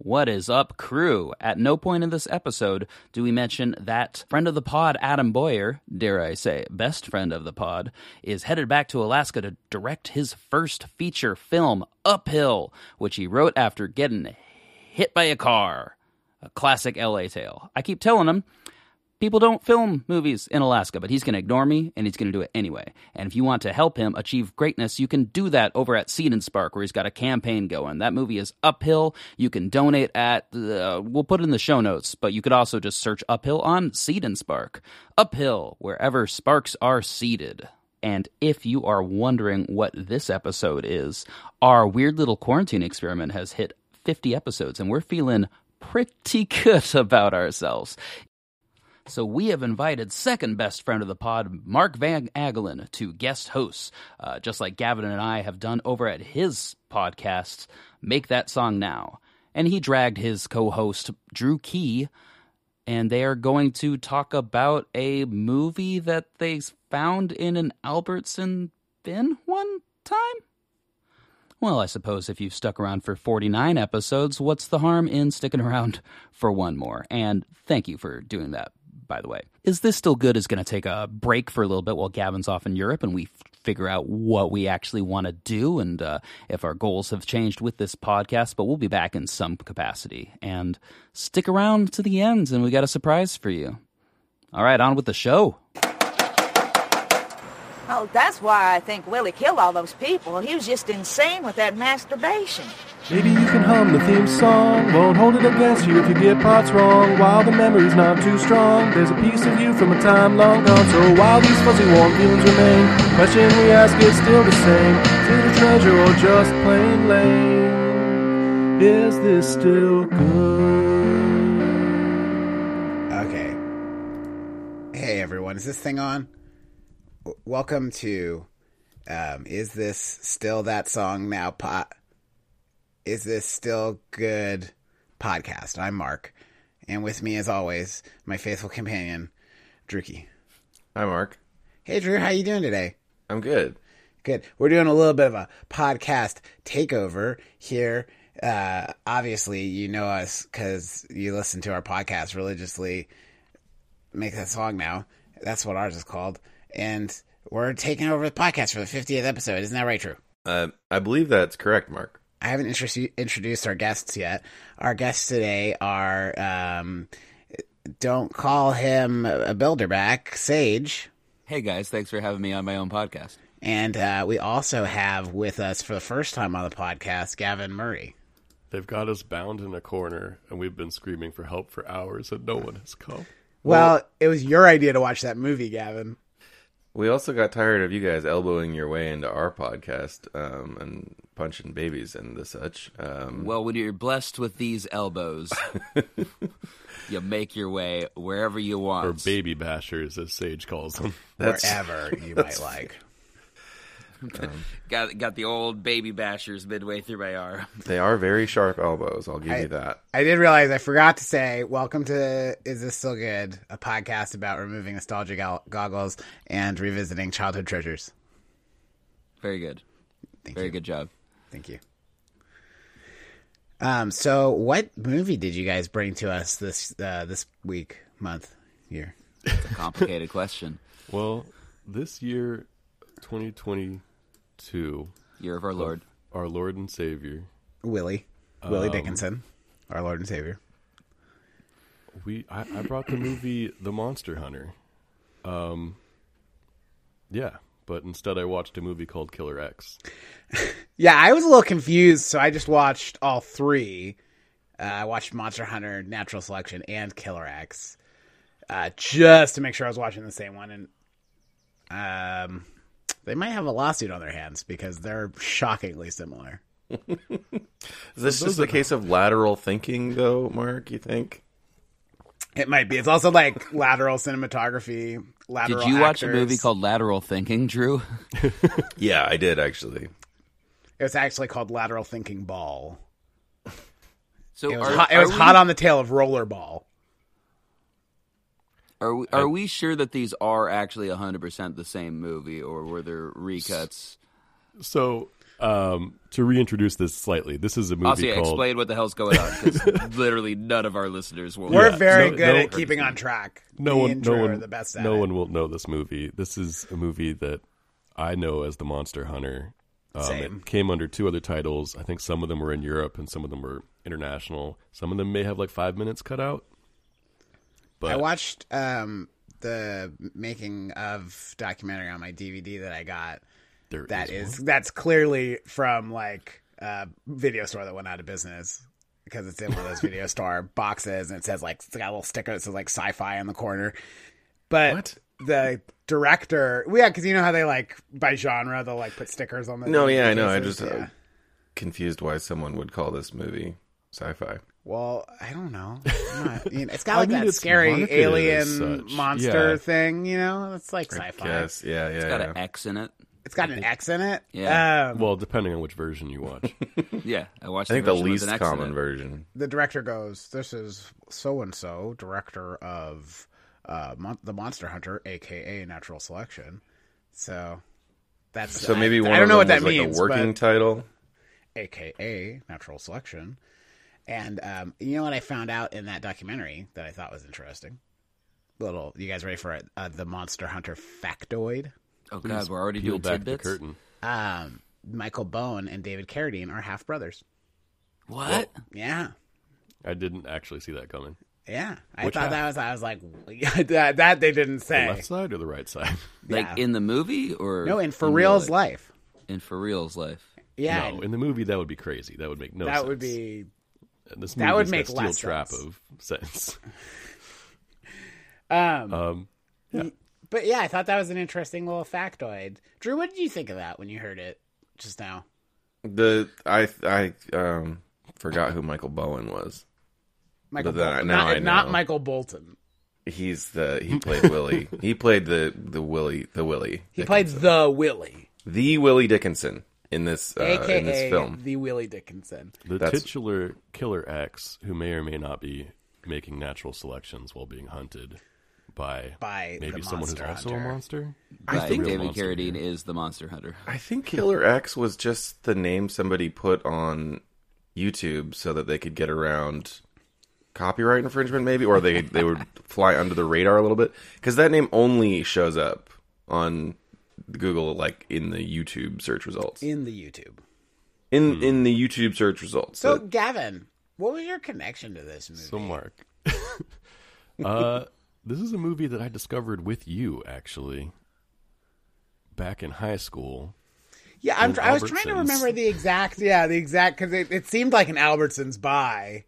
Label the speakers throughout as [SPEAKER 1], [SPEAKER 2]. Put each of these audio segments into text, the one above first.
[SPEAKER 1] What is up, crew? At no point in this episode do we mention that friend of the pod, Adam Boyer, dare I say, best friend of the pod, is headed back to Alaska to direct his first feature film, Uphill, which he wrote after getting hit by a car. A classic LA tale. I keep telling him people don't film movies in Alaska, but he's going to ignore me and he's going to do it anyway. And if you want to help him achieve greatness, you can do that over at Seed and Spark, where he's got a campaign going. That movie is Uphill. You can donate at, uh, we'll put it in the show notes, but you could also just search Uphill on Seed and Spark. Uphill, wherever sparks are seeded. And if you are wondering what this episode is, our weird little quarantine experiment has hit 50 episodes, and we're feeling pretty good about ourselves. So we have invited second best friend of the pod, Mark Van Agelen, to guest host, uh, just like Gavin and I have done over at his podcast, Make That Song Now. And he dragged his co-host Drew Key, and they are going to talk about a movie that they found in an Albertson bin one time. Well, I suppose if you've stuck around for 49 episodes, what's the harm in sticking around for one more? And thank you for doing that, by the way. Is This Still Good is going to take a break for a little bit while Gavin's off in Europe and we f- figure out what we actually want to do and uh, if our goals have changed with this podcast, but we'll be back in some capacity. And stick around to the end, and we got a surprise for you. All right, on with the show.
[SPEAKER 2] Oh, that's why I think Willie killed all those people. He was just insane with that masturbation.
[SPEAKER 3] Maybe you can hum the theme song. Won't hold it against you if you get parts wrong. While the memory's not too strong, there's a piece of you from a time long gone. So while these fuzzy warm feelings remain, question we ask is still the same: Is it a treasure or just plain lame? Is this still good?
[SPEAKER 4] Okay. Hey everyone, is this thing on? W- welcome to um is this still that song now pot Is this still good podcast? I'm Mark and with me as always my faithful companion Drookie.
[SPEAKER 5] Hi, Mark.
[SPEAKER 4] Hey Drew, how you doing today?
[SPEAKER 5] I'm good.
[SPEAKER 4] Good. We're doing a little bit of a podcast takeover here. Uh, obviously, you know us because you listen to our podcast religiously. Make that song now. That's what ours is called. And we're taking over the podcast for the 50th episode. Isn't that right, Drew?
[SPEAKER 5] Uh, I believe that's correct, Mark.
[SPEAKER 4] I haven't intro- introduced our guests yet. Our guests today are um, don't call him a builderback, Sage.
[SPEAKER 6] Hey guys, thanks for having me on my own podcast.
[SPEAKER 4] And uh, we also have with us for the first time on the podcast, Gavin Murray.
[SPEAKER 7] They've got us bound in a corner, and we've been screaming for help for hours, and no one has come.
[SPEAKER 4] Well, it was your idea to watch that movie, Gavin.
[SPEAKER 5] We also got tired of you guys elbowing your way into our podcast um, and punching babies and the such. Um,
[SPEAKER 6] Well, when you're blessed with these elbows, you make your way wherever you want.
[SPEAKER 7] Or baby bashers, as Sage calls them.
[SPEAKER 5] that's
[SPEAKER 4] Wherever you might like.
[SPEAKER 6] Got got the old baby bashers midway through my arm.
[SPEAKER 5] they are very sharp elbows. I'll give you that.
[SPEAKER 4] I did realize I forgot to say, welcome to Is This Still Good, a podcast about removing nostalgia go- goggles and revisiting childhood treasures.
[SPEAKER 6] Very good. Very good job.
[SPEAKER 4] Thank you. Um, so what movie did you guys bring to us this uh, this week, month, year?
[SPEAKER 6] It's a complicated question.
[SPEAKER 7] Well, this year, 2022,
[SPEAKER 6] Year of our Lord.
[SPEAKER 7] our Lord and Savior,
[SPEAKER 4] Willie, Willie Dickinson, our Lord and Savior.
[SPEAKER 7] we I, I brought the movie The Monster Hunter. Um, yeah, but instead I watched a movie called Killer X.
[SPEAKER 4] Yeah, I was a little confused, so I just watched all three. Uh, I watched Monster Hunter, Natural Selection, and Killer X, uh, just to make sure I was watching the same one. And um, they might have a lawsuit on their hands because they're shockingly similar.
[SPEAKER 5] Is this just a case of lateral thinking, though, Mark? You think?
[SPEAKER 4] It might be. It's also like lateral cinematography. Lateral
[SPEAKER 6] Did you watch a
[SPEAKER 4] actors.
[SPEAKER 6] movie called Lateral Thinking, Drew?
[SPEAKER 5] Yeah, I did actually.
[SPEAKER 4] It was actually called Lateral Thinking Ball.
[SPEAKER 6] So
[SPEAKER 4] It was,
[SPEAKER 6] are,
[SPEAKER 4] hot, it
[SPEAKER 6] are
[SPEAKER 4] was
[SPEAKER 6] we,
[SPEAKER 4] hot on the tail of Rollerball.
[SPEAKER 6] Are we, are we sure that these are actually 100% the same movie, or were there recuts?
[SPEAKER 7] So Um, to reintroduce this slightly, this is a movie
[SPEAKER 1] Aussie,
[SPEAKER 7] called.
[SPEAKER 1] explain what the hell's going on because literally none of our listeners will.
[SPEAKER 4] We're
[SPEAKER 1] know.
[SPEAKER 4] very
[SPEAKER 7] no-
[SPEAKER 4] good
[SPEAKER 7] no-
[SPEAKER 4] at keeping on track.
[SPEAKER 7] no
[SPEAKER 4] Me
[SPEAKER 7] one,
[SPEAKER 4] and
[SPEAKER 7] no
[SPEAKER 4] Drew are
[SPEAKER 7] one,
[SPEAKER 4] the best at
[SPEAKER 7] no
[SPEAKER 4] it.
[SPEAKER 7] one will know this movie. This is a movie that I know as the Monster Hunter. Um,
[SPEAKER 4] Same.
[SPEAKER 7] It came under two other titles. I think some of them were in Europe and some of them were international. Some of them may have like five minutes cut out.
[SPEAKER 4] I
[SPEAKER 7] But
[SPEAKER 4] watched um, the making of documentary on my DVD that I got.
[SPEAKER 7] there
[SPEAKER 4] That
[SPEAKER 7] is
[SPEAKER 4] is that's clearly from like a video store that went out of business because it's in one of those video store boxes and it says like it's got a little sticker that says like sci-fi on the corner. But
[SPEAKER 5] What?
[SPEAKER 4] the director, well, yeah, because you know how they like by genre they'll like put stickers on the.
[SPEAKER 5] No, yeah, I
[SPEAKER 4] cases,
[SPEAKER 5] know. I just
[SPEAKER 4] yeah.
[SPEAKER 5] uh, confused why someone would call this movie sci-fi.
[SPEAKER 4] Well, I don't know. I'm not- you know, it's got like
[SPEAKER 7] mean,
[SPEAKER 4] that
[SPEAKER 7] it's
[SPEAKER 4] scary
[SPEAKER 7] marketed as
[SPEAKER 4] alien
[SPEAKER 7] such.
[SPEAKER 4] monster
[SPEAKER 7] Yeah.
[SPEAKER 4] thing, you know? It's like sci fi.
[SPEAKER 5] Yes, yeah, yeah.
[SPEAKER 1] got
[SPEAKER 5] yeah.
[SPEAKER 1] an X in it.
[SPEAKER 4] It's got an X in it.
[SPEAKER 1] Yeah.
[SPEAKER 4] Um,
[SPEAKER 7] well, depending on which version you watch.
[SPEAKER 1] Yeah, I watched.
[SPEAKER 5] I think the
[SPEAKER 1] version with
[SPEAKER 5] least
[SPEAKER 1] an X in
[SPEAKER 5] common
[SPEAKER 1] it.
[SPEAKER 5] version.
[SPEAKER 4] the director goes, This is so and so, director of uh, Mon- The Monster Hunter, aka Natural Selection. So that's.
[SPEAKER 5] So maybe
[SPEAKER 4] I,
[SPEAKER 5] one
[SPEAKER 4] I don't
[SPEAKER 5] of
[SPEAKER 4] know
[SPEAKER 5] them
[SPEAKER 4] what that
[SPEAKER 5] was like
[SPEAKER 4] means.
[SPEAKER 5] a working
[SPEAKER 4] but-
[SPEAKER 5] title.
[SPEAKER 4] aka natural selection. And um, you know what I found out in that documentary that I thought was interesting? Little, you guys ready for it? Uh, the Monster Hunter factoid.
[SPEAKER 1] Oh god, we're already
[SPEAKER 7] Peel
[SPEAKER 1] doing
[SPEAKER 7] back
[SPEAKER 1] tidbits.
[SPEAKER 7] the curtain.
[SPEAKER 4] Um, Michael Bone and David Carradine are half brothers.
[SPEAKER 1] What?
[SPEAKER 4] Yeah,
[SPEAKER 7] I didn't actually see that coming.
[SPEAKER 4] yeah. I
[SPEAKER 7] Which
[SPEAKER 4] thought
[SPEAKER 7] half?
[SPEAKER 4] that was. I was like, that, that they didn't
[SPEAKER 7] The
[SPEAKER 4] say.
[SPEAKER 7] left side or the right side?
[SPEAKER 1] Like
[SPEAKER 4] Yeah.
[SPEAKER 1] in the movie or
[SPEAKER 4] No, in for
[SPEAKER 1] real
[SPEAKER 4] real's
[SPEAKER 1] life?
[SPEAKER 4] life.
[SPEAKER 1] in for real's life.
[SPEAKER 4] Yeah,
[SPEAKER 7] No, in the movie that would be crazy. That would make no
[SPEAKER 4] that
[SPEAKER 7] sense.
[SPEAKER 4] would be.
[SPEAKER 7] And this
[SPEAKER 4] that would
[SPEAKER 7] movie's
[SPEAKER 4] make
[SPEAKER 7] got steel
[SPEAKER 4] less
[SPEAKER 7] trap
[SPEAKER 4] sense.
[SPEAKER 7] of sense.
[SPEAKER 4] Um,
[SPEAKER 7] Um,
[SPEAKER 4] but yeah, I thought that was an interesting little factoid. Drew, what did you think of that when you heard it just now?
[SPEAKER 5] The I I um forgot who Michael Bowen was.
[SPEAKER 4] Michael
[SPEAKER 5] But then I-
[SPEAKER 4] Bolton,
[SPEAKER 5] now
[SPEAKER 4] not,
[SPEAKER 5] I
[SPEAKER 4] not
[SPEAKER 5] know.
[SPEAKER 4] Michael Bolton.
[SPEAKER 5] He's the he played Willie. He played the the Willie the Willie.
[SPEAKER 4] He played the Willie,
[SPEAKER 5] the Willie Dickinson in this uh, in this
[SPEAKER 4] aka
[SPEAKER 5] film.
[SPEAKER 4] the Willie Dickinson.
[SPEAKER 7] The
[SPEAKER 5] That's-
[SPEAKER 7] titular killer X, who may or may not be making natural selections while being hunted by,
[SPEAKER 4] By
[SPEAKER 7] maybe
[SPEAKER 4] the
[SPEAKER 7] someone who's
[SPEAKER 4] monster
[SPEAKER 7] also a
[SPEAKER 4] hunter.
[SPEAKER 7] monster.
[SPEAKER 1] I
[SPEAKER 7] think the
[SPEAKER 1] David
[SPEAKER 7] monster
[SPEAKER 1] Carradine is the monster hunter.
[SPEAKER 5] I think Killer X was just the name somebody put on YouTube so that they could get around copyright infringement, maybe, or they they would fly under the radar a little bit because that name only shows up on Google, like in the YouTube search results.
[SPEAKER 4] in the YouTube.
[SPEAKER 5] In in the YouTube search results,
[SPEAKER 4] So,
[SPEAKER 5] That-
[SPEAKER 4] Gavin, what was your connection to this movie?
[SPEAKER 7] So Mark, uh, this is a movie that I discovered with you actually back in high school.
[SPEAKER 4] yeah, I'm,
[SPEAKER 7] with
[SPEAKER 4] tr- I was trying to
[SPEAKER 7] Albertsons.
[SPEAKER 4] remember the exact. Yeah, the exact because it, it seemed like an Albertsons buy.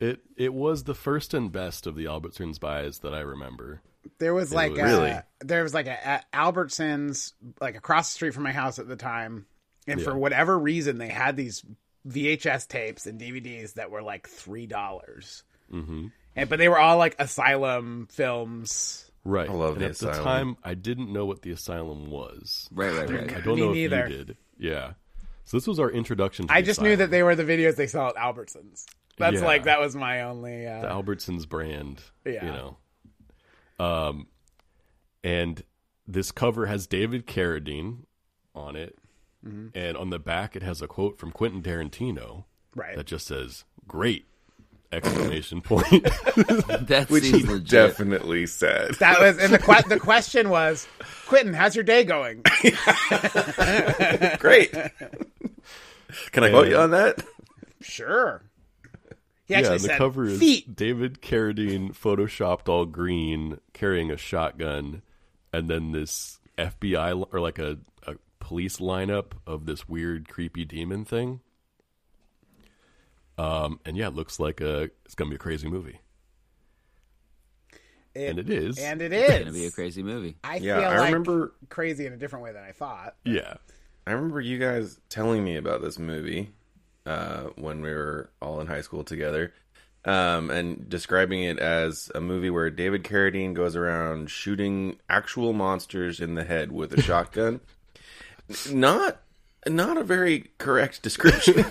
[SPEAKER 7] It it was the first and best of the Albertsons buys that I remember.
[SPEAKER 4] There was like
[SPEAKER 7] was-
[SPEAKER 4] a,
[SPEAKER 5] Really?
[SPEAKER 4] there was like a, a Albertsons like across the street from my house at the time, and for
[SPEAKER 7] Yeah.
[SPEAKER 4] whatever reason they had these VHS tapes and DVDs that were like three dollars, mm-hmm. and but they were all like Asylum films.
[SPEAKER 7] Right.
[SPEAKER 5] I love
[SPEAKER 7] and
[SPEAKER 5] The
[SPEAKER 7] at the
[SPEAKER 5] Asylum.
[SPEAKER 7] time I didn't know what the asylum was.
[SPEAKER 1] Right, right, right.
[SPEAKER 7] I don't
[SPEAKER 4] Me
[SPEAKER 7] know
[SPEAKER 4] neither.
[SPEAKER 7] if you did. Yeah. So this was our introduction to
[SPEAKER 4] I
[SPEAKER 7] the
[SPEAKER 4] just
[SPEAKER 7] asylum.
[SPEAKER 4] knew that they were the videos they sell at Albertsons. That's
[SPEAKER 7] Yeah.
[SPEAKER 4] like that was my only.
[SPEAKER 7] the
[SPEAKER 4] Uh,
[SPEAKER 7] Albertsons brand,
[SPEAKER 4] Yeah.
[SPEAKER 7] you know. Um, and this cover has David Carradine on it,
[SPEAKER 4] Mm-hmm.
[SPEAKER 7] and on the back it has a quote from Quentin Tarantino
[SPEAKER 4] right.
[SPEAKER 7] that just says "Great!" exclamation point.
[SPEAKER 1] That seems legit.
[SPEAKER 5] definitely said.
[SPEAKER 4] That was and the que- the question was, Quentin, how's your day going?
[SPEAKER 5] Great. Can I quote you on that?
[SPEAKER 4] sure. He
[SPEAKER 7] yeah,
[SPEAKER 4] actually
[SPEAKER 7] and the
[SPEAKER 4] said
[SPEAKER 7] cover is
[SPEAKER 4] feet.
[SPEAKER 7] David Carradine photoshopped all green, carrying a shotgun, and then this FBI li- or like a, a police lineup of this weird, creepy demon thing. Um, and yeah, it looks like a it's gonna be a crazy movie, and it is.
[SPEAKER 4] And it
[SPEAKER 1] It's gonna be a
[SPEAKER 4] is.
[SPEAKER 1] crazy movie.
[SPEAKER 4] I
[SPEAKER 5] Yeah,
[SPEAKER 4] feel
[SPEAKER 5] I
[SPEAKER 4] like
[SPEAKER 5] remember-
[SPEAKER 4] crazy in a different way than I thought.
[SPEAKER 7] yeah,
[SPEAKER 5] I remember you guys telling me about this movie uh, when we were all in high school together, um, and describing it as a movie where David Carradine goes around shooting actual monsters in the head with a shotgun. Not Not a very correct description.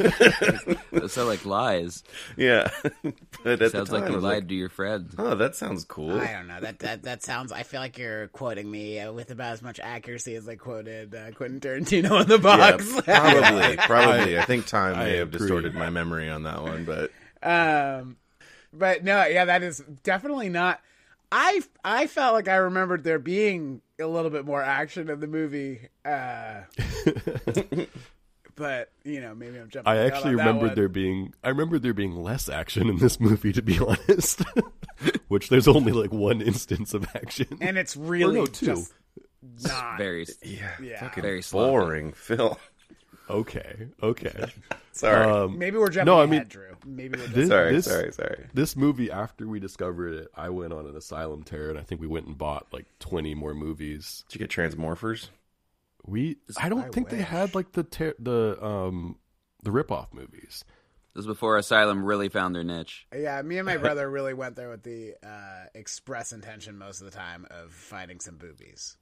[SPEAKER 1] Those sound like lies.
[SPEAKER 5] yeah, but at
[SPEAKER 1] Sounds
[SPEAKER 5] the time,
[SPEAKER 1] like
[SPEAKER 5] I
[SPEAKER 1] you
[SPEAKER 5] was
[SPEAKER 1] lied to your friends.
[SPEAKER 5] oh, that sounds cool.
[SPEAKER 4] I don't know. That that that sounds. I feel like you're quoting me uh, with about as much accuracy as I quoted uh, Quentin Tarantino on the
[SPEAKER 5] Yeah,
[SPEAKER 4] box.
[SPEAKER 5] probably, probably. I, think time
[SPEAKER 7] I
[SPEAKER 5] may have
[SPEAKER 7] agree.
[SPEAKER 5] distorted my memory on that one, but
[SPEAKER 4] um, but no, yeah, that is definitely not. I I felt like I remembered there being a little bit more action in the movie. Uh, but you know, maybe I'm jumping.
[SPEAKER 7] I
[SPEAKER 4] the gun
[SPEAKER 7] actually
[SPEAKER 4] on that
[SPEAKER 7] remembered
[SPEAKER 4] one.
[SPEAKER 7] there being I remember there being less action in this movie to be honest. Which there's only like one instance of action.
[SPEAKER 4] and it's really
[SPEAKER 7] no, two.
[SPEAKER 4] just not.
[SPEAKER 1] Very.
[SPEAKER 5] yeah,
[SPEAKER 4] Yeah.
[SPEAKER 5] fucking
[SPEAKER 1] Very sloppy.
[SPEAKER 5] boring film.
[SPEAKER 7] Okay. Okay. Um,
[SPEAKER 5] Sorry,
[SPEAKER 4] Maybe we're jumping
[SPEAKER 7] No, I
[SPEAKER 4] ahead,
[SPEAKER 7] mean-
[SPEAKER 4] Drew. Maybe we're
[SPEAKER 7] This,
[SPEAKER 4] jumping.
[SPEAKER 5] sorry,
[SPEAKER 7] this,
[SPEAKER 5] sorry, sorry.
[SPEAKER 7] This movie, after we discovered it, I went on an asylum tear, and I think we went and bought like twenty more movies.
[SPEAKER 5] Did you get Transmorphers?
[SPEAKER 7] We, I don't
[SPEAKER 4] I
[SPEAKER 7] think they
[SPEAKER 4] wish.
[SPEAKER 7] had like the ter- the um the ripoff movies.
[SPEAKER 1] This was before Asylum really found their niche.
[SPEAKER 4] Yeah, me and my brother really went there with the uh, express intention most of the time of finding some boobies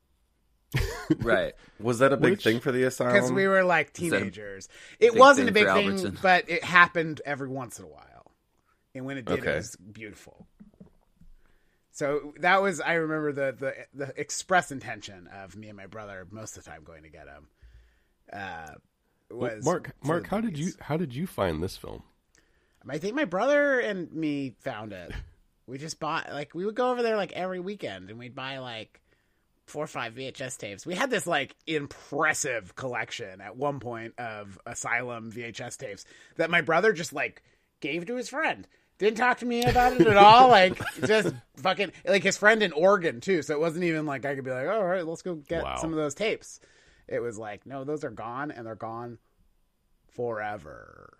[SPEAKER 1] Right.
[SPEAKER 5] Was that a big
[SPEAKER 7] Which-
[SPEAKER 5] thing for the asylum?
[SPEAKER 4] because we were like
[SPEAKER 1] Um, that a
[SPEAKER 4] teenagers. It
[SPEAKER 1] big
[SPEAKER 4] wasn't a
[SPEAKER 1] thing
[SPEAKER 4] big
[SPEAKER 1] for
[SPEAKER 4] thing,
[SPEAKER 1] Albertson?
[SPEAKER 4] but it happened every once in a while, and when it did,
[SPEAKER 5] Okay.
[SPEAKER 4] it was beautiful. So that was I remember the, the the express intention of me and my brother most of the time going to get them. Uh,
[SPEAKER 7] Well,
[SPEAKER 4] was
[SPEAKER 7] Mark,
[SPEAKER 4] for
[SPEAKER 7] Mark,
[SPEAKER 4] the
[SPEAKER 7] how did you
[SPEAKER 4] boobies.
[SPEAKER 7] how did you find this film?
[SPEAKER 4] I think my brother and me found it. We just bought like we would go over there like every weekend and we'd buy like four or five VHS tapes. We had this like impressive collection at one point of asylum VHS tapes that my brother just like gave to his friend. Didn't talk to me about it at all. Like just fucking like his friend in Oregon too. So it wasn't even like I could be like, all right, let's go get
[SPEAKER 7] Wow.
[SPEAKER 4] some of those tapes. It was like, no, those are gone and they're gone forever.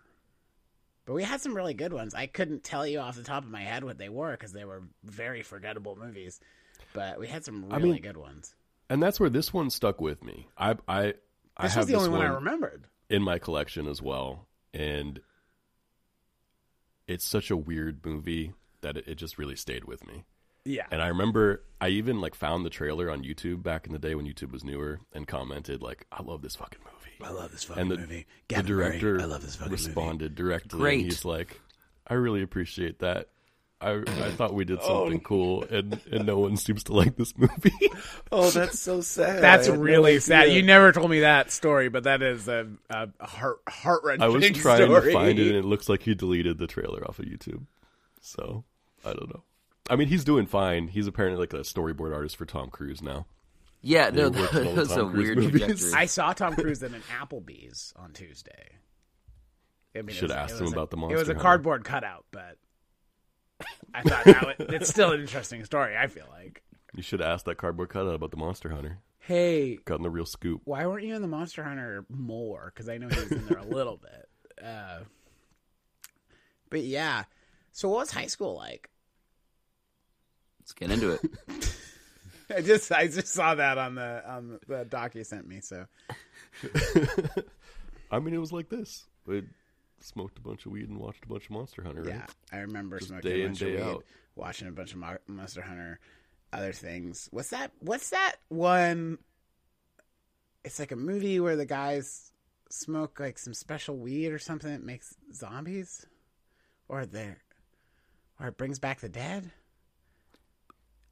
[SPEAKER 4] But we had some really good ones. I couldn't tell you off the top of my head what they were because they were very forgettable movies. But we had some really
[SPEAKER 7] I mean,
[SPEAKER 4] good ones.
[SPEAKER 7] And that's where this one stuck with me. I I I
[SPEAKER 4] This
[SPEAKER 7] have
[SPEAKER 4] was the
[SPEAKER 7] this
[SPEAKER 4] only one,
[SPEAKER 7] one
[SPEAKER 4] I remembered.
[SPEAKER 7] in my collection as well, and it's such a weird movie that it, it just really stayed with me.
[SPEAKER 4] Yeah.
[SPEAKER 7] And I remember I even like found the trailer on YouTube back in the day when YouTube was newer and commented like, "I love this fucking movie." I love this fucking and the, movie. the director responded directly. and
[SPEAKER 8] Great.
[SPEAKER 7] he's like, "I really appreciate that. I I thought we did something cool, and and no one seems to like this movie."
[SPEAKER 5] Oh, that's so sad.
[SPEAKER 4] That's really sad. You never told me that story, but that is a, a heart heart wrenching.
[SPEAKER 7] I was trying to find it, and it looks like he deleted the trailer off of YouTube. So I don't know. I mean, he's doing fine. He's apparently like a storyboard artist for Tom Cruise now.
[SPEAKER 1] Yeah, no, that
[SPEAKER 7] They worked on all the
[SPEAKER 1] was a
[SPEAKER 7] Tom Cruise
[SPEAKER 1] weird
[SPEAKER 7] movies.
[SPEAKER 1] trajectory.
[SPEAKER 4] I saw Tom Cruise at an Applebee's on Tuesday. I mean, it
[SPEAKER 7] Should
[SPEAKER 4] was-
[SPEAKER 7] have asked
[SPEAKER 4] it
[SPEAKER 7] him
[SPEAKER 4] was a-
[SPEAKER 7] about the
[SPEAKER 4] It was
[SPEAKER 7] Monster
[SPEAKER 4] a
[SPEAKER 7] Hunter.
[SPEAKER 4] cardboard cutout, but I thought that was, it's still an interesting story. I feel like.
[SPEAKER 7] You should ask that cardboard cutout about the Monster Hunter.
[SPEAKER 4] Hey,
[SPEAKER 7] Gotten the real scoop.
[SPEAKER 4] why weren't you in the Monster Hunter more? Because I know he was in there a little bit. Uh, but yeah. So what was high school like?
[SPEAKER 1] Let's get into it.
[SPEAKER 4] I just I just saw that on the on the doc you sent me. So
[SPEAKER 7] I mean, it was like this. We smoked a bunch of weed and watched a bunch of Monster Hunter. Right?
[SPEAKER 4] yeah, I remember smoking
[SPEAKER 7] day
[SPEAKER 4] a
[SPEAKER 7] in,
[SPEAKER 4] bunch
[SPEAKER 7] day
[SPEAKER 4] of weed,
[SPEAKER 7] out.
[SPEAKER 4] watching a bunch of Mo- Monster Hunter, other things. What's that? What's that one? It's like a movie where the guys smoke like some special weed or something that makes zombies, or they or it brings back the dead.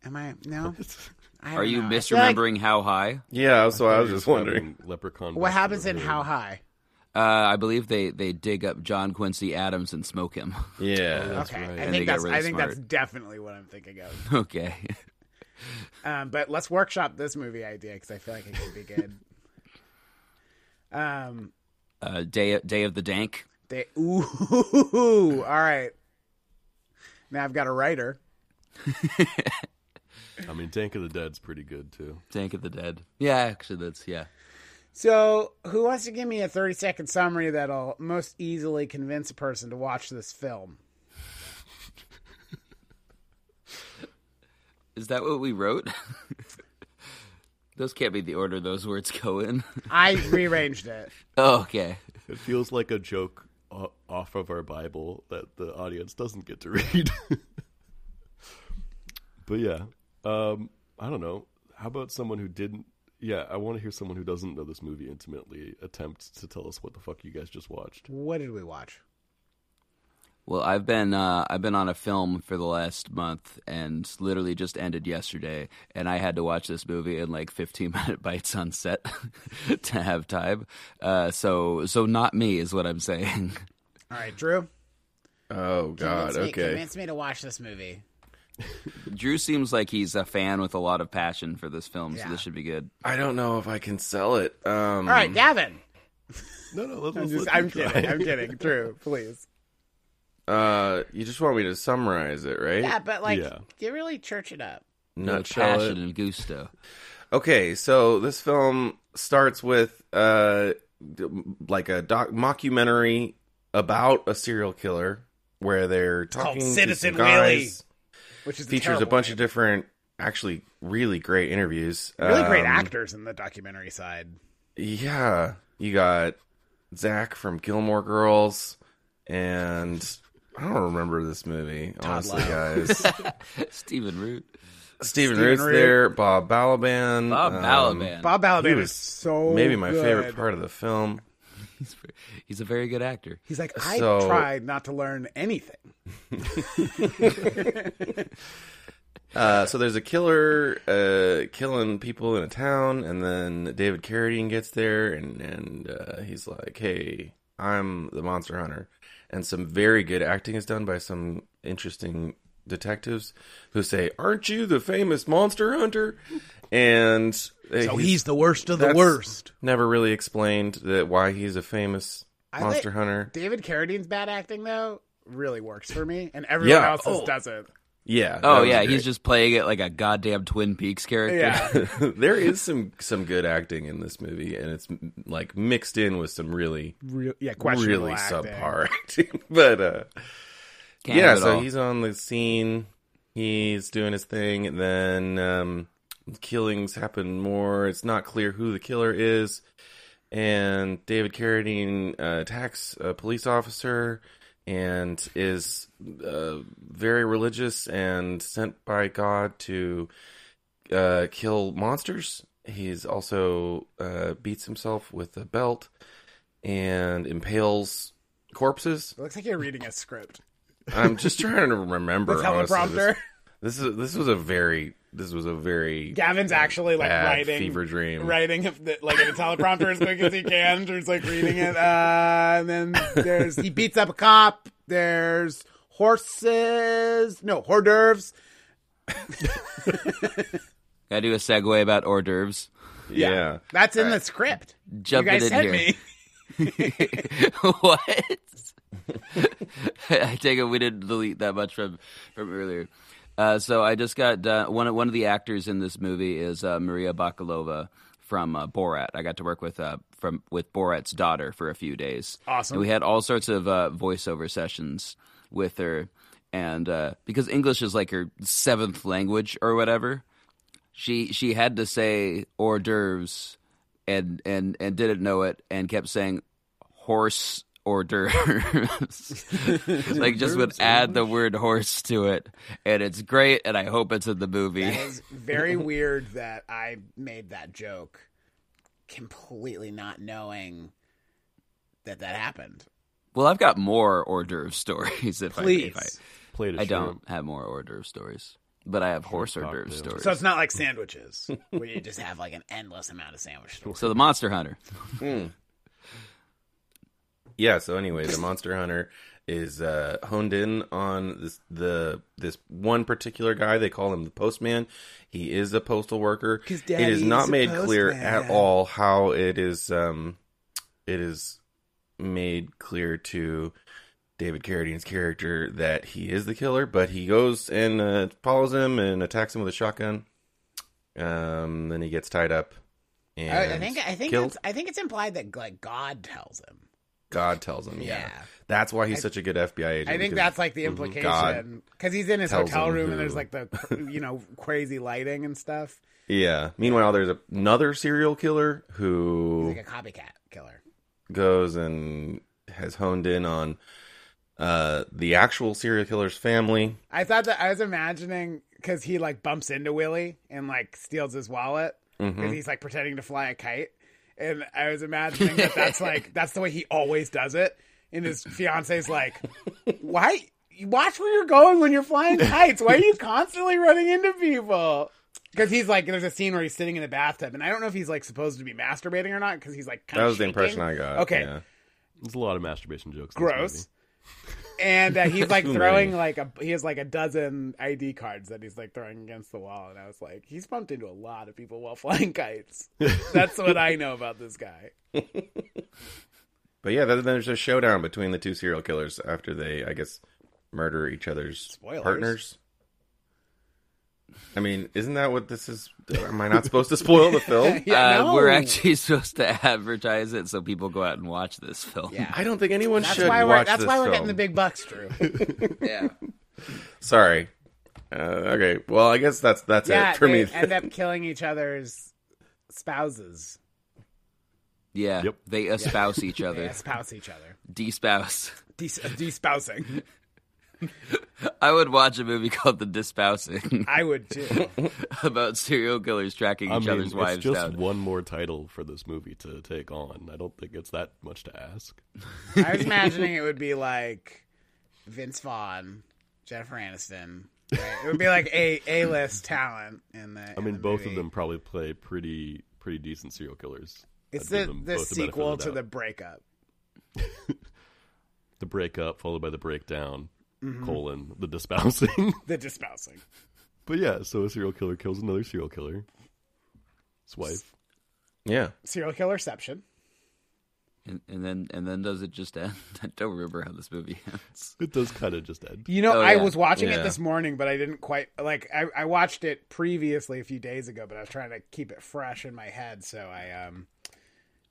[SPEAKER 4] Am I no? I
[SPEAKER 1] Are
[SPEAKER 4] don't
[SPEAKER 1] you
[SPEAKER 4] know. I feel like-
[SPEAKER 1] misremembering how high?
[SPEAKER 5] Yeah, so I was just wondering.
[SPEAKER 7] Having Leprechaun.
[SPEAKER 4] what
[SPEAKER 7] back
[SPEAKER 4] happens
[SPEAKER 7] the
[SPEAKER 4] in
[SPEAKER 7] hood.
[SPEAKER 4] How High?
[SPEAKER 1] Uh, I believe they, they dig up John Quincy Adams and smoke him.
[SPEAKER 5] Yeah.
[SPEAKER 4] Okay,
[SPEAKER 7] right.
[SPEAKER 4] I
[SPEAKER 1] And they
[SPEAKER 4] think
[SPEAKER 1] get
[SPEAKER 4] that's
[SPEAKER 1] really
[SPEAKER 4] I think that's
[SPEAKER 1] smart.
[SPEAKER 4] definitely what I'm thinking of.
[SPEAKER 1] okay.
[SPEAKER 4] Um, but let's workshop this movie idea because I feel like it could be good. um,
[SPEAKER 1] Uh, Day Day of the Dank.
[SPEAKER 4] they ooh, all right. Now I've got a writer.
[SPEAKER 7] I mean, Tank of the Dead's pretty good too.
[SPEAKER 1] Dank of the Dead. Yeah, actually, that's yeah.
[SPEAKER 4] So, who wants to give me a thirty-second summary that'll most easily convince a person to watch this film?
[SPEAKER 1] Is that what we wrote? those can't be the order those words go in.
[SPEAKER 4] I rearranged it.
[SPEAKER 1] oh, okay.
[SPEAKER 7] It feels like a joke o- off of our Bible that the audience doesn't get to read. but yeah, um, I don't know. How about someone who didn't yeah, I want to hear someone who doesn't know this movie intimately attempt to tell us what the fuck you guys just watched.
[SPEAKER 4] What did we watch?
[SPEAKER 1] Well, I've been uh, I've been on a film for the last month, and literally just ended yesterday. And I had to watch this movie in like fifteen minute bites on set to have time. Uh, so so not me is what I'm saying.
[SPEAKER 4] All right, Drew.
[SPEAKER 5] Oh God.
[SPEAKER 4] Convince me-
[SPEAKER 5] okay.
[SPEAKER 4] Convince me to watch this movie.
[SPEAKER 1] Drew seems like he's a fan with a lot of passion for this film,
[SPEAKER 4] Yeah.
[SPEAKER 1] so this should be good.
[SPEAKER 5] I don't know if I can sell it. Um,
[SPEAKER 4] All right, Gavin.
[SPEAKER 7] No, no, let's,
[SPEAKER 4] I'm
[SPEAKER 7] let's
[SPEAKER 4] just,
[SPEAKER 7] let you
[SPEAKER 4] I'm
[SPEAKER 7] try.
[SPEAKER 4] kidding. I'm kidding. Drew, please.
[SPEAKER 5] Uh, you just want me to summarize it, right?
[SPEAKER 4] Yeah, but like,
[SPEAKER 7] Yeah.
[SPEAKER 4] you really church it up.
[SPEAKER 5] Not sell
[SPEAKER 1] Passion
[SPEAKER 5] it.
[SPEAKER 1] and gusto.
[SPEAKER 5] Okay, so this film starts with uh d- like a doc mockumentary about a serial killer where they're talking to
[SPEAKER 4] Citizen
[SPEAKER 5] some guys.
[SPEAKER 4] Willie. Which is
[SPEAKER 5] Features a bunch of different actually really great interviews.
[SPEAKER 4] really great
[SPEAKER 5] Um,
[SPEAKER 4] actors in the documentary side.
[SPEAKER 5] Yeah. You got Zach from Gilmore Girls and I don't remember this movie, honestly, guys.
[SPEAKER 1] Stephen Root,
[SPEAKER 5] Steven Root's
[SPEAKER 4] Root.
[SPEAKER 5] there, Bob Balaban.
[SPEAKER 1] Bob
[SPEAKER 5] um,
[SPEAKER 1] Balaban.
[SPEAKER 4] Bob
[SPEAKER 5] he
[SPEAKER 4] Balaban
[SPEAKER 5] was
[SPEAKER 4] is so
[SPEAKER 5] Maybe my favorite
[SPEAKER 4] good.
[SPEAKER 5] part of the film.
[SPEAKER 1] He's, he's a very good actor.
[SPEAKER 4] He's like, I
[SPEAKER 5] So-
[SPEAKER 4] tried not to learn anything.
[SPEAKER 5] Uh, so there's a killer uh, killing people in a town, and then David Carradine gets there, and and uh, he's like, "Hey, I'm the monster hunter." And some very good acting is done by some interesting detectives who say, "Aren't you the famous monster hunter?" And
[SPEAKER 4] So Oh, he's the worst of the
[SPEAKER 5] that's
[SPEAKER 4] worst.
[SPEAKER 5] Never really explained that why he's a famous
[SPEAKER 4] I like-
[SPEAKER 5] monster hunter.
[SPEAKER 4] David Carradine's bad acting though really works for me, and everyone
[SPEAKER 5] Yeah.
[SPEAKER 4] else's
[SPEAKER 5] Oh.
[SPEAKER 4] doesn't.
[SPEAKER 5] Yeah. that
[SPEAKER 1] Oh
[SPEAKER 5] was
[SPEAKER 1] yeah,
[SPEAKER 5] great.
[SPEAKER 1] he's just playing it like a goddamn Twin Peaks character.
[SPEAKER 4] Yeah,
[SPEAKER 5] there is some some good acting in this movie, and it's m- like mixed in with some really
[SPEAKER 4] Real, yeah, questionable
[SPEAKER 5] really
[SPEAKER 4] acting.
[SPEAKER 5] subpar acting. but uh,
[SPEAKER 1] Can't
[SPEAKER 5] yeah,
[SPEAKER 1] have it
[SPEAKER 5] so
[SPEAKER 1] all.
[SPEAKER 5] he's on the scene, he's doing his thing, and then um, killings happen more. It's not clear who the killer is, and David Carradine uh, attacks a police officer. And is uh, very religious and sent by God to uh, kill monsters. He's also uh, beats himself with a belt and impales corpses.
[SPEAKER 4] It looks like you're reading a script
[SPEAKER 5] I'm just trying to remember.
[SPEAKER 4] with
[SPEAKER 5] honestly.
[SPEAKER 4] teleprompter.
[SPEAKER 5] This, this is this was a very this was a very
[SPEAKER 4] Gavin's actually like
[SPEAKER 5] bad
[SPEAKER 4] writing
[SPEAKER 5] fever dream.
[SPEAKER 4] writing of the, like in a teleprompter as quick as he can. Drew's like reading it, uh, and then there's he beats up a cop. There's horses, no hors d'oeuvres.
[SPEAKER 1] Gotta do a segue about hors d'oeuvres.
[SPEAKER 5] Yeah.
[SPEAKER 4] That's in the script. You
[SPEAKER 1] Jumping
[SPEAKER 4] guys
[SPEAKER 1] in
[SPEAKER 4] sent
[SPEAKER 1] here.
[SPEAKER 4] me.
[SPEAKER 1] what? I take it we didn't delete that much from from earlier. Uh, so I just got done, one of one of the actors in this movie is uh, Maria Bakalova from uh, Borat. I got to work with uh, from with Borat's daughter for a few days.
[SPEAKER 4] Awesome.
[SPEAKER 1] And we had all sorts of uh, voiceover sessions with her, and uh, because English is like her seventh language or whatever, she she had to say hors d'oeuvres and and and didn't know it and kept saying horse hors d'oeuvres. like just would add the word horse to it, and it's great. And I hope it's in the movie.
[SPEAKER 4] It was very weird that I made that joke, completely not knowing that that happened.
[SPEAKER 1] Well, I've got more hors d'oeuvre stories. If
[SPEAKER 4] Please.
[SPEAKER 1] I, if
[SPEAKER 7] Played a
[SPEAKER 1] I, I don't
[SPEAKER 7] shrimp.
[SPEAKER 1] have more hors d'oeuvre stories, but I have horse hors d'oeuvre
[SPEAKER 7] cocktail.
[SPEAKER 1] stories.
[SPEAKER 4] So it's not like sandwiches where you just have like an endless amount of sandwich stores.
[SPEAKER 1] so the Monster Hunter.
[SPEAKER 5] Yeah, so anyway, the monster hunter is uh, honed in on this the this one particular guy. They call him the postman. He is a postal worker.
[SPEAKER 4] 'Cause
[SPEAKER 5] it is
[SPEAKER 4] daddy's
[SPEAKER 5] not
[SPEAKER 4] a
[SPEAKER 5] made clear at
[SPEAKER 4] postman.
[SPEAKER 5] all how it is um it is made clear to David Carradine's character that he is the killer, but he goes and uh, follows him and attacks him with a shotgun. Um, then he gets tied up. And
[SPEAKER 4] I, I think I think
[SPEAKER 5] killed.
[SPEAKER 4] it's, I think it's implied that like God tells him.
[SPEAKER 5] God tells him. Yeah.
[SPEAKER 4] Yeah.
[SPEAKER 5] That's why he's such a good FBI agent.
[SPEAKER 4] I think
[SPEAKER 5] because
[SPEAKER 4] that's like the
[SPEAKER 5] Mhm.
[SPEAKER 4] implication because he's in his
[SPEAKER 5] tells
[SPEAKER 4] hotel
[SPEAKER 5] him
[SPEAKER 4] room
[SPEAKER 5] who.
[SPEAKER 4] and there's like the cr- you know crazy lighting and stuff.
[SPEAKER 5] Yeah. Meanwhile, there's another serial killer
[SPEAKER 4] He's
[SPEAKER 5] who
[SPEAKER 4] like a copycat killer.
[SPEAKER 5] goes and has honed in on uh, the actual serial killer's family.
[SPEAKER 4] I thought that I was imagining because he like bumps into Willie and like steals his wallet.
[SPEAKER 5] Mm-hmm.
[SPEAKER 4] 'cause he's like pretending to fly a kite. And I was imagining that that's like that's the way he always does it. And his fiance's like, "Why? you Watch where you're going when you're flying kites. Why are you constantly running into people?" Because he's like, there's a scene where he's sitting in the bathtub, and I don't know if he's like supposed to be masturbating or not. Because he's like, kinda
[SPEAKER 5] That was the
[SPEAKER 4] shaking.
[SPEAKER 5] impression I got.
[SPEAKER 4] Okay,
[SPEAKER 5] yeah.
[SPEAKER 7] There's a lot of masturbation jokes. in this movie.
[SPEAKER 4] gross. And uh, he's like
[SPEAKER 5] Too
[SPEAKER 4] throwing
[SPEAKER 5] many.
[SPEAKER 4] like a he has like a dozen ID cards that he's like throwing against the wall, and I was like, he's bumped into a lot of people while flying kites. That's what I know about this guy.
[SPEAKER 5] But yeah, then there's a showdown between the two serial killers after they, I guess, murder each other's
[SPEAKER 4] Spoilers.
[SPEAKER 5] partners. I mean, isn't that what this is? Am I not supposed to spoil the film?
[SPEAKER 4] Yeah,
[SPEAKER 1] uh, We're
[SPEAKER 4] no.
[SPEAKER 1] actually supposed to advertise it so people go out and watch this film.
[SPEAKER 4] Yeah.
[SPEAKER 5] I don't think anyone
[SPEAKER 4] That's
[SPEAKER 5] should
[SPEAKER 4] why we're
[SPEAKER 5] watch
[SPEAKER 4] that's
[SPEAKER 5] this
[SPEAKER 4] why we're
[SPEAKER 5] film.
[SPEAKER 4] getting the big bucks, Drew.
[SPEAKER 1] yeah.
[SPEAKER 5] Sorry. Uh, okay. Well, I guess that's that's
[SPEAKER 4] yeah,
[SPEAKER 5] it for
[SPEAKER 4] they
[SPEAKER 5] me.
[SPEAKER 4] end up killing each other's spouses.
[SPEAKER 1] Yeah.
[SPEAKER 7] Yep.
[SPEAKER 1] They espouse each other.
[SPEAKER 4] They spouse each other,
[SPEAKER 1] Despouse.
[SPEAKER 4] De- despousing.
[SPEAKER 1] I would watch a movie called The Despousing
[SPEAKER 4] I would too.
[SPEAKER 1] about serial killers tracking
[SPEAKER 7] I
[SPEAKER 1] each
[SPEAKER 7] mean,
[SPEAKER 1] other's wives
[SPEAKER 7] it's just
[SPEAKER 1] down.
[SPEAKER 7] one more title for this movie to take on. I don't think it's that much to ask.
[SPEAKER 4] I was imagining it would be like Vince Vaughn, Jennifer Aniston. right? It would be like a a list talent in the.
[SPEAKER 7] I mean, both of them probably play pretty pretty decent serial killers.
[SPEAKER 4] It's
[SPEAKER 7] I'd give
[SPEAKER 4] the
[SPEAKER 7] them
[SPEAKER 4] the
[SPEAKER 7] both benefit of
[SPEAKER 4] sequel to
[SPEAKER 7] doubt.
[SPEAKER 4] the breakup.
[SPEAKER 7] the breakup followed by the breakdown
[SPEAKER 1] Mm-hmm.
[SPEAKER 7] colon the despousing.
[SPEAKER 4] The despousing.
[SPEAKER 7] but yeah, so a serial killer kills another serial killer. His wife.
[SPEAKER 5] yeah.
[SPEAKER 4] Serial killerception.
[SPEAKER 1] And, and then and then does it just end? I don't remember how this movie ends.
[SPEAKER 7] It does kind of just end.
[SPEAKER 4] You know,
[SPEAKER 1] Oh,
[SPEAKER 4] I
[SPEAKER 1] yeah.
[SPEAKER 4] was watching it
[SPEAKER 5] Yeah.
[SPEAKER 4] this morning, but I didn't quite like. I, I watched it previously a few days ago, but I was trying to keep it fresh in my head, so I um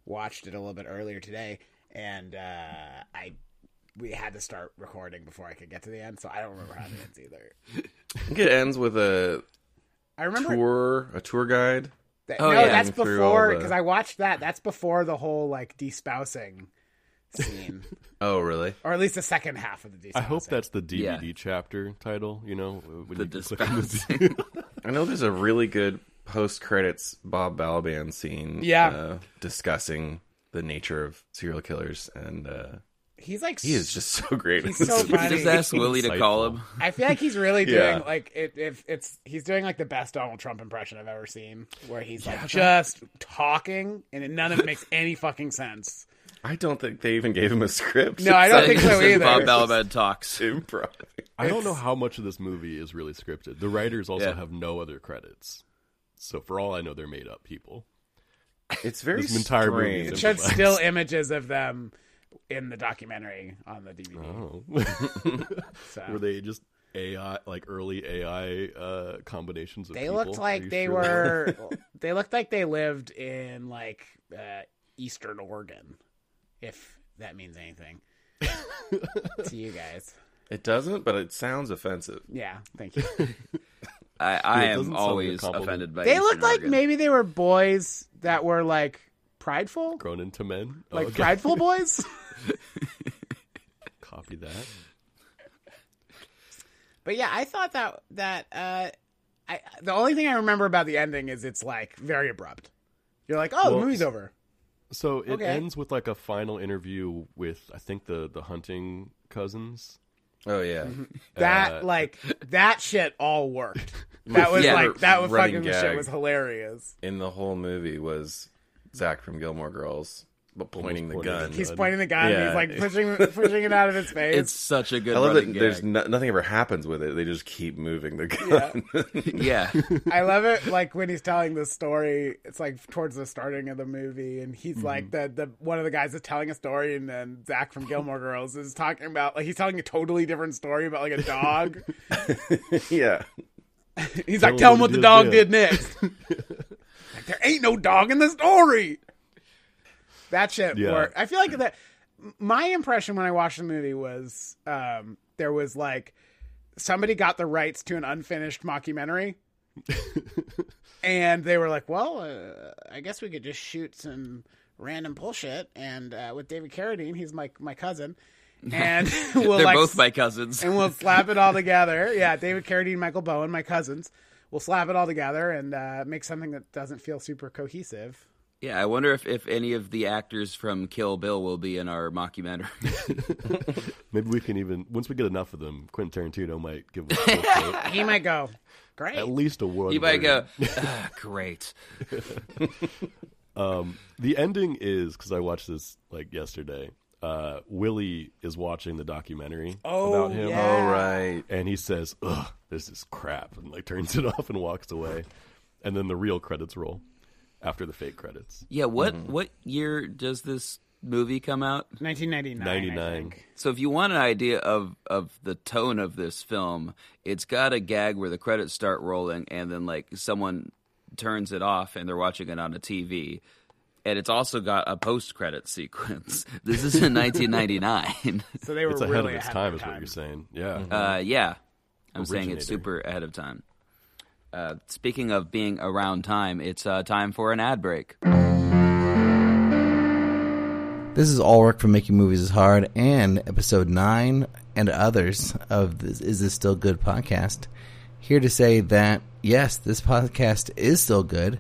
[SPEAKER 4] watched it a little bit earlier today, and uh, I we had to start recording before I could get to the end, so I don't remember how it ends either.
[SPEAKER 5] I think it ends with a
[SPEAKER 4] I remember
[SPEAKER 5] tour, a tour guide.
[SPEAKER 4] That,
[SPEAKER 1] Oh,
[SPEAKER 4] no,
[SPEAKER 1] yeah.
[SPEAKER 4] that's
[SPEAKER 5] Through all
[SPEAKER 4] before
[SPEAKER 5] the-
[SPEAKER 4] because I watched that. That's before the whole like despousing scene,
[SPEAKER 5] Oh, really?
[SPEAKER 4] or at least the second half of the despousing.
[SPEAKER 7] I hope that's the DVD
[SPEAKER 1] Yeah.
[SPEAKER 7] chapter title. You know, when
[SPEAKER 1] The
[SPEAKER 7] you click on the-
[SPEAKER 1] Despousing.
[SPEAKER 5] I know there's a really good post credits Bob Balaban scene.
[SPEAKER 4] Yeah.
[SPEAKER 5] Uh, discussing the nature of serial killers, and uh,
[SPEAKER 4] he's like
[SPEAKER 5] he is just so great. in
[SPEAKER 4] He's
[SPEAKER 5] this
[SPEAKER 4] so
[SPEAKER 5] movie.
[SPEAKER 4] funny.
[SPEAKER 1] just ask Willie to call him.
[SPEAKER 4] I feel like he's really doing
[SPEAKER 5] Yeah.
[SPEAKER 4] like it, if it's he's doing like the best Donald Trump impression I've ever seen, where he's like just talking and it- none of it makes any fucking sense.
[SPEAKER 5] I don't think they even gave him a script.
[SPEAKER 4] No, I don't think so
[SPEAKER 1] Just Bob
[SPEAKER 4] either.
[SPEAKER 1] Balaban talks.
[SPEAKER 5] Improv.
[SPEAKER 7] I don't know how much of this movie is really scripted. The writers also
[SPEAKER 1] Yeah.
[SPEAKER 7] have no other credits. So for all I know, they're made up people.
[SPEAKER 5] It's very
[SPEAKER 7] This entire movie is
[SPEAKER 5] strange.
[SPEAKER 7] improv.
[SPEAKER 4] Showed still images of them in the documentary on the DVD.
[SPEAKER 7] Oh.
[SPEAKER 4] so.
[SPEAKER 7] Were they just AI, like early AI uh, combinations of
[SPEAKER 4] They
[SPEAKER 7] people?
[SPEAKER 4] looked
[SPEAKER 7] Are
[SPEAKER 4] like
[SPEAKER 7] you
[SPEAKER 4] they
[SPEAKER 7] sure?
[SPEAKER 4] were. they looked like they lived in like uh, Eastern Oregon, if that means anything to you guys.
[SPEAKER 5] It doesn't, but it sounds offensive.
[SPEAKER 4] Yeah, thank you.
[SPEAKER 1] I, I
[SPEAKER 7] it doesn't
[SPEAKER 1] am
[SPEAKER 7] sound like a
[SPEAKER 1] always
[SPEAKER 7] compliment.
[SPEAKER 1] offended by.
[SPEAKER 4] They
[SPEAKER 1] Eastern
[SPEAKER 4] looked like
[SPEAKER 1] Oregon.
[SPEAKER 4] maybe they were boys that were like prideful,
[SPEAKER 7] grown into men. Oh,
[SPEAKER 4] like
[SPEAKER 7] okay.
[SPEAKER 4] prideful boys.
[SPEAKER 7] Copy that.
[SPEAKER 4] But yeah, I thought that that uh, I the only thing I remember about the ending is it's like very abrupt. You're like, oh, the
[SPEAKER 7] Well,
[SPEAKER 4] movie's over.
[SPEAKER 7] So it
[SPEAKER 4] Okay.
[SPEAKER 7] ends with like a final interview with I think the the hunting cousins.
[SPEAKER 5] Oh yeah.
[SPEAKER 4] Mm-hmm. That
[SPEAKER 5] Uh,
[SPEAKER 4] like that shit all worked. That was
[SPEAKER 1] Yeah.
[SPEAKER 4] like that was
[SPEAKER 5] Running
[SPEAKER 4] fucking shit
[SPEAKER 5] gag.
[SPEAKER 4] was hilarious.
[SPEAKER 5] In the whole movie was Zach from Gilmore Girls, but pointing the
[SPEAKER 7] pointing the
[SPEAKER 5] gun.
[SPEAKER 4] He's pointing the gun.
[SPEAKER 5] Yeah.
[SPEAKER 4] And he's like pushing pushing it out of his face.
[SPEAKER 1] It's such a good.
[SPEAKER 5] I love that
[SPEAKER 1] running
[SPEAKER 5] there's
[SPEAKER 1] gag.
[SPEAKER 5] no, nothing ever happens with it. They just keep moving the gun.
[SPEAKER 1] yeah.
[SPEAKER 4] I love it. Like when he's telling this story, it's like towards the starting of the movie, and
[SPEAKER 5] Mm-hmm.
[SPEAKER 4] he's like the the one of the guys is telling a story, and then Zach from Gilmore Girls is talking about like he's telling a totally different story about like a dog.
[SPEAKER 5] yeah.
[SPEAKER 4] He's
[SPEAKER 7] him
[SPEAKER 4] like, tell him
[SPEAKER 7] what
[SPEAKER 4] what
[SPEAKER 7] he
[SPEAKER 4] the
[SPEAKER 7] just
[SPEAKER 4] dog did
[SPEAKER 7] did."
[SPEAKER 4] next. like there ain't no dog in the story. That shit
[SPEAKER 7] Yeah.
[SPEAKER 4] worked. I feel like that. My impression when I watched the movie was um, there was like somebody got the rights to an unfinished mockumentary. and they were like, "Well, uh, I guess we could just shoot some random bullshit." And uh, with David Carradine, he's my my cousin, and we'll
[SPEAKER 1] They're
[SPEAKER 4] like
[SPEAKER 1] both my cousins.
[SPEAKER 4] and we'll slap it all together. Yeah, David Carradine, Michael Bowen, my cousins. we'll slap it all together and uh, make something that doesn't feel super cohesive.
[SPEAKER 1] Yeah, I wonder if, if any of the actors from Kill Bill will be in our mockumentary.
[SPEAKER 7] Maybe we can even once we get enough of them, Quentin Tarantino might give us a full coat.
[SPEAKER 4] He might go, great.
[SPEAKER 7] at least a one.
[SPEAKER 1] you might
[SPEAKER 7] version.
[SPEAKER 1] go, ah, great.
[SPEAKER 7] The ending is because I watched this like yesterday. Uh, Willie is watching the documentary
[SPEAKER 4] Oh,
[SPEAKER 7] about him,
[SPEAKER 4] yeah.
[SPEAKER 5] All right.
[SPEAKER 7] and he says, "Ugh, this is crap," and like turns it off and walks away. And then the real credits roll after the fake credits.
[SPEAKER 1] Yeah, what what year does this movie come out?
[SPEAKER 4] 1999.
[SPEAKER 7] Ninety
[SPEAKER 4] 99.
[SPEAKER 7] nine.
[SPEAKER 1] So if you want an idea of of the tone of this film, it's got a gag where the credits start rolling and then like someone turns it off and they're watching it on a TV. And it's also got a post credit sequence. This is in 1999.
[SPEAKER 4] So they were
[SPEAKER 7] It's ahead
[SPEAKER 4] really
[SPEAKER 7] of its
[SPEAKER 4] ahead
[SPEAKER 7] time,
[SPEAKER 4] of
[SPEAKER 7] is
[SPEAKER 4] their
[SPEAKER 7] what
[SPEAKER 4] time.
[SPEAKER 7] you're saying. Yeah.
[SPEAKER 1] Uh, yeah, I'm saying
[SPEAKER 7] Originator.
[SPEAKER 1] it's super ahead of time. Uh, speaking of being around time, it's uh, time for an ad break.
[SPEAKER 9] This is Ulrich from Making Movies is Hard and episode 9 and others of this Is This Still Good podcast. Here to say that, yes, this podcast is still good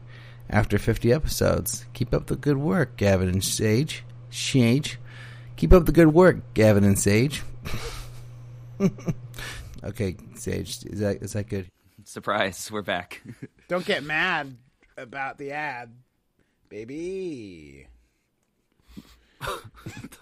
[SPEAKER 9] after 50 episodes. Keep up the good work, Gavin and Sage. Sage. Keep up the good work, Gavin and Sage. okay, Sage, is that, is that good?
[SPEAKER 1] Surprise, we're back.
[SPEAKER 4] Don't get mad about the ad.
[SPEAKER 10] baby.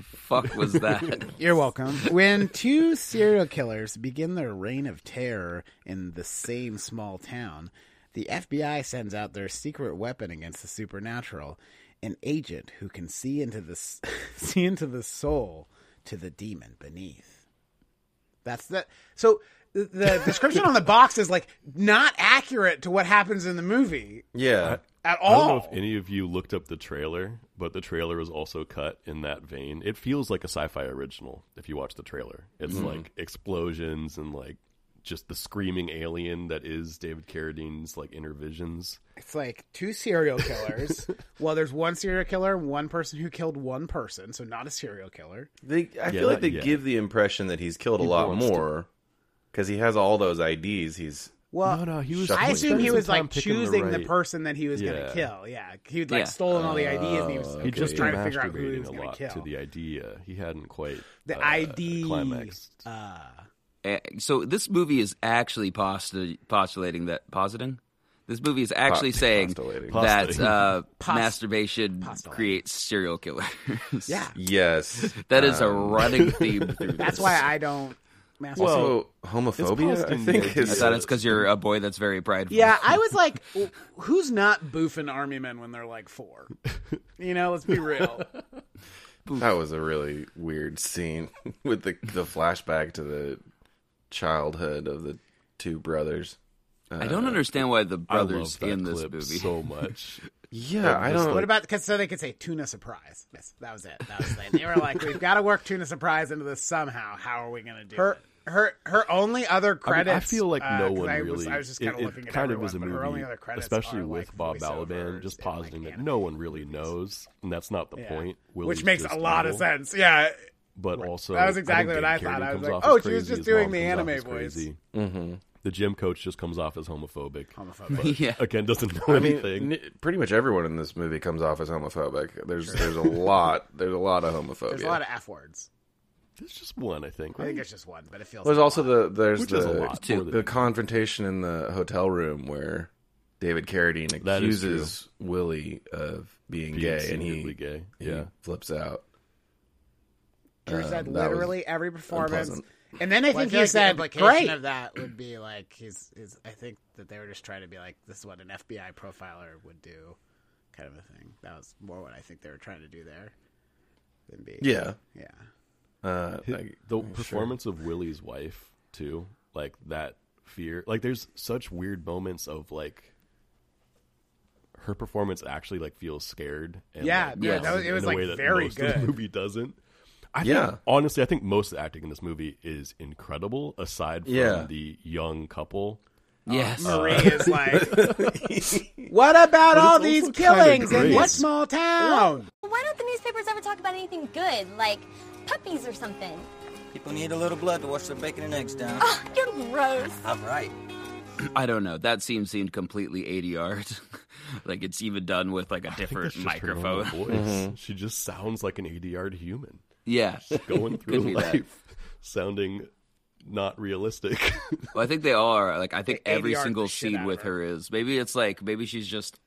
[SPEAKER 1] Fuck was that?
[SPEAKER 4] You're welcome.
[SPEAKER 10] When two serial killers begin their reign of terror in the same small town, the FBI sends out their secret weapon against the supernatural, an agent who can see into the s- see into the soul to the demon beneath.
[SPEAKER 4] That's that. So the- the description on the box is like not accurate to what happens in the movie
[SPEAKER 5] Yeah.
[SPEAKER 4] at
[SPEAKER 7] I don't know
[SPEAKER 4] all.
[SPEAKER 7] if any of you looked up the trailer, but the trailer is also cut in that vein. It feels like a sci-fi original if you watch the trailer. It's like explosions and like just the screaming alien that is David Carradine's like inner visions.
[SPEAKER 4] It's like two serial killers. well, there's one serial killer, one person who killed one person, so not a serial killer.
[SPEAKER 5] They, I
[SPEAKER 7] Yeah,
[SPEAKER 5] feel like
[SPEAKER 7] that-
[SPEAKER 5] they
[SPEAKER 7] yeah.
[SPEAKER 5] give the impression that he's killed a lot
[SPEAKER 7] wants to-
[SPEAKER 5] more because he has all those IDs. He's
[SPEAKER 4] Well,
[SPEAKER 7] no, no, he was.
[SPEAKER 4] I
[SPEAKER 5] He
[SPEAKER 4] assume
[SPEAKER 7] spent
[SPEAKER 4] he
[SPEAKER 7] some
[SPEAKER 4] was
[SPEAKER 7] time
[SPEAKER 4] like
[SPEAKER 7] picking
[SPEAKER 4] choosing the,
[SPEAKER 7] right-
[SPEAKER 4] person that he was going
[SPEAKER 7] Yeah. Uh,
[SPEAKER 4] to kill. Yeah, he would like
[SPEAKER 1] Yeah.
[SPEAKER 4] stolen all the ideas. and he was
[SPEAKER 7] He just
[SPEAKER 4] just trying to figure out who he
[SPEAKER 7] masturbated
[SPEAKER 4] was
[SPEAKER 7] a
[SPEAKER 4] going to
[SPEAKER 7] lot
[SPEAKER 4] kill.
[SPEAKER 7] to the idea. He hadn't quite
[SPEAKER 4] The
[SPEAKER 7] uh,
[SPEAKER 4] ID.
[SPEAKER 7] climaxed.
[SPEAKER 1] Uh, so this movie is actually postu- postulating that positing. This movie is actually
[SPEAKER 5] Post-
[SPEAKER 1] saying
[SPEAKER 5] postulating.
[SPEAKER 1] that uh,
[SPEAKER 4] Post-
[SPEAKER 1] masturbation
[SPEAKER 4] postulating.
[SPEAKER 1] creates serial killers.
[SPEAKER 4] yeah,
[SPEAKER 5] yes.
[SPEAKER 1] that is a
[SPEAKER 5] Um,
[SPEAKER 1] running theme. Through
[SPEAKER 4] that's
[SPEAKER 1] this.
[SPEAKER 4] why I don't. Masturbate.
[SPEAKER 5] also homophobia. I
[SPEAKER 7] Palestinian
[SPEAKER 5] think
[SPEAKER 1] I
[SPEAKER 5] is
[SPEAKER 1] thought it's because you're a boy that's very prideful.
[SPEAKER 4] Yeah, I was like, w- who's not boofing army men when they're like four? You know, let's be real.
[SPEAKER 5] that was a really weird scene with the the flashback to the childhood of the two brothers.
[SPEAKER 1] I don't understand why the
[SPEAKER 7] I love
[SPEAKER 1] brothers
[SPEAKER 7] that
[SPEAKER 1] in this
[SPEAKER 7] clip
[SPEAKER 1] movie.
[SPEAKER 7] so much.
[SPEAKER 5] Yeah, I don't.
[SPEAKER 4] What about because so they could say tuna surprise? Yes, that was it. That was it. They were like, we've got to work tuna surprise into this somehow. How are we going to do
[SPEAKER 10] Her-
[SPEAKER 4] it? Her her only other
[SPEAKER 7] I mean,
[SPEAKER 4] credits.
[SPEAKER 7] I, feel like
[SPEAKER 4] uh,
[SPEAKER 7] no
[SPEAKER 4] 'cause
[SPEAKER 7] one
[SPEAKER 4] I
[SPEAKER 7] really.
[SPEAKER 4] Was, I was just
[SPEAKER 7] it-
[SPEAKER 4] kind of
[SPEAKER 7] it
[SPEAKER 4] looking at
[SPEAKER 7] kind
[SPEAKER 4] everyone,
[SPEAKER 7] of is a
[SPEAKER 4] but her only
[SPEAKER 7] movie,
[SPEAKER 4] other credits
[SPEAKER 7] especially
[SPEAKER 4] are,
[SPEAKER 7] with
[SPEAKER 4] like,
[SPEAKER 7] Bob
[SPEAKER 4] voiceovers
[SPEAKER 7] Balaban, just
[SPEAKER 4] and, like,
[SPEAKER 7] positing that
[SPEAKER 4] anime.
[SPEAKER 7] no one really knows, and that's not the
[SPEAKER 4] Yeah.
[SPEAKER 7] point. Willie's
[SPEAKER 4] Which makes
[SPEAKER 7] just
[SPEAKER 4] a lot
[SPEAKER 7] evil,
[SPEAKER 4] of sense. Yeah,
[SPEAKER 7] But also,
[SPEAKER 4] That was exactly what I
[SPEAKER 7] David
[SPEAKER 4] thought.
[SPEAKER 7] Carradine
[SPEAKER 4] I was
[SPEAKER 7] comes
[SPEAKER 4] like,
[SPEAKER 7] off as
[SPEAKER 4] oh, she was
[SPEAKER 7] crazy,
[SPEAKER 4] just
[SPEAKER 7] his
[SPEAKER 4] doing
[SPEAKER 7] mom
[SPEAKER 4] the
[SPEAKER 7] comes off
[SPEAKER 4] anime
[SPEAKER 7] as
[SPEAKER 4] voice.
[SPEAKER 7] crazy. The gym coach just comes off as homophobic.
[SPEAKER 4] homophobic.
[SPEAKER 1] yeah.
[SPEAKER 7] Again, doesn't know anything.
[SPEAKER 5] n- pretty much everyone in this movie comes off as homophobic. There's there's a lot there's a lot of homophobia.
[SPEAKER 4] There's a lot of f words.
[SPEAKER 7] There's just one, I think.
[SPEAKER 4] I
[SPEAKER 7] right?
[SPEAKER 4] think it's just one, but it feels.
[SPEAKER 5] There's also the there's
[SPEAKER 7] Which
[SPEAKER 5] the
[SPEAKER 7] is a lot.
[SPEAKER 1] Two.
[SPEAKER 7] more than-
[SPEAKER 5] the confrontation in the hotel room where David Carradine
[SPEAKER 7] That is
[SPEAKER 5] accuses Willie of being,
[SPEAKER 7] Being
[SPEAKER 5] gay, and he
[SPEAKER 7] secretly gay.
[SPEAKER 5] he
[SPEAKER 7] Yeah.
[SPEAKER 5] flips out.
[SPEAKER 4] Drew said
[SPEAKER 5] Um, that was
[SPEAKER 4] literally every performance.
[SPEAKER 5] unpleasant.
[SPEAKER 4] And then I
[SPEAKER 9] Well, I
[SPEAKER 4] think
[SPEAKER 9] feel
[SPEAKER 4] he
[SPEAKER 9] like the
[SPEAKER 4] said,
[SPEAKER 9] implication
[SPEAKER 4] "Great."
[SPEAKER 9] of
[SPEAKER 4] that would be like he's, he's. I think that they were just trying to be like, this is what an FBI profiler would do, kind of a thing. That was more what I think they were trying to do there than be.
[SPEAKER 5] Yeah.
[SPEAKER 4] yeah.
[SPEAKER 5] Uh,
[SPEAKER 7] the
[SPEAKER 5] like-
[SPEAKER 4] Oh,
[SPEAKER 7] the performance of Willie's wife too, like that fear. Like there's such weird moments of like her performance actually like feels scared. And,
[SPEAKER 4] Yeah,
[SPEAKER 7] like,
[SPEAKER 4] dude,
[SPEAKER 1] that
[SPEAKER 7] present
[SPEAKER 4] was- it
[SPEAKER 7] in
[SPEAKER 4] was,
[SPEAKER 7] a
[SPEAKER 4] like,
[SPEAKER 7] way that
[SPEAKER 4] very
[SPEAKER 7] most Of
[SPEAKER 4] good.
[SPEAKER 7] the movie doesn't. I
[SPEAKER 5] Yeah.
[SPEAKER 7] think, honestly, I think most of the acting in this movie is incredible. Aside from
[SPEAKER 5] Yeah.
[SPEAKER 7] the young couple,
[SPEAKER 1] Yes.
[SPEAKER 4] Marie is like, Uh, what about all
[SPEAKER 7] also
[SPEAKER 4] these
[SPEAKER 7] kinda
[SPEAKER 4] killings in
[SPEAKER 7] great.
[SPEAKER 4] what small town?
[SPEAKER 11] Why don't the newspapers ever talk about anything good, like puppies or something?
[SPEAKER 12] People need a little blood to wash their bacon and eggs down.
[SPEAKER 11] Oh, you're gross.
[SPEAKER 12] I'm right.
[SPEAKER 1] I don't know. That scene seemed completely ADR'd. like it's even done with like a different
[SPEAKER 7] Just her normal
[SPEAKER 1] microphone.
[SPEAKER 7] voice. She just sounds like an ADR human
[SPEAKER 1] Yeah.
[SPEAKER 7] going through
[SPEAKER 1] be that.
[SPEAKER 7] life, sounding not realistic.
[SPEAKER 1] Well, I think they all are. Like I think
[SPEAKER 4] They
[SPEAKER 1] every
[SPEAKER 4] ADR'd
[SPEAKER 1] single
[SPEAKER 4] the shit
[SPEAKER 1] scene
[SPEAKER 4] out
[SPEAKER 1] with
[SPEAKER 4] of her.
[SPEAKER 1] her is. Maybe it's like maybe she's just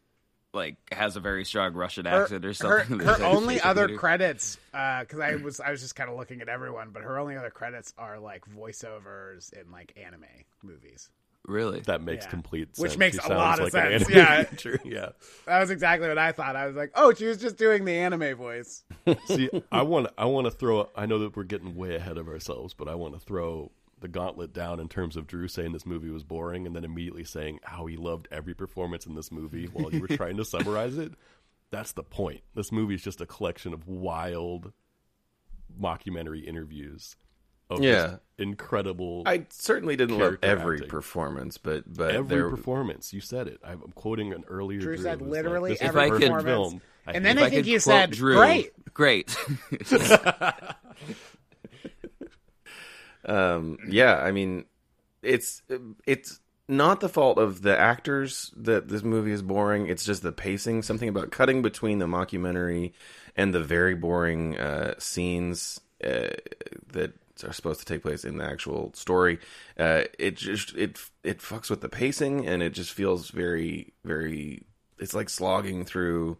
[SPEAKER 1] like has a very strong Russian accent or
[SPEAKER 4] her,
[SPEAKER 1] something.
[SPEAKER 4] her only other credits, because I was I was just kind of looking at everyone, but her only other credits are like voiceovers in like anime movies.
[SPEAKER 1] really.
[SPEAKER 7] that makes
[SPEAKER 4] Yeah.
[SPEAKER 7] complete sense.
[SPEAKER 4] Which makes
[SPEAKER 7] She
[SPEAKER 4] a lot
[SPEAKER 7] sounds
[SPEAKER 4] of
[SPEAKER 7] like an
[SPEAKER 4] sense,
[SPEAKER 7] animated creature, yeah.
[SPEAKER 4] That was exactly what I thought. I was like, oh, she was just doing the anime voice.
[SPEAKER 7] See, I want I want to throw. I know that we're getting way ahead of ourselves, but I want to throw the gauntlet down in terms of Drew saying this movie was boring, and then immediately saying how he loved every performance in this movie while you were trying to summarize it. That's the point. This movie is just a collection of wild mockumentary interviews of just
[SPEAKER 5] Yeah.
[SPEAKER 7] incredible
[SPEAKER 5] I certainly didn't love
[SPEAKER 7] Character
[SPEAKER 5] every
[SPEAKER 7] acting.
[SPEAKER 5] performance, but but
[SPEAKER 7] every
[SPEAKER 5] there,
[SPEAKER 7] performance. You said it. I'm quoting an earlier.
[SPEAKER 4] Drew said
[SPEAKER 7] who was
[SPEAKER 4] literally
[SPEAKER 7] like, this is
[SPEAKER 4] every
[SPEAKER 7] the perfect
[SPEAKER 4] performance.
[SPEAKER 7] film. I
[SPEAKER 4] and
[SPEAKER 7] hate
[SPEAKER 4] then
[SPEAKER 7] it.
[SPEAKER 4] I think you said,
[SPEAKER 1] Drew,
[SPEAKER 4] great.
[SPEAKER 1] great.
[SPEAKER 5] um, yeah, I mean, it's it's not the fault of the actors that this movie is boring. It's just the pacing. Something about cutting between the mockumentary and the very boring uh, scenes uh, that are supposed to take place in the actual story. Uh, it just it it fucks with the pacing, and it just feels very very. It's like slogging through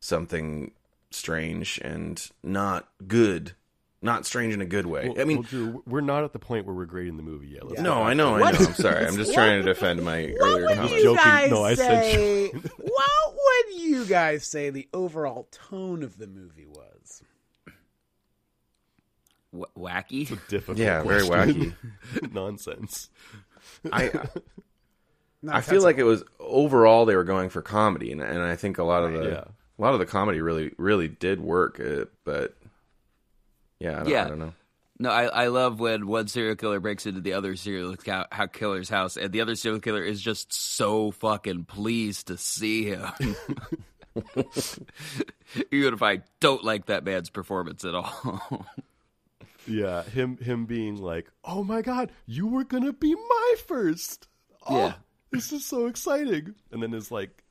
[SPEAKER 5] something strange and not good. Not strange in a good way.
[SPEAKER 7] Well,
[SPEAKER 5] I mean,
[SPEAKER 7] well, Drew, we're not at the point where we're grading the movie yet. Let's
[SPEAKER 5] no,
[SPEAKER 7] not-
[SPEAKER 5] I know, I
[SPEAKER 4] What?
[SPEAKER 5] know. I'm sorry. I'm just
[SPEAKER 4] What?
[SPEAKER 5] trying to defend my
[SPEAKER 4] What
[SPEAKER 5] earlier
[SPEAKER 4] would
[SPEAKER 5] comment.
[SPEAKER 4] you
[SPEAKER 7] Joking.
[SPEAKER 4] guys
[SPEAKER 7] No, I said
[SPEAKER 4] say? what would you guys say the overall tone of the movie was?
[SPEAKER 1] W- wacky.
[SPEAKER 7] Difficult.
[SPEAKER 5] Yeah, very
[SPEAKER 7] question. Nonsense.
[SPEAKER 5] I
[SPEAKER 4] Not
[SPEAKER 5] I feel
[SPEAKER 4] sensible.
[SPEAKER 5] like it was overall they were going for comedy, and, and I think a lot of the
[SPEAKER 7] yeah.
[SPEAKER 5] a lot of the comedy really really did work, uh, but yeah, I don't,
[SPEAKER 1] Yeah.
[SPEAKER 5] I don't know.
[SPEAKER 1] No, I, I love when one serial killer breaks into the other serial ca- how killer's house, and the other serial killer is just so fucking pleased to see him. Even if I don't like that man's performance at all.
[SPEAKER 7] Yeah, him him being like, "Oh my god, you were gonna be my first. Oh,
[SPEAKER 1] Yeah.
[SPEAKER 7] this is so exciting!" And then it's like,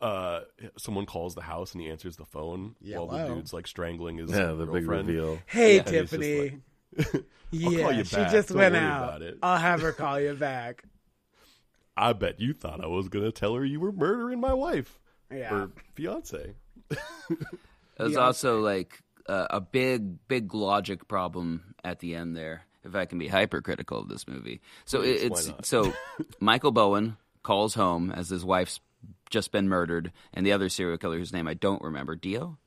[SPEAKER 7] uh, someone calls the house and he answers the phone while the
[SPEAKER 4] Hello.
[SPEAKER 7] dude's like strangling his
[SPEAKER 5] Yeah, the big
[SPEAKER 7] girlfriend.
[SPEAKER 5] reveal.
[SPEAKER 4] Hey,
[SPEAKER 7] and it's just
[SPEAKER 4] Tiffany.
[SPEAKER 7] like, I'll
[SPEAKER 4] yeah,
[SPEAKER 7] call you
[SPEAKER 4] she
[SPEAKER 7] back.
[SPEAKER 4] just
[SPEAKER 7] Don't
[SPEAKER 4] went
[SPEAKER 7] worry
[SPEAKER 4] out.
[SPEAKER 7] about it."
[SPEAKER 4] I'll have her call you back.
[SPEAKER 7] I bet you thought I was gonna tell her you were murdering my wife
[SPEAKER 4] Yeah.
[SPEAKER 7] or fiance.
[SPEAKER 1] It was also like uh, a big, big logic problem at the end there. If I can be hypercritical of this movie, so it,
[SPEAKER 7] why
[SPEAKER 1] it's
[SPEAKER 7] not?
[SPEAKER 1] so Michael Bowen calls home as his wife's just been murdered, and the other serial killer whose name I don't remember, Dio,
[SPEAKER 7] um,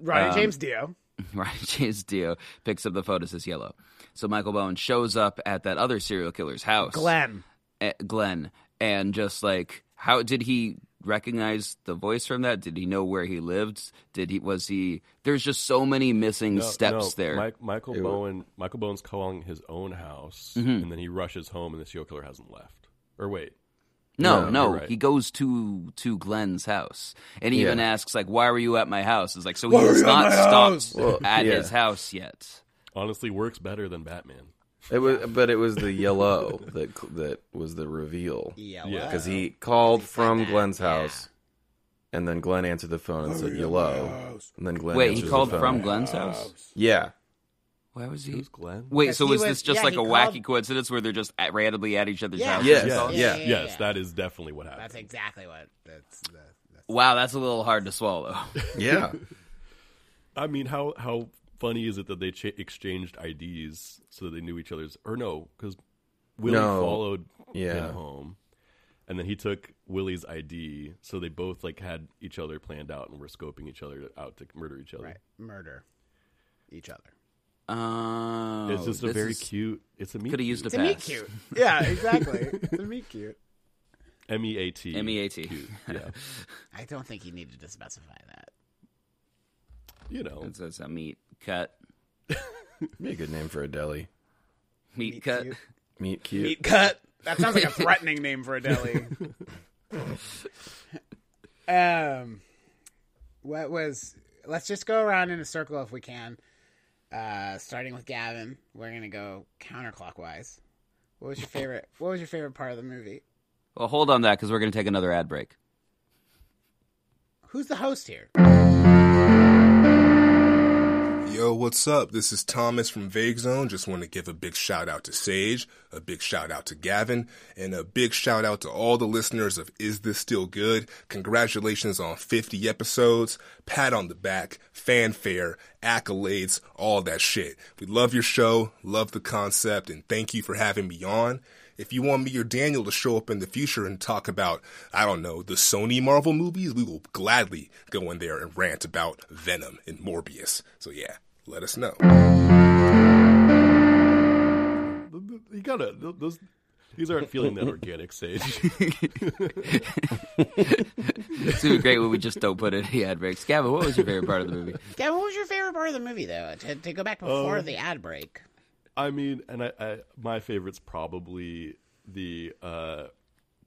[SPEAKER 4] Ryan James Dio.
[SPEAKER 1] right? James Dio picks up the phone. It says yellow. So Michael Bowen shows up at that other serial killer's house,
[SPEAKER 4] Glenn.
[SPEAKER 1] eh, Glenn, and just like how did he recognize the voice from that? Did he know where he lived? Did he was he? There's just so many missing
[SPEAKER 7] No,
[SPEAKER 1] steps
[SPEAKER 7] no,
[SPEAKER 1] there.
[SPEAKER 7] Mike, Michael Bowen. Michael Bowen's calling his own house,
[SPEAKER 1] Mm-hmm.
[SPEAKER 7] and then he rushes home, and the serial killer hasn't left. Or wait,
[SPEAKER 1] No,
[SPEAKER 7] Yeah,
[SPEAKER 1] no,
[SPEAKER 7] you're right.
[SPEAKER 1] he goes to to Glenn's house and he even
[SPEAKER 5] Yeah.
[SPEAKER 1] asks like, "Why were you at my house?" It's like so he has not stopped at
[SPEAKER 5] yeah.
[SPEAKER 1] his house yet.
[SPEAKER 7] honestly, works better than Batman.
[SPEAKER 5] It was, but it was the yellow that that was the reveal.
[SPEAKER 4] Yellow.
[SPEAKER 7] Yeah.
[SPEAKER 5] because he called from Glenn's house, and then Glenn answered the phone and said yellow, and then Glenn
[SPEAKER 1] Wait,
[SPEAKER 5] answers
[SPEAKER 1] he
[SPEAKER 5] the
[SPEAKER 1] called
[SPEAKER 5] phone.
[SPEAKER 1] from Glenn's house.
[SPEAKER 5] Yeah,
[SPEAKER 1] Why was he?
[SPEAKER 7] Who's Glenn?
[SPEAKER 1] Wait, so
[SPEAKER 4] he
[SPEAKER 1] was,
[SPEAKER 4] was-
[SPEAKER 1] this just
[SPEAKER 4] yeah,
[SPEAKER 1] like a
[SPEAKER 4] he
[SPEAKER 1] wacky
[SPEAKER 4] called-
[SPEAKER 1] coincidence where they're just at, randomly at each other's
[SPEAKER 4] Yeah.
[SPEAKER 1] houses?
[SPEAKER 5] Yes.
[SPEAKER 1] and
[SPEAKER 5] Yeah.
[SPEAKER 1] calling?
[SPEAKER 5] Yeah.
[SPEAKER 4] yeah,
[SPEAKER 7] yes,
[SPEAKER 4] yeah.
[SPEAKER 7] that is definitely what happened.
[SPEAKER 4] That's exactly what. That's the. That's
[SPEAKER 1] Wow, that's a little hard to swallow.
[SPEAKER 5] yeah.
[SPEAKER 7] I mean, how how funny is it that they cha- exchanged IDs so that they knew each other's? Or no, because Willie
[SPEAKER 5] No.
[SPEAKER 7] followed
[SPEAKER 5] Yeah.
[SPEAKER 7] him home, and then he took Willie's ID, so they both like had each other planned out and were scoping each other out to murder each other.
[SPEAKER 4] right. Murder each other.
[SPEAKER 1] Oh,
[SPEAKER 7] It's just a
[SPEAKER 1] this
[SPEAKER 7] very
[SPEAKER 1] is-
[SPEAKER 7] cute. It's a meat.
[SPEAKER 1] Could have used a
[SPEAKER 4] It's a meat
[SPEAKER 1] pass.
[SPEAKER 4] cute. Yeah, exactly. it's a meat cute.
[SPEAKER 7] M E A T.
[SPEAKER 1] M E A T.
[SPEAKER 7] Cute, Yeah,
[SPEAKER 4] I don't think he needed to specify that.
[SPEAKER 7] you know.
[SPEAKER 1] It's, it's a uh, meat cut.
[SPEAKER 5] Be a good name for a deli.
[SPEAKER 1] Meat, cut.
[SPEAKER 4] cute.
[SPEAKER 5] Meat cute.
[SPEAKER 4] cut. That sounds like a threatening name for a deli. um, what was? Let's just go around in a circle if we can. Uh, starting with Gavin, we're gonna go counterclockwise. What was your favorite? What was your favorite part of the movie?
[SPEAKER 1] Well, hold on that because we're going to take another ad break.
[SPEAKER 4] Who's the host here?
[SPEAKER 12] Yo, what's up? This is Thomas from Vague Zone. Just want to give a big shout out to Sage, a big shout out to Gavin, and a big shout out to all the listeners of Is This Still Good? Congratulations on 50 episodes. Pat on the back, fanfare, accolades, all that shit. We love your show, love the concept, and thank you for having me on. If you want me or Daniel to show up in the future and talk about, I don't know, the Sony Marvel movies, we will gladly go in there and rant about Venom and Morbius. So yeah, let us know.
[SPEAKER 7] You gotta th- those. These aren't feeling that organic, Sage.
[SPEAKER 1] It's going to be great when we just don't put any ad breaks. Gavin, what was your favorite part of the movie?
[SPEAKER 4] Yeah, what was your favorite part of the movie, though? To, to go back before the ad break.
[SPEAKER 7] I mean, and I, I my favorite's probably the uh,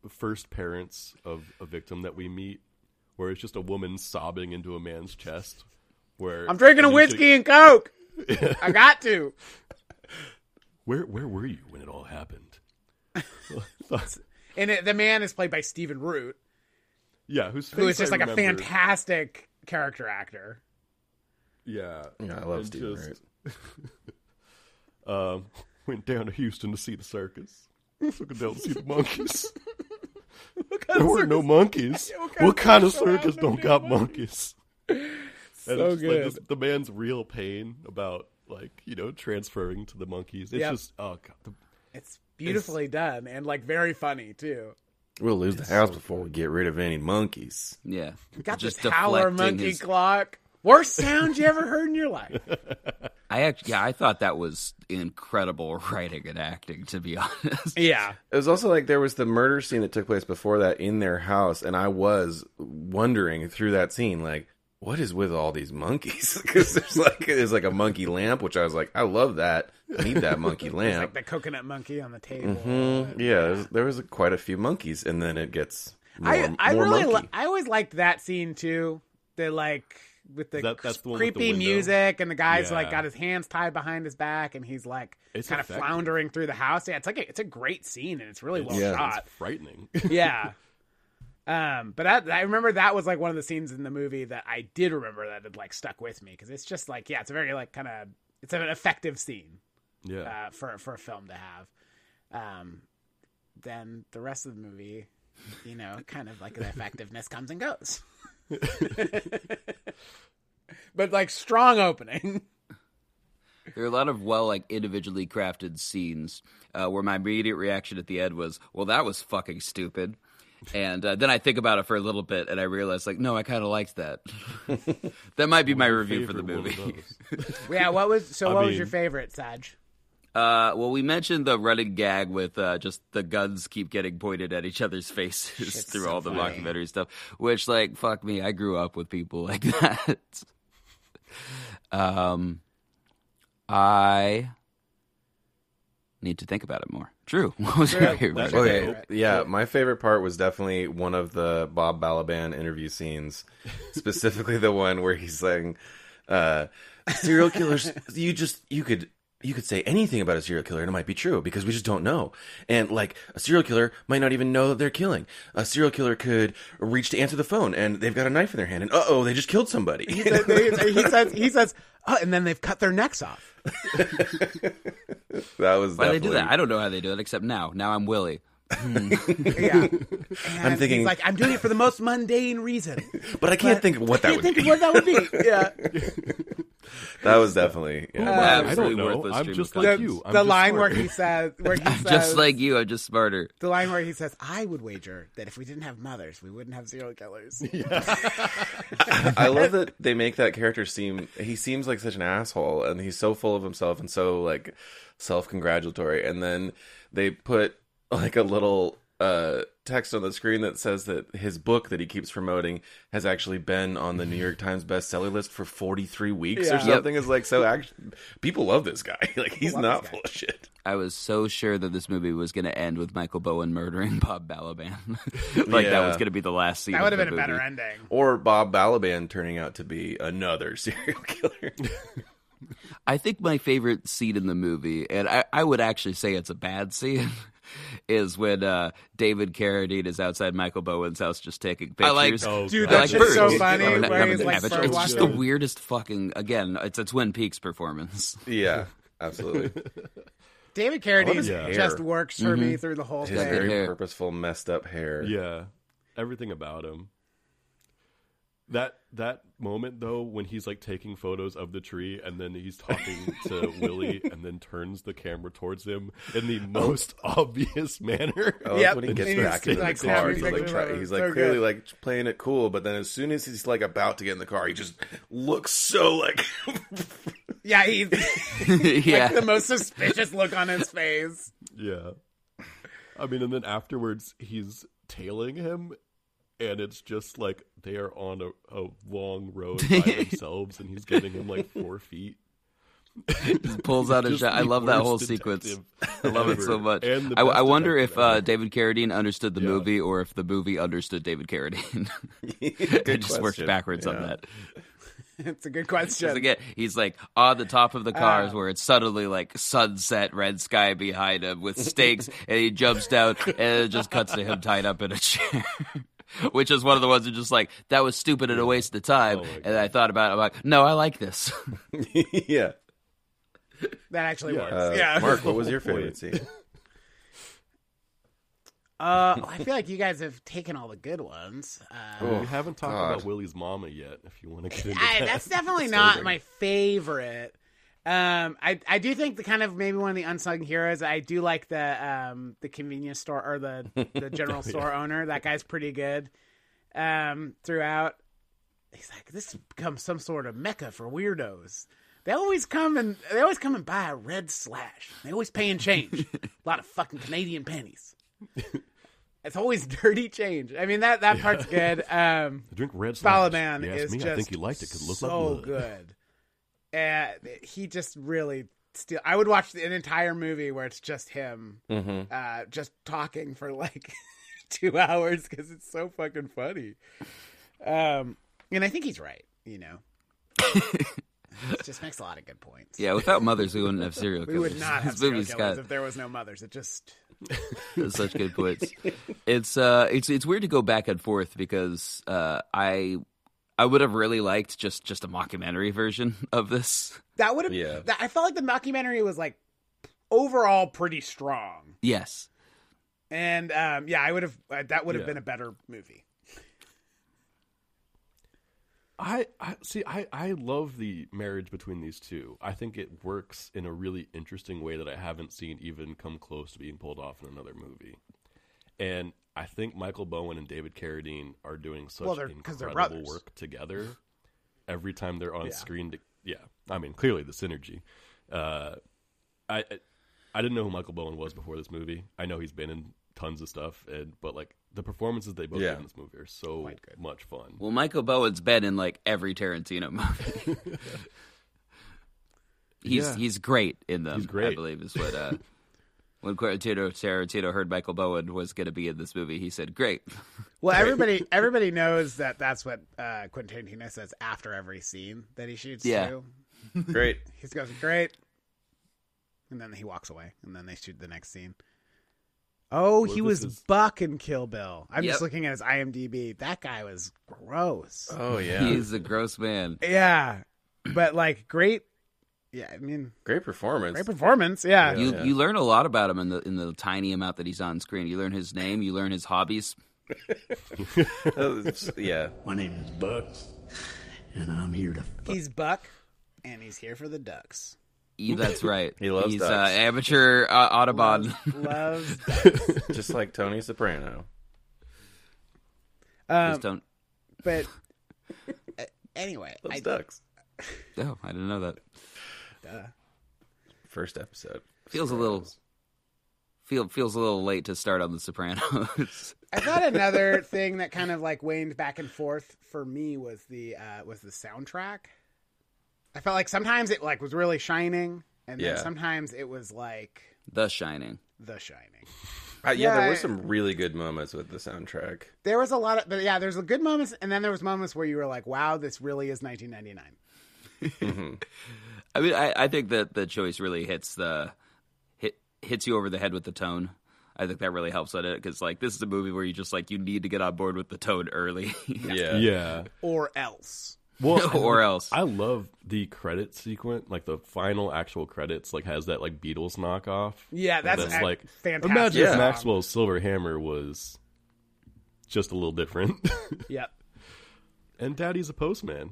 [SPEAKER 7] first parents of a victim that we meet, where it's just a woman sobbing into a man's chest. Where
[SPEAKER 4] I'm drinking a
[SPEAKER 7] and you think,
[SPEAKER 4] whiskey and coke. I got to.
[SPEAKER 7] Where where were you when it all happened?
[SPEAKER 4] And it, the man is played by Stephen Root,
[SPEAKER 7] yeah, who's
[SPEAKER 4] who is just like a fantastic character actor.
[SPEAKER 7] Yeah,
[SPEAKER 5] Yeah, I love
[SPEAKER 7] and
[SPEAKER 5] Stephen
[SPEAKER 7] just- um, went down to Houston to see the circus. Took it down to see the monkeys. there were no monkeys. what kind, of circus don't got monkeys? And
[SPEAKER 4] So
[SPEAKER 7] it's just, like,
[SPEAKER 4] good.
[SPEAKER 7] this- the man's real pain about like you know transferring to the monkeys. It's
[SPEAKER 4] Yep.
[SPEAKER 7] just oh god, the,
[SPEAKER 4] It's beautifully done and like very funny too.
[SPEAKER 5] We'll lose the house before we get rid of any monkeys.
[SPEAKER 1] Yeah.
[SPEAKER 4] Got
[SPEAKER 1] Just
[SPEAKER 4] this howler
[SPEAKER 1] deflecting
[SPEAKER 4] monkey
[SPEAKER 1] his-
[SPEAKER 4] clock. Worst sound you ever heard in your life.
[SPEAKER 1] I actually, yeah, I thought that was incredible writing and acting, to be honest.
[SPEAKER 4] Yeah.
[SPEAKER 5] It was also like there was the murder scene that took place before that in their house, and I was wondering through that scene, like, what is with all these monkeys? Because there's like there's like a monkey lamp, which I was like, I love that. I need that monkey
[SPEAKER 4] Like
[SPEAKER 5] lamp.
[SPEAKER 4] the coconut monkey on the table.
[SPEAKER 7] Mm-hmm.
[SPEAKER 5] Mhm. Yeah, there's, there was quite a few monkeys, and then it gets more,
[SPEAKER 4] I, I
[SPEAKER 5] more
[SPEAKER 4] really li-
[SPEAKER 5] monkey.
[SPEAKER 4] I always liked that scene too. The like with the
[SPEAKER 7] That- that's the one with the
[SPEAKER 4] creepy
[SPEAKER 7] window.
[SPEAKER 4] music and the guy's like
[SPEAKER 7] Yeah.
[SPEAKER 4] got his hands tied behind his back and he's like
[SPEAKER 7] It's
[SPEAKER 4] kind of
[SPEAKER 7] effective.
[SPEAKER 4] floundering through the house. Yeah, it's like a, it's a great scene and it's really well
[SPEAKER 5] Yeah.
[SPEAKER 4] shot.
[SPEAKER 7] it's frightening.
[SPEAKER 4] Yeah. Um, but I, I remember that was like one of the scenes in the movie that I did remember that had like stuck with me because it's just like yeah, it's a very like kind of it's an effective scene
[SPEAKER 7] yeah,
[SPEAKER 4] uh, for for a film to have. Um, then the rest of the movie, you know, kind of like the effectiveness comes and goes. but like strong opening.
[SPEAKER 1] There are a lot of well, like individually crafted scenes uh, where my immediate reaction at the end was, "Well, that was fucking stupid," and uh, then I think about it for a little bit and I realize, like, no, I kind of liked that. that might be my review for the
[SPEAKER 7] Favorite one of
[SPEAKER 1] movie.
[SPEAKER 7] those.
[SPEAKER 4] yeah. What was so?
[SPEAKER 7] I
[SPEAKER 4] what was your
[SPEAKER 7] mean-
[SPEAKER 4] favorite, Saj?
[SPEAKER 1] Uh, well, we mentioned the running gag with uh, just the guns keep getting pointed at each other's faces through all the documentary stuff, which, like, fuck me, I grew up with people like that. um, I need to think about it more. Drew, what was your favorite?
[SPEAKER 7] That's
[SPEAKER 1] part?
[SPEAKER 7] okay.
[SPEAKER 5] Okay, yeah, my favorite part was definitely one of the Bob Balaban interview scenes, specifically the one where he's saying, uh, "Serial killers, you just you could." You could say anything about a serial killer and it might be true because we just don't know. And like a serial killer might not even know that they're killing. A serial killer could reach to answer the phone and they've got a knife in their hand and uh oh, they just killed somebody.
[SPEAKER 4] he says. He says. Oh, and then they've cut their necks off.
[SPEAKER 5] that was
[SPEAKER 1] Why do they do that?
[SPEAKER 5] definitely-
[SPEAKER 1] I don't know how they do it, except now. Now I'm Willie.
[SPEAKER 4] Yeah. And
[SPEAKER 5] thinking-
[SPEAKER 4] he's like I'm doing it for the most mundane reason.
[SPEAKER 5] But I can't think of what that
[SPEAKER 4] Can't
[SPEAKER 5] would
[SPEAKER 4] think
[SPEAKER 5] be.
[SPEAKER 4] of what that would be. Yeah.
[SPEAKER 5] That was definitely yeah.
[SPEAKER 7] I
[SPEAKER 1] Absolutely
[SPEAKER 7] don't know.
[SPEAKER 1] worthless
[SPEAKER 7] I'm
[SPEAKER 1] stream
[SPEAKER 7] just
[SPEAKER 1] of
[SPEAKER 7] like
[SPEAKER 1] consciousness.
[SPEAKER 7] you. I'm
[SPEAKER 4] the
[SPEAKER 7] just
[SPEAKER 4] line
[SPEAKER 7] smart.
[SPEAKER 4] where he says, where he says,
[SPEAKER 1] Just like you, I'm just smarter.
[SPEAKER 4] the line where he says, "I would wager that if we didn't have mothers, we wouldn't have serial killers."
[SPEAKER 5] I love that they make that character seem he seems like such an asshole and he's so full of himself and so like self-congratulatory and then they put like a little uh text on the screen that says that his book that he keeps promoting has actually been on the New York Times bestseller list for 43 weeks or
[SPEAKER 4] Yeah.
[SPEAKER 1] Yep.
[SPEAKER 5] something is like so actually people love this guy like he's not full of shit
[SPEAKER 1] I was so sure that this movie was going to end with Michael Bowen murdering Bob Balaban. like that
[SPEAKER 5] Yeah.
[SPEAKER 1] was going to be the last scene.
[SPEAKER 4] that
[SPEAKER 1] of
[SPEAKER 4] would have
[SPEAKER 1] the
[SPEAKER 4] been a better
[SPEAKER 1] movie.
[SPEAKER 4] ending.
[SPEAKER 5] or Bob Balaban turning out to be another serial killer
[SPEAKER 1] I think my favorite scene in the movie, and I, I would actually say it's a bad scene, is when uh, David Carradine is outside Michael Bowen's house just taking pictures.
[SPEAKER 12] I like-
[SPEAKER 7] Oh,
[SPEAKER 12] dude,
[SPEAKER 1] I
[SPEAKER 12] that's just so
[SPEAKER 1] birds.
[SPEAKER 12] funny,
[SPEAKER 1] I'm
[SPEAKER 12] where
[SPEAKER 1] I'm
[SPEAKER 12] he's,
[SPEAKER 1] an
[SPEAKER 12] like,
[SPEAKER 1] average-
[SPEAKER 12] bird
[SPEAKER 1] it's just the
[SPEAKER 12] watching.
[SPEAKER 1] weirdest fucking. Again, it's a Twin Peaks performance.
[SPEAKER 5] Yeah, absolutely.
[SPEAKER 4] David
[SPEAKER 5] Love
[SPEAKER 4] Carradine
[SPEAKER 5] his hair.
[SPEAKER 4] just works for me through the whole
[SPEAKER 5] His
[SPEAKER 4] thing.
[SPEAKER 5] very
[SPEAKER 1] Hair.
[SPEAKER 5] purposeful, messed up hair.
[SPEAKER 7] Yeah, everything about him. That that moment though, when he's like taking photos of the tree, and then he's talking to Willie, and then turns the camera towards him in
[SPEAKER 1] Oh.
[SPEAKER 7] the most obvious manner.
[SPEAKER 5] I love
[SPEAKER 4] Yep.
[SPEAKER 5] Oh, when he gets
[SPEAKER 4] And he's,
[SPEAKER 5] back in
[SPEAKER 4] like,
[SPEAKER 5] the car.
[SPEAKER 4] snapping
[SPEAKER 5] He's like,
[SPEAKER 4] pictures
[SPEAKER 5] try,
[SPEAKER 4] of it.
[SPEAKER 5] he's like
[SPEAKER 4] So
[SPEAKER 5] clearly
[SPEAKER 4] good.
[SPEAKER 5] like playing it cool, but then as soon as he's like about to get in the car, he just looks so like
[SPEAKER 4] Yeah, he
[SPEAKER 1] yeah,
[SPEAKER 4] the most suspicious look on his face.
[SPEAKER 7] Yeah, I mean, and then afterwards he's tailing him, and it's just like they are on a, a long road by themselves, and he's getting him like four feet.
[SPEAKER 1] pulls out a
[SPEAKER 7] Just
[SPEAKER 1] shot. I
[SPEAKER 7] the
[SPEAKER 1] love that
[SPEAKER 7] worst
[SPEAKER 1] whole
[SPEAKER 7] detective
[SPEAKER 1] sequence. I love it so
[SPEAKER 7] ever,
[SPEAKER 1] much.
[SPEAKER 7] and the
[SPEAKER 1] I, I
[SPEAKER 7] best
[SPEAKER 1] wonder if
[SPEAKER 7] detective
[SPEAKER 1] uh,
[SPEAKER 7] ever.
[SPEAKER 1] David Carradine understood the
[SPEAKER 7] Yeah.
[SPEAKER 1] movie or if the movie understood David Carradine. it just works
[SPEAKER 5] question.
[SPEAKER 1] backwards on
[SPEAKER 5] Yeah.
[SPEAKER 1] that.
[SPEAKER 4] It's a good
[SPEAKER 1] 'Cause
[SPEAKER 4] question.
[SPEAKER 1] Again, he's like on the top
[SPEAKER 7] Ah.
[SPEAKER 1] of the cars where it's suddenly like sunset, red sky behind him with stakes, and he jumps down and it just cuts to him tied up in a chair. Which is one of the ones that just like that was stupid and a waste of time.
[SPEAKER 7] Oh my
[SPEAKER 1] and I thought about it. I'm like, no, I like this.
[SPEAKER 5] yeah.
[SPEAKER 4] That actually works.
[SPEAKER 5] Uh,
[SPEAKER 4] yeah. Oh,
[SPEAKER 5] Mark, what was your favorite scene?
[SPEAKER 4] Uh, well, I feel like you guys have taken all the good ones. Uh,
[SPEAKER 5] Oh,
[SPEAKER 7] we haven't talked
[SPEAKER 5] God.
[SPEAKER 7] about Willie's mama yet. If you want to get into
[SPEAKER 4] I,
[SPEAKER 7] that.
[SPEAKER 4] that's definitely not my favorite. Um, I I do think the kind of maybe one of the unsung heroes. I do like the um the convenience store or the the general store owner. That guy's pretty good. Um, throughout, he's like this has become some sort of mecca for weirdos. They always come and they always come and buy a red slash. They always pay in change. a lot of fucking Canadian pennies. It's always dirty change. I mean that that part's good. Um,
[SPEAKER 7] I drink red
[SPEAKER 4] Follow
[SPEAKER 7] Slash.
[SPEAKER 4] Man
[SPEAKER 7] You ask
[SPEAKER 4] is
[SPEAKER 7] me,
[SPEAKER 4] just
[SPEAKER 7] I think he liked it because it looked
[SPEAKER 4] so
[SPEAKER 7] like blood.
[SPEAKER 4] good. And he just really still. I would watch an entire movie where it's just him,
[SPEAKER 7] Mm-hmm.
[SPEAKER 4] uh, just talking for like two hours because it's so fucking funny. Um, and I think he's right. You know, it just makes a lot of good points.
[SPEAKER 1] yeah, without mothers, we wouldn't have serial
[SPEAKER 4] We
[SPEAKER 1] killers.
[SPEAKER 4] would not have
[SPEAKER 1] This
[SPEAKER 4] serial
[SPEAKER 1] movie's
[SPEAKER 4] killers
[SPEAKER 1] got-
[SPEAKER 4] if there was no mothers. It just
[SPEAKER 1] such good points. It's uh, it's it's weird to go back and forth because uh, I I would have really liked just just a mockumentary version of this.
[SPEAKER 4] that would have.
[SPEAKER 5] Yeah.
[SPEAKER 4] That, I felt like the documentary was like overall pretty strong.
[SPEAKER 1] Yes,
[SPEAKER 4] And um, yeah, I would have. Uh, that would have
[SPEAKER 7] Yeah.
[SPEAKER 4] been a better movie.
[SPEAKER 7] I, I see. I, I love the marriage between these two. I think it works in a really interesting way that I haven't seen even come close to being pulled off in another movie. And I think Michael Bowen and David Carradine are doing such
[SPEAKER 4] Well, they're- 'cause they're
[SPEAKER 7] incredible
[SPEAKER 4] brothers.
[SPEAKER 7] work together. Every time they're on
[SPEAKER 4] Yeah.
[SPEAKER 7] screen, to, yeah. I mean, clearly the synergy. Uh, I I- I didn't know who Michael Bowen was before this movie. I know he's been in tons of stuff, and but like the performances they both
[SPEAKER 5] Yeah.
[SPEAKER 7] did in this movie are so much fun.
[SPEAKER 1] well, Michael Bowen's been in like every Tarantino movie. he's
[SPEAKER 7] Yeah.
[SPEAKER 1] he's great in them.
[SPEAKER 7] He's great.
[SPEAKER 1] I believe is what. Uh, When Quentin Tarantino heard Michael Bowen was going to be in this movie, he said, "Great,
[SPEAKER 4] Well, everybody everybody knows that that's what uh, Quentin Tarantino says after every scene that he shoots.
[SPEAKER 1] Yeah.
[SPEAKER 4] too.
[SPEAKER 5] Great.
[SPEAKER 4] he goes great, and then he walks away, and then they shoot the next scene. Oh, he was
[SPEAKER 7] this is-
[SPEAKER 4] Buck in Kill Bill. I'm
[SPEAKER 1] Yep.
[SPEAKER 4] just looking at his IMDb. That guy was gross.
[SPEAKER 5] Oh yeah.
[SPEAKER 1] he's a gross man."
[SPEAKER 4] Yeah, but like great. Yeah, I mean
[SPEAKER 5] Great performance.
[SPEAKER 4] great performance. Yeah,
[SPEAKER 1] You
[SPEAKER 5] Yeah.
[SPEAKER 1] you learn a lot about him in the in the tiny amount that he's on screen. You learn his name, you learn his hobbies.
[SPEAKER 5] yeah.
[SPEAKER 8] My name is Bucks, and I'm here to
[SPEAKER 4] he's Buck, and he's here for the Ducks.
[SPEAKER 1] You- That's right.
[SPEAKER 5] He loves
[SPEAKER 1] He's uh,
[SPEAKER 5] ducks.
[SPEAKER 1] amateur uh, Audubon.
[SPEAKER 4] Loves.
[SPEAKER 5] Just like Tony Soprano.
[SPEAKER 4] Um,
[SPEAKER 1] Just don't.
[SPEAKER 4] but uh, anyway,
[SPEAKER 5] Those
[SPEAKER 4] I,
[SPEAKER 5] ducks.
[SPEAKER 1] Oh, I didn't know that.
[SPEAKER 5] First episode.
[SPEAKER 1] Feels a little. Feel feels a little late to start on The Sopranos.
[SPEAKER 4] I thought another thing that kind of like waned back and forth for me was the uh, was the soundtrack. I felt like sometimes it like was really shining, and then
[SPEAKER 5] Yeah.
[SPEAKER 4] sometimes it was like
[SPEAKER 1] the Shining.
[SPEAKER 4] The Shining.
[SPEAKER 5] Uh, yeah, there
[SPEAKER 4] Yeah,
[SPEAKER 5] were
[SPEAKER 4] I-
[SPEAKER 5] some really good moments with the soundtrack.
[SPEAKER 4] There was a lot of, but yeah, there's a good moments, and then there was moments where you were like, "Wow, this really is 1999."
[SPEAKER 1] I mean, I, I think that the choice really hits the hit hits you over the head with the tone. I I think that really helps on it because like this is a movie where you just like you need to get on board with the tone early.
[SPEAKER 7] Yeah. Yeah.
[SPEAKER 4] or else.
[SPEAKER 7] Well,
[SPEAKER 1] Or else.
[SPEAKER 7] I love the credit sequence, like the final actual credits, like has that like Beatles knockoff.
[SPEAKER 4] Yeah, that's ac-
[SPEAKER 7] like
[SPEAKER 4] fantastic
[SPEAKER 7] Imagine if
[SPEAKER 4] song.
[SPEAKER 7] Maxwell's Silver Hammer was just a little different.
[SPEAKER 4] Yep.
[SPEAKER 7] and Daddy's a postman.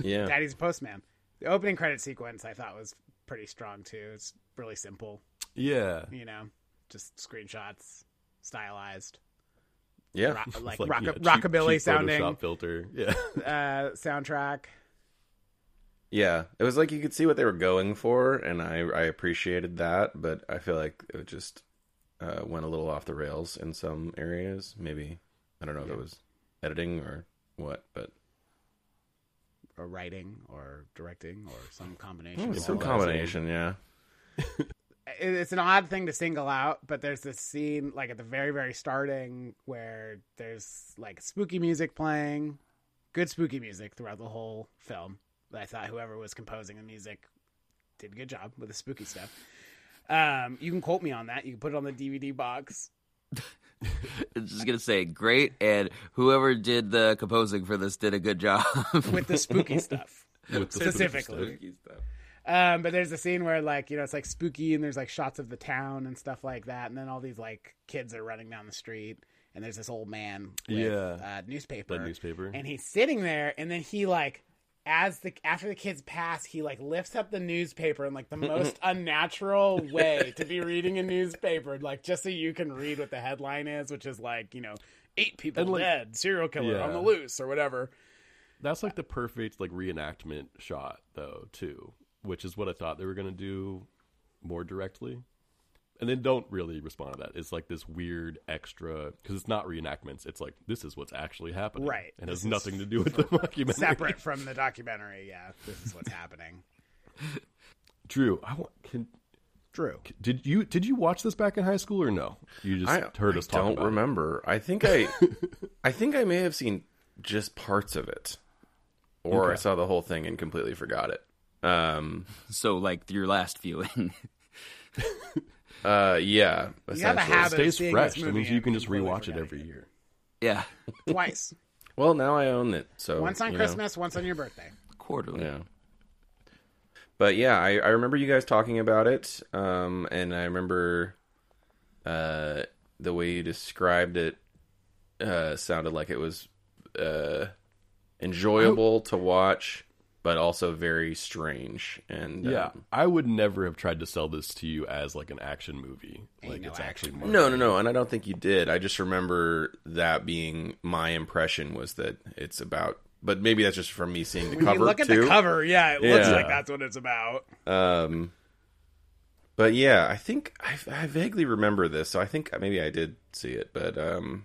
[SPEAKER 5] Yeah.
[SPEAKER 4] Daddy's a postman. The opening credit sequence I thought was pretty strong too. It's really simple.
[SPEAKER 7] Yeah.
[SPEAKER 4] You know, just screenshots, stylized,
[SPEAKER 5] Yeah.
[SPEAKER 4] Rock-
[SPEAKER 5] It's
[SPEAKER 4] like,
[SPEAKER 5] like,
[SPEAKER 4] rock-
[SPEAKER 5] yeah, cheap-
[SPEAKER 4] rockabilly
[SPEAKER 5] cheap
[SPEAKER 4] sounding
[SPEAKER 5] Photoshop filter. Yeah.
[SPEAKER 4] uh, soundtrack.
[SPEAKER 5] Yeah, it was like you could see what they were going for, and I I appreciated that, but I feel like it just uh, went a little off the rails in some areas. Maybe I don't know if it was editing or what, but
[SPEAKER 4] or writing or directing or some combination.
[SPEAKER 5] Mm,
[SPEAKER 4] of
[SPEAKER 5] some
[SPEAKER 4] all those.
[SPEAKER 5] combination. Yeah,
[SPEAKER 4] It- It's an odd thing to single out, but there's this scene like at the very, very starting where there's like spooky music playing, good spooky music throughout the whole film. That I thought whoever was composing the music did a good job with the spooky stuff. Um, you can quote me on that. You can put it on the DVD box.
[SPEAKER 1] I'm just gonna say great, and whoever did the composing for this did a good job
[SPEAKER 4] with the spooky stuff
[SPEAKER 1] With the
[SPEAKER 4] specifically. Um, but there's a scene where like you know it's like spooky and there's like shots of the town and stuff like that, and then all these like kids are running down the street, and there's this old man with
[SPEAKER 7] Yeah.
[SPEAKER 4] uh, newspaper,
[SPEAKER 7] That newspaper.
[SPEAKER 4] and he's sitting there, and then he like as the after the kids pass, he like lifts up the newspaper in like the most unnatural way to be reading a newspaper, like just so you can read what the headline is, which is like you know eight people
[SPEAKER 7] And, like-
[SPEAKER 4] dead, serial killer on
[SPEAKER 7] Yeah.
[SPEAKER 4] the loose or whatever.
[SPEAKER 7] That's like the perfect like reenactment shot though too, which is what I thought they were gonna do more directly, and then don't really respond to that. It's like this weird extra because it's not reenactments. It's like this is what's actually happening,
[SPEAKER 4] Right.
[SPEAKER 7] And has
[SPEAKER 4] This is
[SPEAKER 7] nothing to do with the documentary.
[SPEAKER 4] separate from the documentary. Yeah, this is what's happening.
[SPEAKER 7] Drew, I want can.
[SPEAKER 4] Drew,
[SPEAKER 7] did you did you watch this back in high school or no? You just
[SPEAKER 5] I
[SPEAKER 7] heard
[SPEAKER 5] I
[SPEAKER 7] us talk
[SPEAKER 5] Don't
[SPEAKER 7] about it.
[SPEAKER 5] remember. I think I I think I may have seen just parts of it, or I
[SPEAKER 1] Okay.
[SPEAKER 5] saw the whole thing and completely forgot it. Um,
[SPEAKER 1] so like your last viewing.
[SPEAKER 5] uh, yeah.
[SPEAKER 4] You have a
[SPEAKER 5] essentially.
[SPEAKER 4] habit of
[SPEAKER 7] Stays
[SPEAKER 4] seeing
[SPEAKER 7] fresh.
[SPEAKER 4] this
[SPEAKER 7] That
[SPEAKER 4] movie
[SPEAKER 7] means you
[SPEAKER 4] and
[SPEAKER 7] can just
[SPEAKER 4] completely
[SPEAKER 7] rewatch it every year.
[SPEAKER 1] Yeah,
[SPEAKER 4] twice.
[SPEAKER 5] Well, now I own it. So
[SPEAKER 4] once on
[SPEAKER 5] you know.
[SPEAKER 4] Christmas, once on your birthday.
[SPEAKER 1] quarterly.
[SPEAKER 5] Yeah. But yeah, I, I remember you guys talking about it, um, and I remember uh, the way you described it uh, sounded like it was uh, enjoyable
[SPEAKER 4] Oh.
[SPEAKER 5] to watch, but also very strange. And
[SPEAKER 7] Yeah,
[SPEAKER 5] um,
[SPEAKER 7] I would never have tried to sell this to you as like an action movie. Like
[SPEAKER 4] no
[SPEAKER 7] it's actually more.
[SPEAKER 5] no, no, no, and I don't think you did. I just remember that being my impression was that it's about. But maybe that's just from me seeing the
[SPEAKER 4] When
[SPEAKER 5] cover
[SPEAKER 4] you look at
[SPEAKER 5] too.
[SPEAKER 4] the cover, yeah, it looks
[SPEAKER 5] Yeah.
[SPEAKER 4] like that's what it's about.
[SPEAKER 5] Um, but yeah, I think I, I vaguely remember this, so I think maybe I did see it, but um,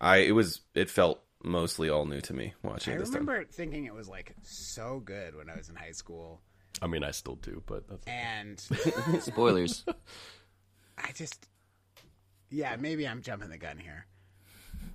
[SPEAKER 5] I it was it felt mostly all new to me watching
[SPEAKER 4] I
[SPEAKER 5] it this
[SPEAKER 4] remember thinking it was like so good when I was in high school,
[SPEAKER 7] I mean, I still do, but that's,
[SPEAKER 4] and
[SPEAKER 1] Spoilers.
[SPEAKER 4] I just, yeah, maybe I'm jumping the gun here.
[SPEAKER 5] time.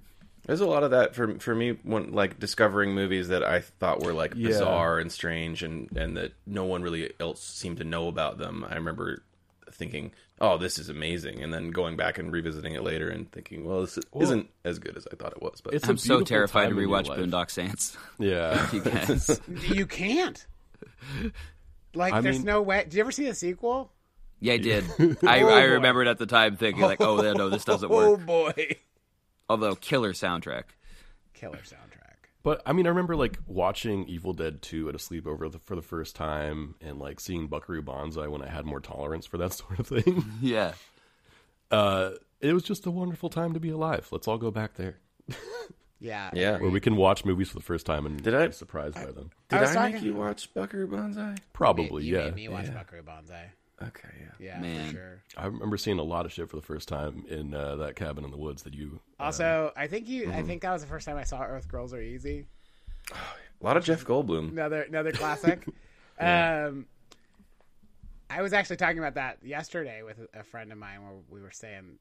[SPEAKER 5] There's a lot of that for for me when like discovering movies that I thought were like
[SPEAKER 7] Yeah.
[SPEAKER 5] bizarre and strange and and that no one really else seemed to know about them. I remember thinking, "Oh, this is amazing," and then going back and revisiting it later and thinking, "Well, this isn't as good as I thought it was." But
[SPEAKER 7] it's a
[SPEAKER 1] I'm so
[SPEAKER 7] beautiful
[SPEAKER 1] terrified to
[SPEAKER 7] time in your
[SPEAKER 1] rewatch
[SPEAKER 7] life.
[SPEAKER 1] Boondock Saints.
[SPEAKER 7] Yeah,
[SPEAKER 1] You guys.
[SPEAKER 4] You can't. Like,
[SPEAKER 7] I
[SPEAKER 4] there's
[SPEAKER 7] mean-
[SPEAKER 4] no way. Did you ever see the sequel?
[SPEAKER 1] Yeah, I did. I, I remembered at the time thinking like, oh yeah, no, this doesn't
[SPEAKER 4] Oh
[SPEAKER 1] work.
[SPEAKER 4] boy,
[SPEAKER 1] Although killer soundtrack.
[SPEAKER 4] killer soundtrack.
[SPEAKER 7] But I mean, I remember like watching Evil Dead 2 at a sleepover the, for the first time and like seeing Buckaroo Banzai when I had more tolerance for that sort of thing.
[SPEAKER 1] Yeah,
[SPEAKER 7] Uh, it was just a wonderful time to be alive. Let's all go back there
[SPEAKER 4] Yeah,
[SPEAKER 5] yeah,
[SPEAKER 7] where we can watch movies for the first time and
[SPEAKER 5] Did I-
[SPEAKER 7] be surprised by them.
[SPEAKER 5] Did
[SPEAKER 4] I was
[SPEAKER 5] I, make
[SPEAKER 4] talking-
[SPEAKER 5] you watch Buckaroo Banzai?
[SPEAKER 7] Probably,
[SPEAKER 4] You
[SPEAKER 7] yeah.
[SPEAKER 4] made me watch Buckaroo Banzai.
[SPEAKER 5] Okay, yeah.
[SPEAKER 4] Yeah,
[SPEAKER 1] Man.
[SPEAKER 4] for sure.
[SPEAKER 7] I remember seeing a lot of shit for the first time in uh, that cabin in the woods that you.
[SPEAKER 4] Also, I think you. I think that was the first time I saw Earth Girls Are Easy.
[SPEAKER 5] A lot of Jeff Goldblum.
[SPEAKER 4] Another another classic. Um, I was actually talking about that yesterday with a friend of mine where we were saying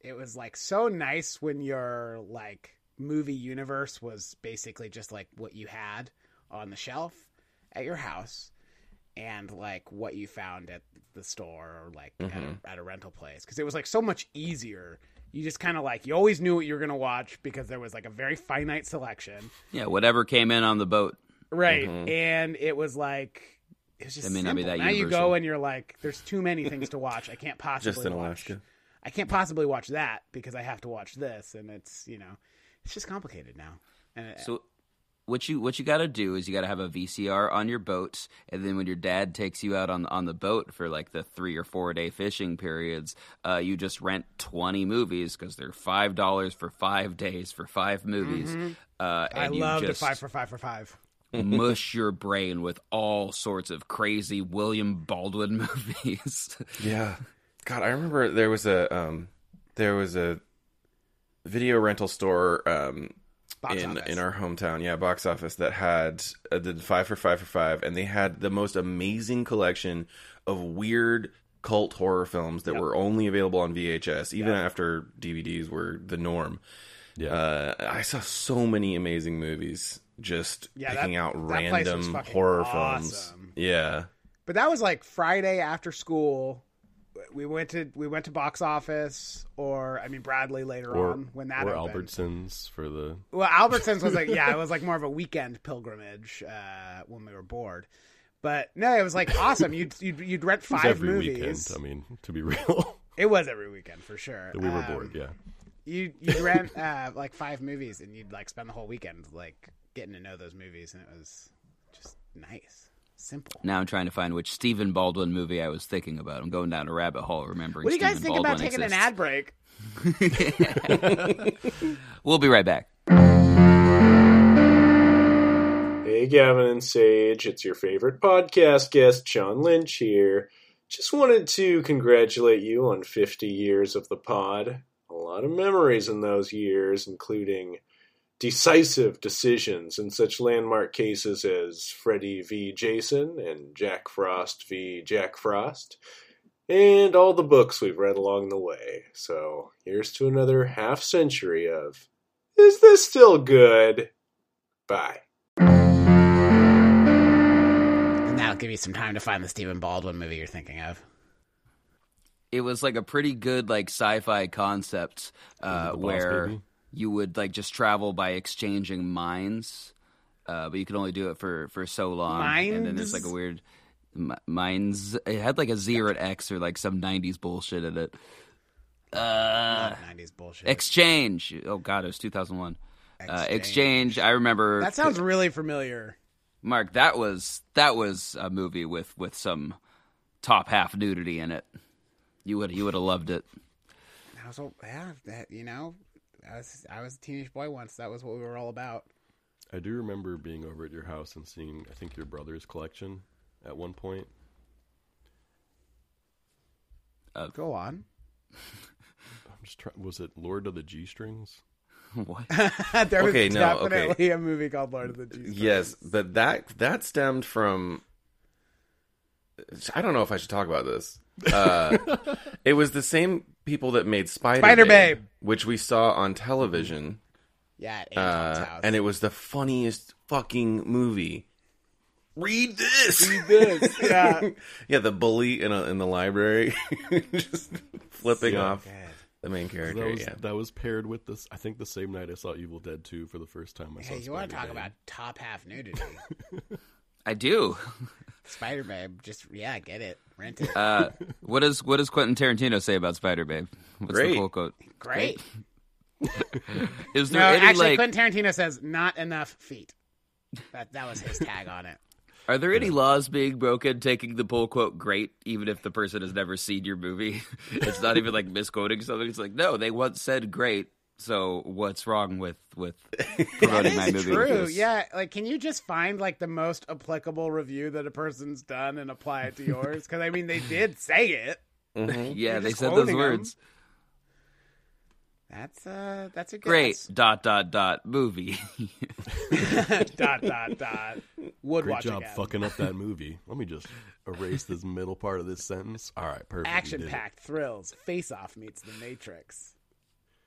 [SPEAKER 4] it was like so nice when your like movie universe was basically just like what you had on the shelf at your house and like what you found at the store or like at,
[SPEAKER 5] Mhm.
[SPEAKER 4] a, at a rental place because it was like so much easier. You just kind of like you always knew what you were gonna watch because there was like a very finite selection,
[SPEAKER 1] Yeah, whatever came in on the boat.
[SPEAKER 4] right?
[SPEAKER 1] Mhm.
[SPEAKER 4] And it was like it was just
[SPEAKER 1] That may not be
[SPEAKER 4] simple.
[SPEAKER 1] that
[SPEAKER 4] now you
[SPEAKER 1] universal.
[SPEAKER 4] go and you're like, there's too many things to watch. I can't possibly
[SPEAKER 5] Just in
[SPEAKER 4] watch.
[SPEAKER 5] Alaska.
[SPEAKER 4] I can't possibly watch that because I have to watch this, and it's you know, it's just complicated now. And it,
[SPEAKER 1] So what you what you got to do is you got to have a VCR on your boat, and then when your dad takes you out on on the boat for like the three or four day fishing periods, uh, you just rent twenty movies because they're five dollars for five days for five movies.
[SPEAKER 4] Mhm.
[SPEAKER 1] Uh,
[SPEAKER 4] I
[SPEAKER 1] and you
[SPEAKER 4] love the
[SPEAKER 1] just
[SPEAKER 4] five for five for five.
[SPEAKER 1] mush your brain with all sorts of crazy William Baldwin movies.
[SPEAKER 5] Yeah. God, I remember there was a um there was a video rental store um
[SPEAKER 4] Box
[SPEAKER 5] in
[SPEAKER 4] office.
[SPEAKER 5] in our hometown, yeah, box office that had uh, did 5 for 5 for 5 and they had the most amazing collection of weird cult horror films that were only available on VHS even after DVDs were the norm.
[SPEAKER 7] Yeah.
[SPEAKER 5] Uh, I saw so many amazing movies just
[SPEAKER 4] Yeah, that-
[SPEAKER 5] picking out
[SPEAKER 4] that place was
[SPEAKER 5] random
[SPEAKER 4] fucking
[SPEAKER 5] horror
[SPEAKER 4] awesome.
[SPEAKER 5] films. Yeah.
[SPEAKER 4] But that was like Friday after school. We went to we went to box office, or I mean Bradley later
[SPEAKER 7] or,
[SPEAKER 4] on Um, when that
[SPEAKER 7] or
[SPEAKER 4] opened.
[SPEAKER 7] Albertsons for the
[SPEAKER 4] Well, Albertsons was like yeah, it was like more of a weekend pilgrimage uh, when we were bored. But no, it was like awesome. You'd you'd, you'd rent
[SPEAKER 7] It was
[SPEAKER 4] five
[SPEAKER 7] every
[SPEAKER 4] movies.
[SPEAKER 7] weekend. I mean, to be real,
[SPEAKER 4] It was every weekend for sure.
[SPEAKER 7] we were
[SPEAKER 4] Um,
[SPEAKER 7] bored. Yeah,
[SPEAKER 4] You you rent uh, like five movies, and you'd like spend the whole weekend like getting to know those movies, and it was just nice, simple.
[SPEAKER 1] Now I'm trying to find which Stephen Baldwin movie I was thinking about. I'm going down a rabbit hole remembering.
[SPEAKER 4] What do you guys
[SPEAKER 1] Stephen
[SPEAKER 4] think about
[SPEAKER 1] Baldwin
[SPEAKER 4] taking
[SPEAKER 1] exists.
[SPEAKER 4] an ad break?
[SPEAKER 1] We'll be right back.
[SPEAKER 6] Hey, Gavin and Sage, it's your favorite podcast guest, John Lynch here. Just wanted to congratulate you on 50 years of the pod. A lot of memories in those years, including decisive decisions in such landmark cases as Freddy v. Jason and Jack Frost v. Jack Frost, and all the books we've read along the way. So, here's to another half century of Is This Still Good? Bye.
[SPEAKER 4] And that'll give you some time to find the Stephen Baldwin movie you're thinking of.
[SPEAKER 1] It was like a pretty good like sci-fi concept uh,
[SPEAKER 7] The Boss
[SPEAKER 1] where
[SPEAKER 7] Baby?
[SPEAKER 1] you would like just travel by exchanging minds, uh, but you could only do it for for so long. And then there's like a
[SPEAKER 4] Minds?
[SPEAKER 1] weird mi- minds. It had like a zero at X or like some '90s bullshit in it. Uh,
[SPEAKER 4] '90s bullshit.
[SPEAKER 1] Exchange. Oh God, it was 2001. Uh,
[SPEAKER 4] Exchange.
[SPEAKER 1] exchange. I remember.
[SPEAKER 4] That sounds really familiar.
[SPEAKER 1] Mark, that was that was a movie with with some top half nudity in it. You would you would have loved it.
[SPEAKER 4] I was, all- yeah, that, you know, I was, I was a teenage boy once. That was what we were all about.
[SPEAKER 7] I do remember being over at your house and seeing I think your brother's collection at one point.
[SPEAKER 5] Uh,
[SPEAKER 4] Go on.
[SPEAKER 7] I'm just trying. Was it Lord of the G Strings?
[SPEAKER 1] What?
[SPEAKER 4] there was
[SPEAKER 5] Okay, no, okay.
[SPEAKER 4] definitely a movie called Lord of the Jeez.
[SPEAKER 5] Yes, but that that stemmed from. I don't know if I should talk about this. Uh, it was the same people that made Spider
[SPEAKER 4] Spider Babe.
[SPEAKER 5] which we saw on television,
[SPEAKER 4] Yeah, at Anton's
[SPEAKER 5] uh,
[SPEAKER 4] house.
[SPEAKER 5] and it was the funniest fucking movie. Read this. Read
[SPEAKER 4] this. Yeah.
[SPEAKER 5] yeah, the bully in a, in the library, just flipping off the main
[SPEAKER 7] That
[SPEAKER 5] character.
[SPEAKER 7] was,
[SPEAKER 5] yeah,
[SPEAKER 7] that was paired with this. I think the same night I saw Evil Dead 2 for the first time. I saw
[SPEAKER 4] hey, you want to talk
[SPEAKER 7] Spider-Man.
[SPEAKER 4] about top half nudity?
[SPEAKER 1] I do.
[SPEAKER 4] Spider Babe, just, yeah, get it. Rent it.
[SPEAKER 1] Uh, what does what does Quentin Tarantino say about Spider Babe? What's
[SPEAKER 5] Great.
[SPEAKER 1] the cool quote?
[SPEAKER 4] Great.
[SPEAKER 1] Is
[SPEAKER 4] No,
[SPEAKER 1] there any
[SPEAKER 4] actually,
[SPEAKER 1] like
[SPEAKER 4] Quentin Tarantino says, not enough feet. That, that was his tag on it.
[SPEAKER 1] are there any laws being broken taking the pull quote great even if the person has never seen your movie? it's not even like misquoting something. It's like no, they once said great. So what's wrong with with
[SPEAKER 4] That
[SPEAKER 1] promoting
[SPEAKER 4] is
[SPEAKER 1] my movie?
[SPEAKER 4] true.
[SPEAKER 1] with this?
[SPEAKER 4] Yeah, like can you just find like the most applicable review that a person's done and apply it to yours? Because I mean, they did say it.
[SPEAKER 1] yeah. They
[SPEAKER 4] just
[SPEAKER 1] said
[SPEAKER 4] quoting
[SPEAKER 1] those
[SPEAKER 4] 'em.
[SPEAKER 1] words.
[SPEAKER 4] That's uh, that's a
[SPEAKER 1] Great dot dot dot movie.
[SPEAKER 4] guess. dot dot dot. Would
[SPEAKER 7] Great
[SPEAKER 4] watch
[SPEAKER 7] job
[SPEAKER 4] again.
[SPEAKER 7] fucking up that movie. Let me just erase this middle part of this sentence. All right, perfect. you did
[SPEAKER 4] Action
[SPEAKER 7] it.
[SPEAKER 4] packed thrills. Face off meets the Matrix.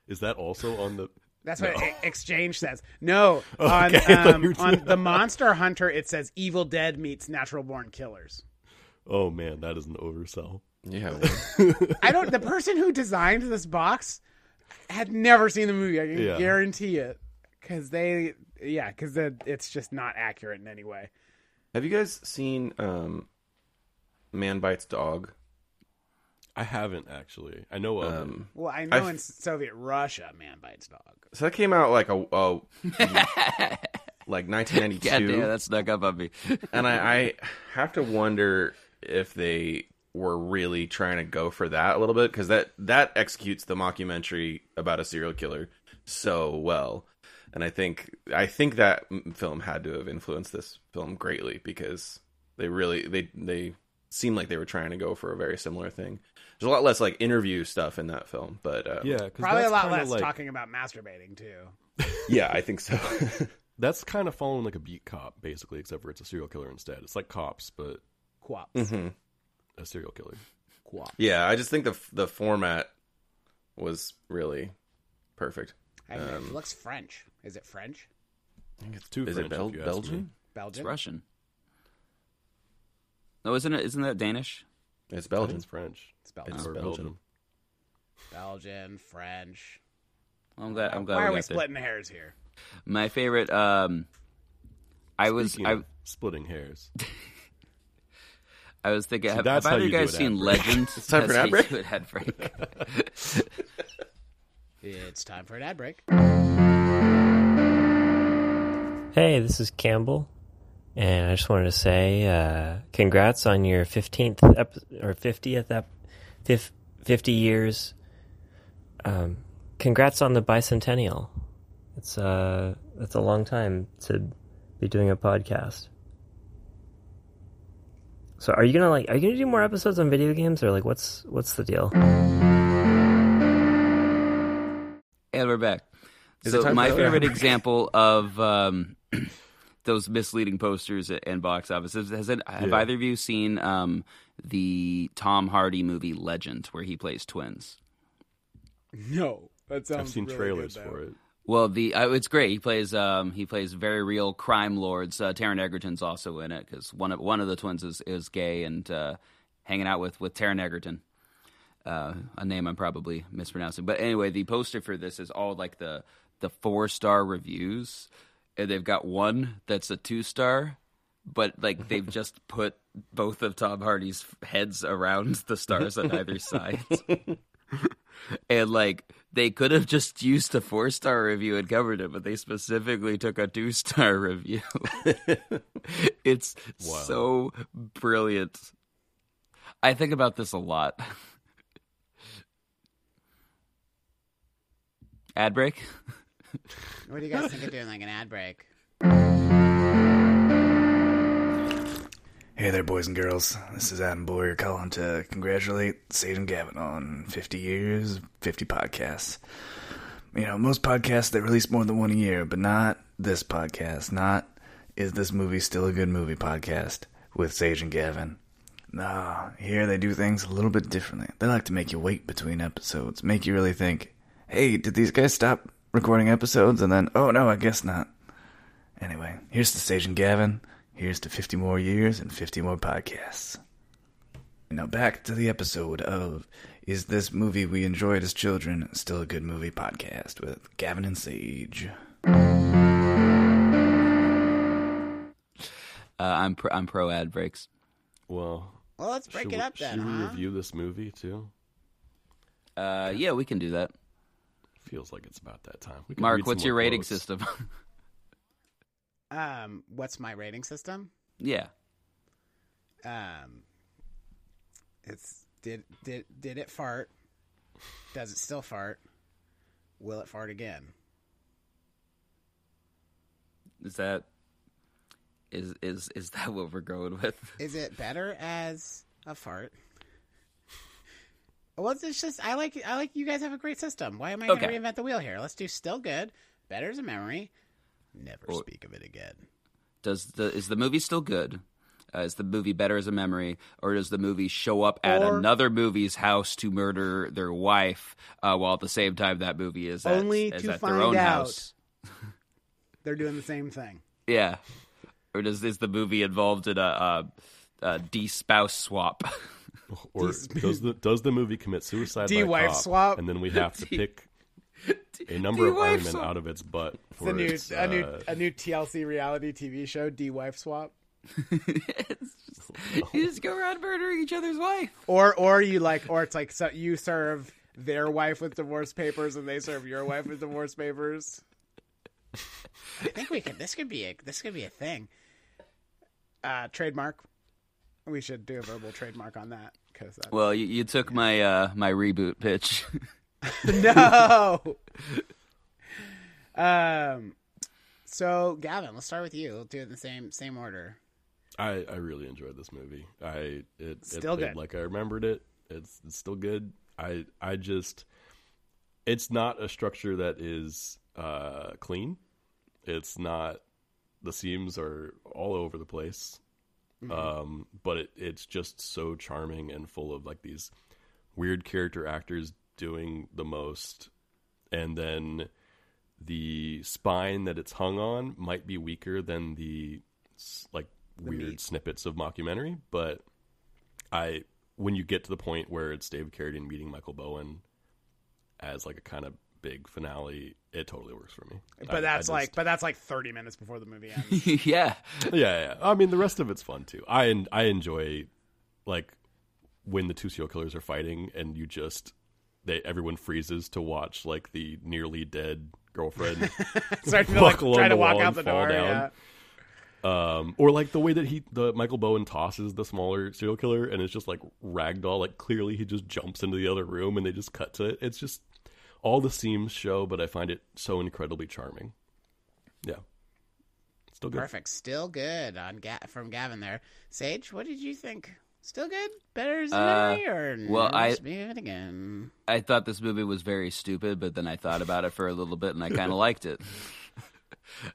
[SPEAKER 7] Is that also on the?
[SPEAKER 4] That's
[SPEAKER 7] No. Oh,
[SPEAKER 4] what e- Exchange says. No, on
[SPEAKER 7] Okay, I thought
[SPEAKER 4] um,
[SPEAKER 7] you were
[SPEAKER 4] on
[SPEAKER 7] doing-
[SPEAKER 4] the Monster Hunter, it says Evil Dead meets Natural Born Killers.
[SPEAKER 7] Oh man, that is an oversell.
[SPEAKER 5] Yeah.
[SPEAKER 4] I don't. The person who designed this box had never seen the movie. I can
[SPEAKER 7] Yeah.
[SPEAKER 4] guarantee it because they, yeah, because it's just not accurate in any way.
[SPEAKER 5] Have you guys seen um, Man Bites Dog?
[SPEAKER 7] I haven't actually. I know of
[SPEAKER 5] Um,
[SPEAKER 4] Well, I
[SPEAKER 5] I
[SPEAKER 4] know
[SPEAKER 5] f-
[SPEAKER 4] in Soviet Russia, man bites dog.
[SPEAKER 5] So that came out like a, a like 1992.
[SPEAKER 1] Goddamn, that snuck up on me.
[SPEAKER 5] and I, I have to wonder if they were really trying to go for that a little bit because that that executes the mockumentary about a serial killer so well. And I think I think that m- film had to have influenced this film greatly because they really they they seem like they were trying to go for a very similar thing. There's a lot less like interview stuff in that film, but uh,
[SPEAKER 7] Yeah, 'cause
[SPEAKER 4] Probably a
[SPEAKER 7] that's
[SPEAKER 4] lot
[SPEAKER 7] kinda
[SPEAKER 4] less
[SPEAKER 7] like-
[SPEAKER 4] talking about masturbating too.
[SPEAKER 5] yeah, I think so.
[SPEAKER 7] That's kind of following like a beat cop, basically, except for it's a serial killer instead. It's like cops, but
[SPEAKER 4] Quap.
[SPEAKER 7] Mm.
[SPEAKER 5] Mhm.
[SPEAKER 7] a serial killer. Quap.
[SPEAKER 5] Yeah, I just think the the format was really perfect.
[SPEAKER 4] I mean,
[SPEAKER 5] Um,
[SPEAKER 4] it looks French. Is it French?
[SPEAKER 5] I think it's
[SPEAKER 7] too
[SPEAKER 5] Is
[SPEAKER 7] French,
[SPEAKER 5] it Bel-
[SPEAKER 7] if you ask me.
[SPEAKER 5] Belgian?
[SPEAKER 4] Belgian?
[SPEAKER 1] It's Russian. No, isn't it? Isn't that Danish?
[SPEAKER 5] It's
[SPEAKER 7] I
[SPEAKER 5] Belgian.
[SPEAKER 7] think It's French.
[SPEAKER 4] It's Belgian.
[SPEAKER 5] It's
[SPEAKER 7] Or
[SPEAKER 5] Belgian.
[SPEAKER 4] Belgian, French.
[SPEAKER 1] I'm glad. I'm glad.
[SPEAKER 4] Why
[SPEAKER 1] we
[SPEAKER 4] are we
[SPEAKER 1] got there.
[SPEAKER 4] splitting hairs here?
[SPEAKER 1] My favorite. Um, I was.
[SPEAKER 7] Speaking
[SPEAKER 1] I,
[SPEAKER 7] of splitting hairs.
[SPEAKER 1] I was thinking.
[SPEAKER 7] So
[SPEAKER 1] have
[SPEAKER 7] that's
[SPEAKER 1] have
[SPEAKER 7] how
[SPEAKER 1] either
[SPEAKER 7] you
[SPEAKER 1] you guys
[SPEAKER 7] do an ad
[SPEAKER 1] seen
[SPEAKER 7] break.
[SPEAKER 1] Legend?
[SPEAKER 5] It's time
[SPEAKER 1] That's
[SPEAKER 5] for an ad
[SPEAKER 1] how you
[SPEAKER 5] break?
[SPEAKER 1] do an ad break.
[SPEAKER 4] It's time for an ad break.
[SPEAKER 13] Hey, this is Campbell, and I just wanted to say uh, congrats on your 15th ep- or 50th ep- fif- 50 years. Um, congrats on the bicentennial. It's uh, it's a long time to be doing a podcast. So, are you gonna like? Are you gonna do more episodes on video games, or like, what's what's the deal?
[SPEAKER 1] And we're back.
[SPEAKER 13] Is it
[SPEAKER 1] so
[SPEAKER 13] time
[SPEAKER 1] my
[SPEAKER 13] for another
[SPEAKER 1] favorite
[SPEAKER 13] ad break?
[SPEAKER 1] example of um, those misleading posters and box offices has it, have
[SPEAKER 7] Yeah.
[SPEAKER 1] either of you seen um, the Tom Hardy movie Legend, where he plays twins?
[SPEAKER 4] No, that sounds.
[SPEAKER 7] I've seen
[SPEAKER 4] really
[SPEAKER 7] trailers
[SPEAKER 4] good, though.
[SPEAKER 7] for it.
[SPEAKER 1] Well, the uh, it's great. He plays um, he plays very real crime lords. Uh, Taron Egerton's also in it because one of one of the twins is, is gay and uh, hanging out with with Taron Egerton. Uh, a name I'm probably mispronouncing, but anyway, the poster for this is all like the the four star reviews, and they've got one that's a two star, but like they've just put both of Tom Hardy's heads around the stars on either side. And like they could have just used a four star review and covered it, but they specifically took a two star review. it's
[SPEAKER 7] Wow.
[SPEAKER 1] so brilliant. I think about this a lot. Ad break?
[SPEAKER 4] What do you guys think of doing like an ad break?
[SPEAKER 14] Hey there, boys and girls. This is Adam Boyer calling to congratulate Satan Gavin on 50 years, 50 podcasts. You know, most podcasts they release more than one a year, but not this podcast. Not is this movie still a good movie podcast with Sage and Gavin. Nah, here they do things a little bit differently. They like to make you wait between episodes, make you really think, hey, did these guys stop recording episodes? And then, oh no, I guess not. Anyway, here's to Sage and Gavin. Here's to 50 more years and 50 more podcasts. Now back to the episode of Is This Movie We Enjoyed as Children Still a Good Movie podcast with Gavin and Sage.
[SPEAKER 1] Uh, I'm pro, I'm pro ad breaks.
[SPEAKER 7] Well,
[SPEAKER 4] Well, let's break
[SPEAKER 7] should
[SPEAKER 4] it
[SPEAKER 7] we-
[SPEAKER 4] up then,
[SPEAKER 7] Should we
[SPEAKER 4] huh?
[SPEAKER 7] review this movie too?
[SPEAKER 1] Uh, yeah, we can do that.
[SPEAKER 7] Feels like it's about that time. We could read
[SPEAKER 1] Mark,
[SPEAKER 7] some
[SPEAKER 1] what's your
[SPEAKER 7] more
[SPEAKER 1] rating
[SPEAKER 7] quotes.
[SPEAKER 1] system?
[SPEAKER 4] Um, what's my rating system?
[SPEAKER 1] yeah.
[SPEAKER 4] Um, it's did did did it fart? Does it still fart? Will it fart again?
[SPEAKER 1] Is that is is is that what we're going with?
[SPEAKER 4] Is it better as a fart? Well, it's just I like I like you guys have a great system. Why am I
[SPEAKER 1] Okay.
[SPEAKER 4] going to reinvent the wheel here? Let's do still good, better as a memory. Never
[SPEAKER 1] Or-
[SPEAKER 4] speak of it again.
[SPEAKER 1] Does the is the movie still good? Uh, is the movie better as a memory, or does the movie show up at
[SPEAKER 4] Or-
[SPEAKER 1] another movie's house to murder their wife, uh, while at the same time that movie is at,
[SPEAKER 4] Only
[SPEAKER 1] is
[SPEAKER 4] to
[SPEAKER 1] at
[SPEAKER 4] find
[SPEAKER 1] their own
[SPEAKER 4] out.
[SPEAKER 1] house?
[SPEAKER 4] They're doing the same thing.
[SPEAKER 1] Yeah, or does is the movie involved in a uh, uh, de-spouse swap.
[SPEAKER 7] Or does the does the movie commit suicide
[SPEAKER 4] D
[SPEAKER 7] by
[SPEAKER 4] wife
[SPEAKER 7] cop,
[SPEAKER 4] swap?
[SPEAKER 7] and then we have to
[SPEAKER 4] D-
[SPEAKER 7] pick a number of
[SPEAKER 4] wife
[SPEAKER 7] armament
[SPEAKER 4] swap.
[SPEAKER 7] out of its butt
[SPEAKER 4] It's a
[SPEAKER 7] for
[SPEAKER 4] new,
[SPEAKER 7] its,
[SPEAKER 4] a new,
[SPEAKER 7] uh,
[SPEAKER 4] a new TLC reality TV show, D Wife Swap.
[SPEAKER 1] you just go around murdering each other's wife.
[SPEAKER 4] Or, or you like, or it's like so you serve their wife with divorce papers, and they serve your wife with divorce papers. I think we could. This could be a. This could be a thing. Uh, trademark. We should do a verbal trademark on that because that.
[SPEAKER 1] Well, you, you took my uh, my reboot pitch.
[SPEAKER 4] no. um. So Gavin, let's start with you. We'll do it in the same same order.
[SPEAKER 7] I, I really enjoyed this movie. I it
[SPEAKER 4] Still
[SPEAKER 7] it played
[SPEAKER 4] good.
[SPEAKER 7] like I remembered it. It's, it's still good. I I just it's not a structure that is uh, clean. It's not the seams are all over the place.
[SPEAKER 4] Mm-hmm.
[SPEAKER 15] Mhm.
[SPEAKER 7] Um, but it, it's just so charming and full of like these weird character actors doing the most and then the spine that it's hung on might be weaker than the s- like weird snippets of mockumentary but i when you get to the point where it's david carradine meeting michael bowen as like a kind of big finale it totally works for me
[SPEAKER 4] But
[SPEAKER 7] I- I
[SPEAKER 4] that's
[SPEAKER 7] just-
[SPEAKER 4] like, but that's like thirty minutes before the movie ends.
[SPEAKER 1] yeah.
[SPEAKER 7] yeah, yeah. I mean, the rest of it's fun too. I I enjoy like when the two serial killers are fighting and you just they everyone freezes to watch like the nearly dead girlfriend
[SPEAKER 4] Starting to, like,
[SPEAKER 7] buckle
[SPEAKER 4] try
[SPEAKER 7] on
[SPEAKER 4] to
[SPEAKER 7] the
[SPEAKER 4] walk
[SPEAKER 7] wall
[SPEAKER 4] out
[SPEAKER 7] and
[SPEAKER 4] the door,
[SPEAKER 7] fall down. Um, or like the way that he the Michael Bowen tosses the smaller serial killer and it's just like ragdoll. Like clearly he just jumps into the other room and they just cut to it. It's just all the seams show, but I find it so incredibly charming. Yeah, still good.
[SPEAKER 4] Perfect. Still good on Ga- from Gavin there. Sage, what did you think? Still good? Better as a
[SPEAKER 1] Uh,
[SPEAKER 4] memory or
[SPEAKER 1] well, I-
[SPEAKER 4] let's move it again.
[SPEAKER 1] I thought this movie was very stupid, but then I thought about it for a little bit and I kind of liked it.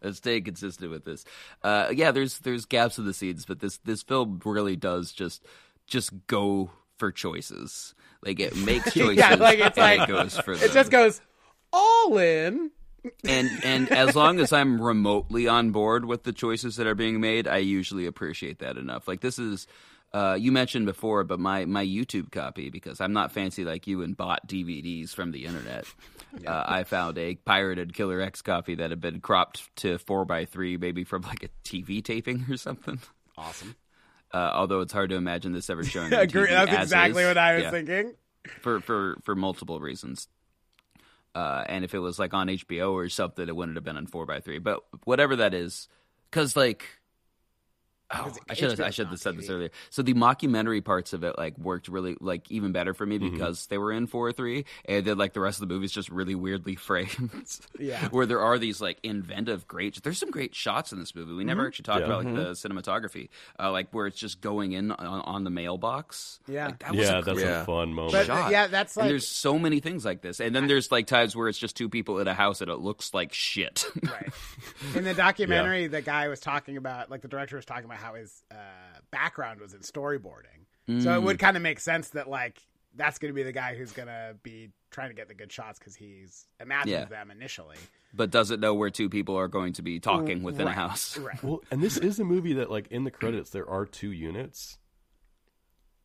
[SPEAKER 1] Let's stay consistent with this. Uh, yeah, there's there's gaps in the scenes, but this this film really does just just go for choices. Like it makes choices,
[SPEAKER 4] yeah, like it's
[SPEAKER 1] and
[SPEAKER 4] like
[SPEAKER 1] it goes for them.
[SPEAKER 4] it just goes all in.
[SPEAKER 1] and and as long as I'm remotely on board with the choices that are being made, I usually appreciate that enough. Like this is uh, you mentioned before, but my my YouTube copy because I'm not fancy like you and bought DVDs from the internet. Uh, I found a pirated Killer X copy that had been cropped to four by three, maybe from like a TV taping or something.
[SPEAKER 4] Awesome.
[SPEAKER 1] Uh, although it's hard to imagine this ever showing. on
[SPEAKER 4] Agree.
[SPEAKER 1] TV
[SPEAKER 4] That's
[SPEAKER 1] as
[SPEAKER 4] exactly
[SPEAKER 1] is.
[SPEAKER 4] what I was
[SPEAKER 1] Yeah
[SPEAKER 4] thinking.
[SPEAKER 1] for for for multiple reasons. Uh, and if it was like on HBO or something, it wouldn't have been on four by three. But whatever that is, because like, oh, I should have, I
[SPEAKER 16] HBO's
[SPEAKER 1] should
[SPEAKER 16] not
[SPEAKER 1] have said this
[SPEAKER 16] TV.
[SPEAKER 1] earlier. So the mockumentary parts of it like worked really like even better for me
[SPEAKER 7] Mm-hmm.
[SPEAKER 1] because they were in four three, and then like the rest of the movie's just really weirdly framed.
[SPEAKER 16] Yeah.
[SPEAKER 1] where there are these like inventive great. There's some great shots in this movie. We never
[SPEAKER 7] Mm-hmm.
[SPEAKER 16] Mhm.
[SPEAKER 1] actually talked
[SPEAKER 16] Yeah.
[SPEAKER 1] about like
[SPEAKER 16] Mhm.
[SPEAKER 1] the cinematography, uh, like where it's just going in on, on the mailbox.
[SPEAKER 4] Yeah.
[SPEAKER 1] Like, that was
[SPEAKER 7] Yeah,
[SPEAKER 1] a
[SPEAKER 7] that's a
[SPEAKER 1] great
[SPEAKER 7] fun moment.
[SPEAKER 4] But, uh,
[SPEAKER 1] shot.
[SPEAKER 4] yeah, that's
[SPEAKER 1] And
[SPEAKER 4] like-
[SPEAKER 1] there's so many things like this, and then there's like times where it's just two people in a house and it looks like shit.
[SPEAKER 4] In the documentary, the guy was talking about, like the director was talking about how his uh, background was in storyboarding. So it
[SPEAKER 1] Mm.
[SPEAKER 4] would kind of make sense that like that's going to be the guy who's going to be trying to get the good shots because he's imagined
[SPEAKER 1] Yeah.
[SPEAKER 4] them initially.
[SPEAKER 1] but doesn't know where two people are going to be talking within
[SPEAKER 4] Right.
[SPEAKER 1] a house.
[SPEAKER 7] Well, and this is a movie that, like, in the credits, there are two units,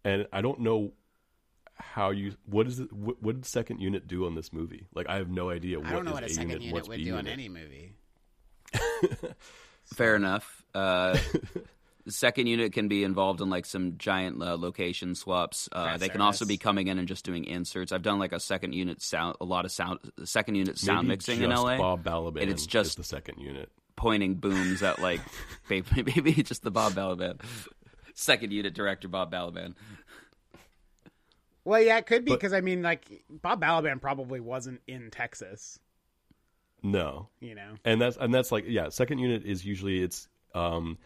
[SPEAKER 7] and I don't know how you. What is it? What, what did second unit do on this movie? Like, I have no idea.
[SPEAKER 4] I don't know
[SPEAKER 7] is
[SPEAKER 4] what a second unit would do on any movie.
[SPEAKER 1] Fair enough. Uh, the second unit can be involved in like some giant uh, location swaps. Uh,
[SPEAKER 16] Craft
[SPEAKER 1] they can also
[SPEAKER 16] service.
[SPEAKER 1] be coming in and just doing inserts. I've done like a second unit sound, a lot of sound, second unit sound
[SPEAKER 7] Maybe
[SPEAKER 1] mixing in
[SPEAKER 7] just
[SPEAKER 1] LA.
[SPEAKER 7] Bob Balaban
[SPEAKER 1] and it's
[SPEAKER 7] is
[SPEAKER 1] just
[SPEAKER 7] the second unit
[SPEAKER 1] pointing booms at like maybe, maybe just the Bob Balaban, second unit director Bob Balaban.
[SPEAKER 4] Well, yeah, it could be
[SPEAKER 1] But-
[SPEAKER 4] because I mean, like Bob Balaban probably wasn't in Texas.
[SPEAKER 7] No,
[SPEAKER 4] You know?
[SPEAKER 7] and that's and that's like yeah. Second unit is usually it's um,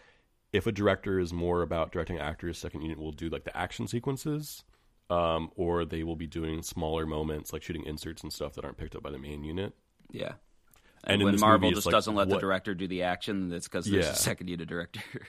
[SPEAKER 7] if a director is more about directing actors, second unit will do like the action sequences, um, or they will be doing smaller moments like shooting inserts and stuff that aren't picked up by the main unit.
[SPEAKER 1] Yeah,
[SPEAKER 7] and, in
[SPEAKER 1] when
[SPEAKER 7] this
[SPEAKER 1] Marvel
[SPEAKER 7] movie,
[SPEAKER 1] just
[SPEAKER 7] it's like,
[SPEAKER 1] doesn't let the
[SPEAKER 7] what-
[SPEAKER 1] director do the action, that's because there's
[SPEAKER 7] Yeah.
[SPEAKER 1] a second unit director.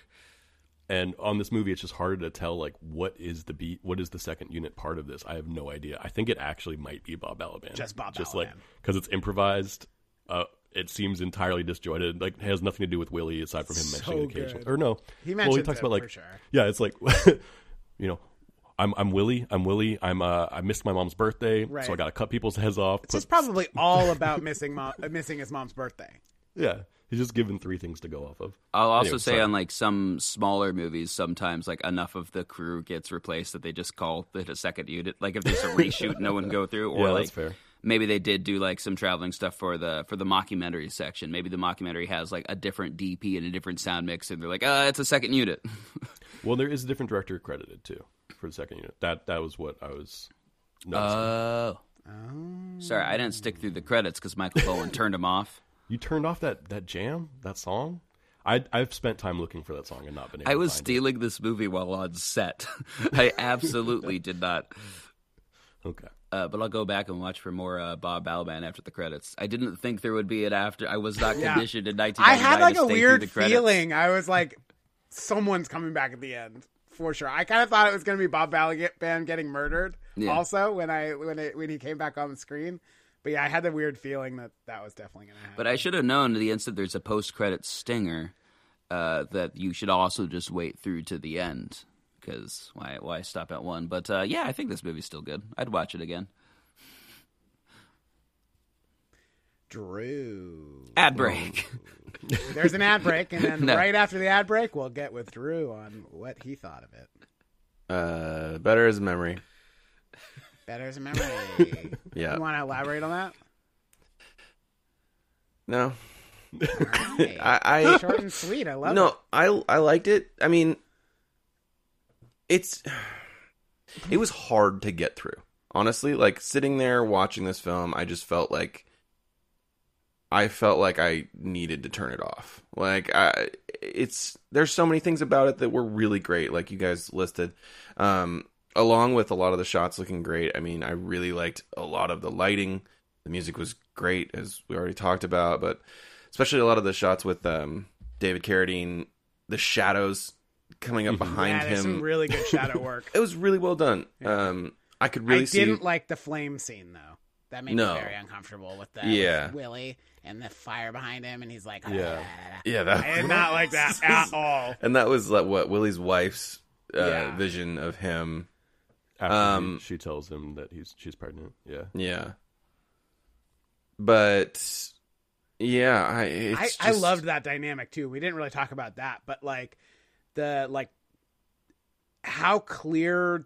[SPEAKER 7] and on this movie it's just harder to tell like what is the beat what is the second unit part of this i have no idea i think it actually might be bob balaban
[SPEAKER 4] Just Bob
[SPEAKER 7] just like because it's improvised uh, it seems entirely disjointed. Like has nothing to do with Willie aside from him
[SPEAKER 4] So
[SPEAKER 7] mentioning occasionally.
[SPEAKER 4] good.
[SPEAKER 7] Or no,
[SPEAKER 4] He
[SPEAKER 7] well, he
[SPEAKER 4] mentions
[SPEAKER 7] talks
[SPEAKER 4] it
[SPEAKER 7] about like
[SPEAKER 4] for sure.
[SPEAKER 7] yeah, it's like you know. I'm I'm Willie. I'm Willie. I'm uh I missed my mom's birthday,
[SPEAKER 4] Right.
[SPEAKER 7] so I got to cut people's heads off.
[SPEAKER 4] It's just probably all about missing mom, uh, missing his mom's birthday.
[SPEAKER 7] yeah. He's just given three things to go off of.
[SPEAKER 1] I'll also
[SPEAKER 7] Anyway,
[SPEAKER 1] say
[SPEAKER 7] sorry.
[SPEAKER 1] on like some smaller movies, sometimes like enough of the crew gets replaced that they just call it a second unit. Like if there's a reshoot, no one go through. Or
[SPEAKER 7] Yeah,
[SPEAKER 1] like
[SPEAKER 7] that's fair.
[SPEAKER 1] maybe they did do like some traveling stuff for the for the mockumentary section. Maybe the mockumentary has like a different DP and a different sound mix, and they're like, uh, it's a second unit.
[SPEAKER 7] Well, there is a different director credited too for the second unit. That that was what I was. noticing.
[SPEAKER 1] Oh. Sorry, I didn't stick through the credits because Michael Bowen turned them off.
[SPEAKER 7] You turned off that that jam, that song. I I've spent time looking for that song and not been able.
[SPEAKER 1] I
[SPEAKER 7] to
[SPEAKER 1] was
[SPEAKER 7] find
[SPEAKER 1] stealing this movie while on set. I absolutely did not.
[SPEAKER 7] Okay.
[SPEAKER 1] Uh, but I'll go back and watch for more uh, Bob Balaban after the credits. I didn't think there would be an after. I was not
[SPEAKER 4] Yeah.
[SPEAKER 1] conditioned in
[SPEAKER 4] I
[SPEAKER 1] 1999
[SPEAKER 4] had like
[SPEAKER 1] to
[SPEAKER 4] a
[SPEAKER 1] stay through
[SPEAKER 4] weird
[SPEAKER 1] the credits.
[SPEAKER 4] feeling. I was like, someone's coming back at the end for sure. I kind of thought it was going to be Bob Balaban getting murdered.
[SPEAKER 1] Yeah.
[SPEAKER 4] Also, when I when it, when he came back on the screen, but yeah, I had the weird feeling that that was definitely going to happen.
[SPEAKER 1] But I should have known the instant there's a post credit stinger uh, that you should also just wait through to the end because why why stop at one? But uh, yeah, I think this movie's still good. I'd watch it again.
[SPEAKER 10] Drew.
[SPEAKER 1] Ad break.
[SPEAKER 4] There's an ad break, and then
[SPEAKER 1] No.
[SPEAKER 4] right after the ad break, we'll get with Drew on what he thought of it.
[SPEAKER 5] Uh, better as memory.
[SPEAKER 4] Better as a memory. You
[SPEAKER 5] Yeah.
[SPEAKER 4] want to elaborate on that?
[SPEAKER 5] No. I, I
[SPEAKER 4] Short and sweet. I love
[SPEAKER 5] no,
[SPEAKER 4] it.
[SPEAKER 5] I I liked it. I mean, it's it was hard to get through. Honestly, like sitting there watching this film, I just felt like I felt like I needed to turn it off. Like I it's there's so many things about it that were really great like you guys listed. Um along with a lot of the shots looking great. I mean, I really liked a lot of the lighting. The music was great as we already talked about, but especially a lot of the shots with um David Carradine, the shadows coming up behind
[SPEAKER 4] yeah,
[SPEAKER 5] him.
[SPEAKER 4] there's some really good shadow work.
[SPEAKER 5] It was really well done. Um, I could really
[SPEAKER 4] I
[SPEAKER 5] see.
[SPEAKER 4] didn't like the flame scene though. That made
[SPEAKER 5] No.
[SPEAKER 4] me very uncomfortable with the
[SPEAKER 5] Yeah.
[SPEAKER 4] with Willie and the fire behind him, and he's like, "Ah,
[SPEAKER 5] Yeah. Yeah, that-
[SPEAKER 4] I did not like that at all.
[SPEAKER 5] and that was like what Willie's wife's uh,
[SPEAKER 4] Yeah.
[SPEAKER 5] vision of him.
[SPEAKER 7] After
[SPEAKER 5] um,
[SPEAKER 7] she tells him that he's she's pregnant. Yeah.
[SPEAKER 5] yeah. But yeah, I it's
[SPEAKER 4] I,
[SPEAKER 5] just,
[SPEAKER 4] I loved that dynamic too. We didn't really talk about that, but like the like how clear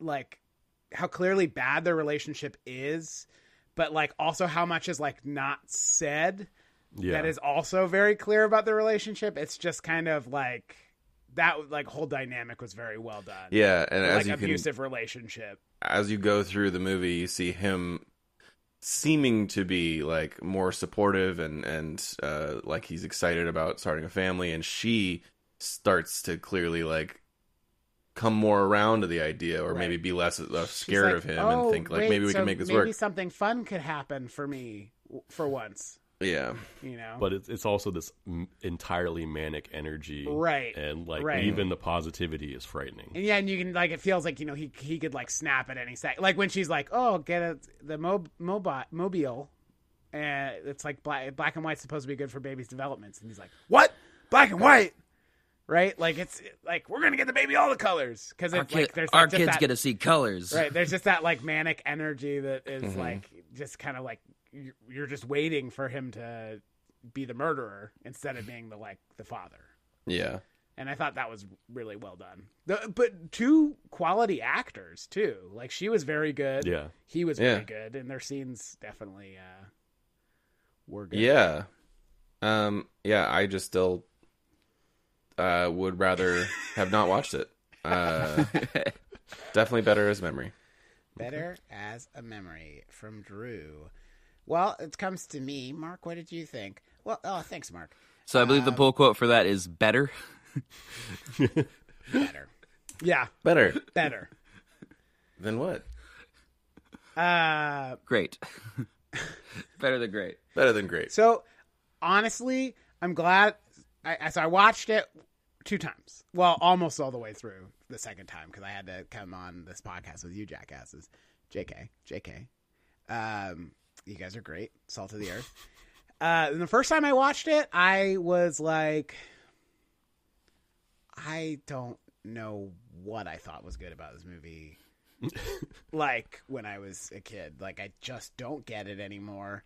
[SPEAKER 4] like how clearly bad their relationship is, but like also how much is like not said
[SPEAKER 7] Yeah.
[SPEAKER 4] that is also very clear about the relationship. It's just kind of like that like whole dynamic was very well done.
[SPEAKER 5] Yeah, and
[SPEAKER 4] For,
[SPEAKER 5] as
[SPEAKER 4] like
[SPEAKER 5] you can-
[SPEAKER 4] abusive relationship.
[SPEAKER 5] as you go through the movie, you see him seeming to be like more supportive and and uh, like he's excited about starting a family, and she starts to clearly like come more around to the idea, or maybe be less uh,
[SPEAKER 4] She's
[SPEAKER 5] scared
[SPEAKER 4] like,
[SPEAKER 5] of him
[SPEAKER 4] "Oh,
[SPEAKER 5] and think like
[SPEAKER 4] wait,
[SPEAKER 5] maybe we
[SPEAKER 4] so
[SPEAKER 5] can make this
[SPEAKER 4] maybe
[SPEAKER 5] work.
[SPEAKER 4] something fun could happen for me w- for once.
[SPEAKER 5] Yeah,
[SPEAKER 4] You know.
[SPEAKER 7] But it's it's also this m- entirely manic energy,
[SPEAKER 4] Right,
[SPEAKER 7] And like
[SPEAKER 4] right.
[SPEAKER 7] even the positivity is frightening.
[SPEAKER 4] And yeah, and you can like it feels like you know he he could like snap at any second. Like when she's like, "Oh, get a, the mob mobile mobile," and it's like black black and white's supposed to be good for babies' developments, and he's like, "What? Black and white?" Right? Like it's like we're gonna get the baby all the colors because
[SPEAKER 1] Our,
[SPEAKER 4] it's
[SPEAKER 1] kid,
[SPEAKER 4] like there's
[SPEAKER 1] our
[SPEAKER 4] like, just
[SPEAKER 1] kids
[SPEAKER 4] that-
[SPEAKER 1] get to see colors.
[SPEAKER 4] Right? There's just that like manic energy that is,
[SPEAKER 1] Mhm.
[SPEAKER 4] like just kind of like you- you're just waiting for him to be the murderer instead of being the like the father
[SPEAKER 5] yeah.
[SPEAKER 4] and I thought that was really well done. The, but two quality actors too. Like she was very good.
[SPEAKER 5] Yeah.
[SPEAKER 4] he was
[SPEAKER 5] Yeah.
[SPEAKER 4] very good, and their scenes definitely. Uh, were good.
[SPEAKER 5] Yeah. Um yeah, I just still uh would rather have not watched it. Uh definitely better as memory.
[SPEAKER 4] Better as a memory from Drew. Well, it comes to me, Mark. What did you think? Well, oh, thanks, Mark.
[SPEAKER 1] So I
[SPEAKER 4] Um,
[SPEAKER 1] believe the pull quote for that is better.
[SPEAKER 4] better. Yeah,
[SPEAKER 5] Better.
[SPEAKER 4] better.
[SPEAKER 5] Than what?
[SPEAKER 4] Uh,
[SPEAKER 1] Great. better than great.
[SPEAKER 5] Better than great.
[SPEAKER 4] So honestly, I'm glad. I, I- so I watched it two times. Well, almost all the way through the second time because I had to come on this podcast with you jackasses. JK, JK. Um, you guys are great. Salt of the earth. Uh, and the first time I watched it, I was like, I don't know what I thought was good about this movie. like when I was a kid, like I just don't get it anymore.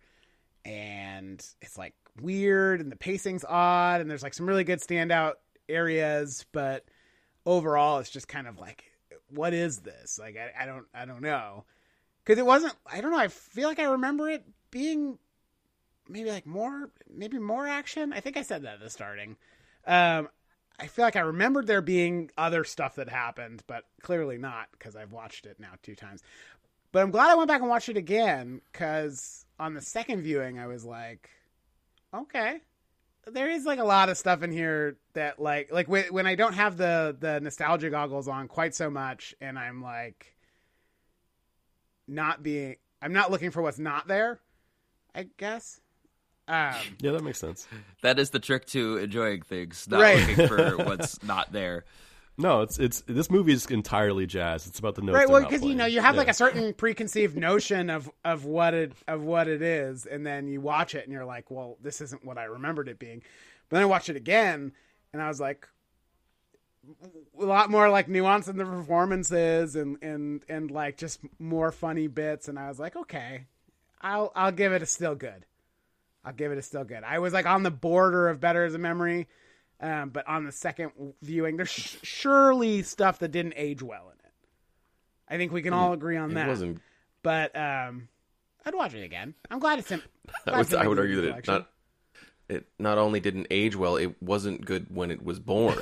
[SPEAKER 4] And it's like weird, and the pacing's odd, and there's like some really good standout areas, but overall, it's just kind of like, what is this? Like I, I don't, I don't know, because it wasn't. I don't know. I feel like I remember it being maybe like more maybe more action. I think I said that at the starting. Um, I feel like I remembered there being other stuff that happened, but clearly not because I've watched it now two times. But I'm glad I went back and watched it again because on the second viewing I was like, okay, there is like a lot of stuff in here that like like when, when I don't have the the nostalgia goggles on quite so much, and I'm like not being I'm not looking for what's not there. I guess. Um,
[SPEAKER 7] yeah, that makes sense.
[SPEAKER 1] That is the trick to enjoying things, not
[SPEAKER 4] Right.
[SPEAKER 1] looking for what's not there.
[SPEAKER 7] No, it's it's this movie is entirely jazz. It's about the notes.
[SPEAKER 4] right,
[SPEAKER 7] they're
[SPEAKER 4] well,
[SPEAKER 7] not
[SPEAKER 4] because you
[SPEAKER 7] playing.
[SPEAKER 4] know you have
[SPEAKER 7] Yeah.
[SPEAKER 4] like a certain preconceived notion of of what it of what it is, and then you watch it and you're like, well, this isn't what I remembered it being. But then I watched it again, and I was like, a lot more like nuance in the performances, and and and like just more funny bits, and I was like, okay, I'll I'll give it a still good. I'll give it a still good. I was like on the border of better as a memory, um, but on the second viewing, there's sh- surely stuff that didn't age well in it. I think we can all agree on
[SPEAKER 5] Mm, It
[SPEAKER 4] that.
[SPEAKER 5] wasn't-
[SPEAKER 4] But um, I'd watch it again. I'm glad it's in.
[SPEAKER 5] I
[SPEAKER 4] glad it's
[SPEAKER 5] would,
[SPEAKER 4] in
[SPEAKER 5] I
[SPEAKER 4] my
[SPEAKER 5] would
[SPEAKER 4] DVD
[SPEAKER 5] argue that it
[SPEAKER 4] collection.
[SPEAKER 5] not it not only didn't age well, it wasn't good when it was born.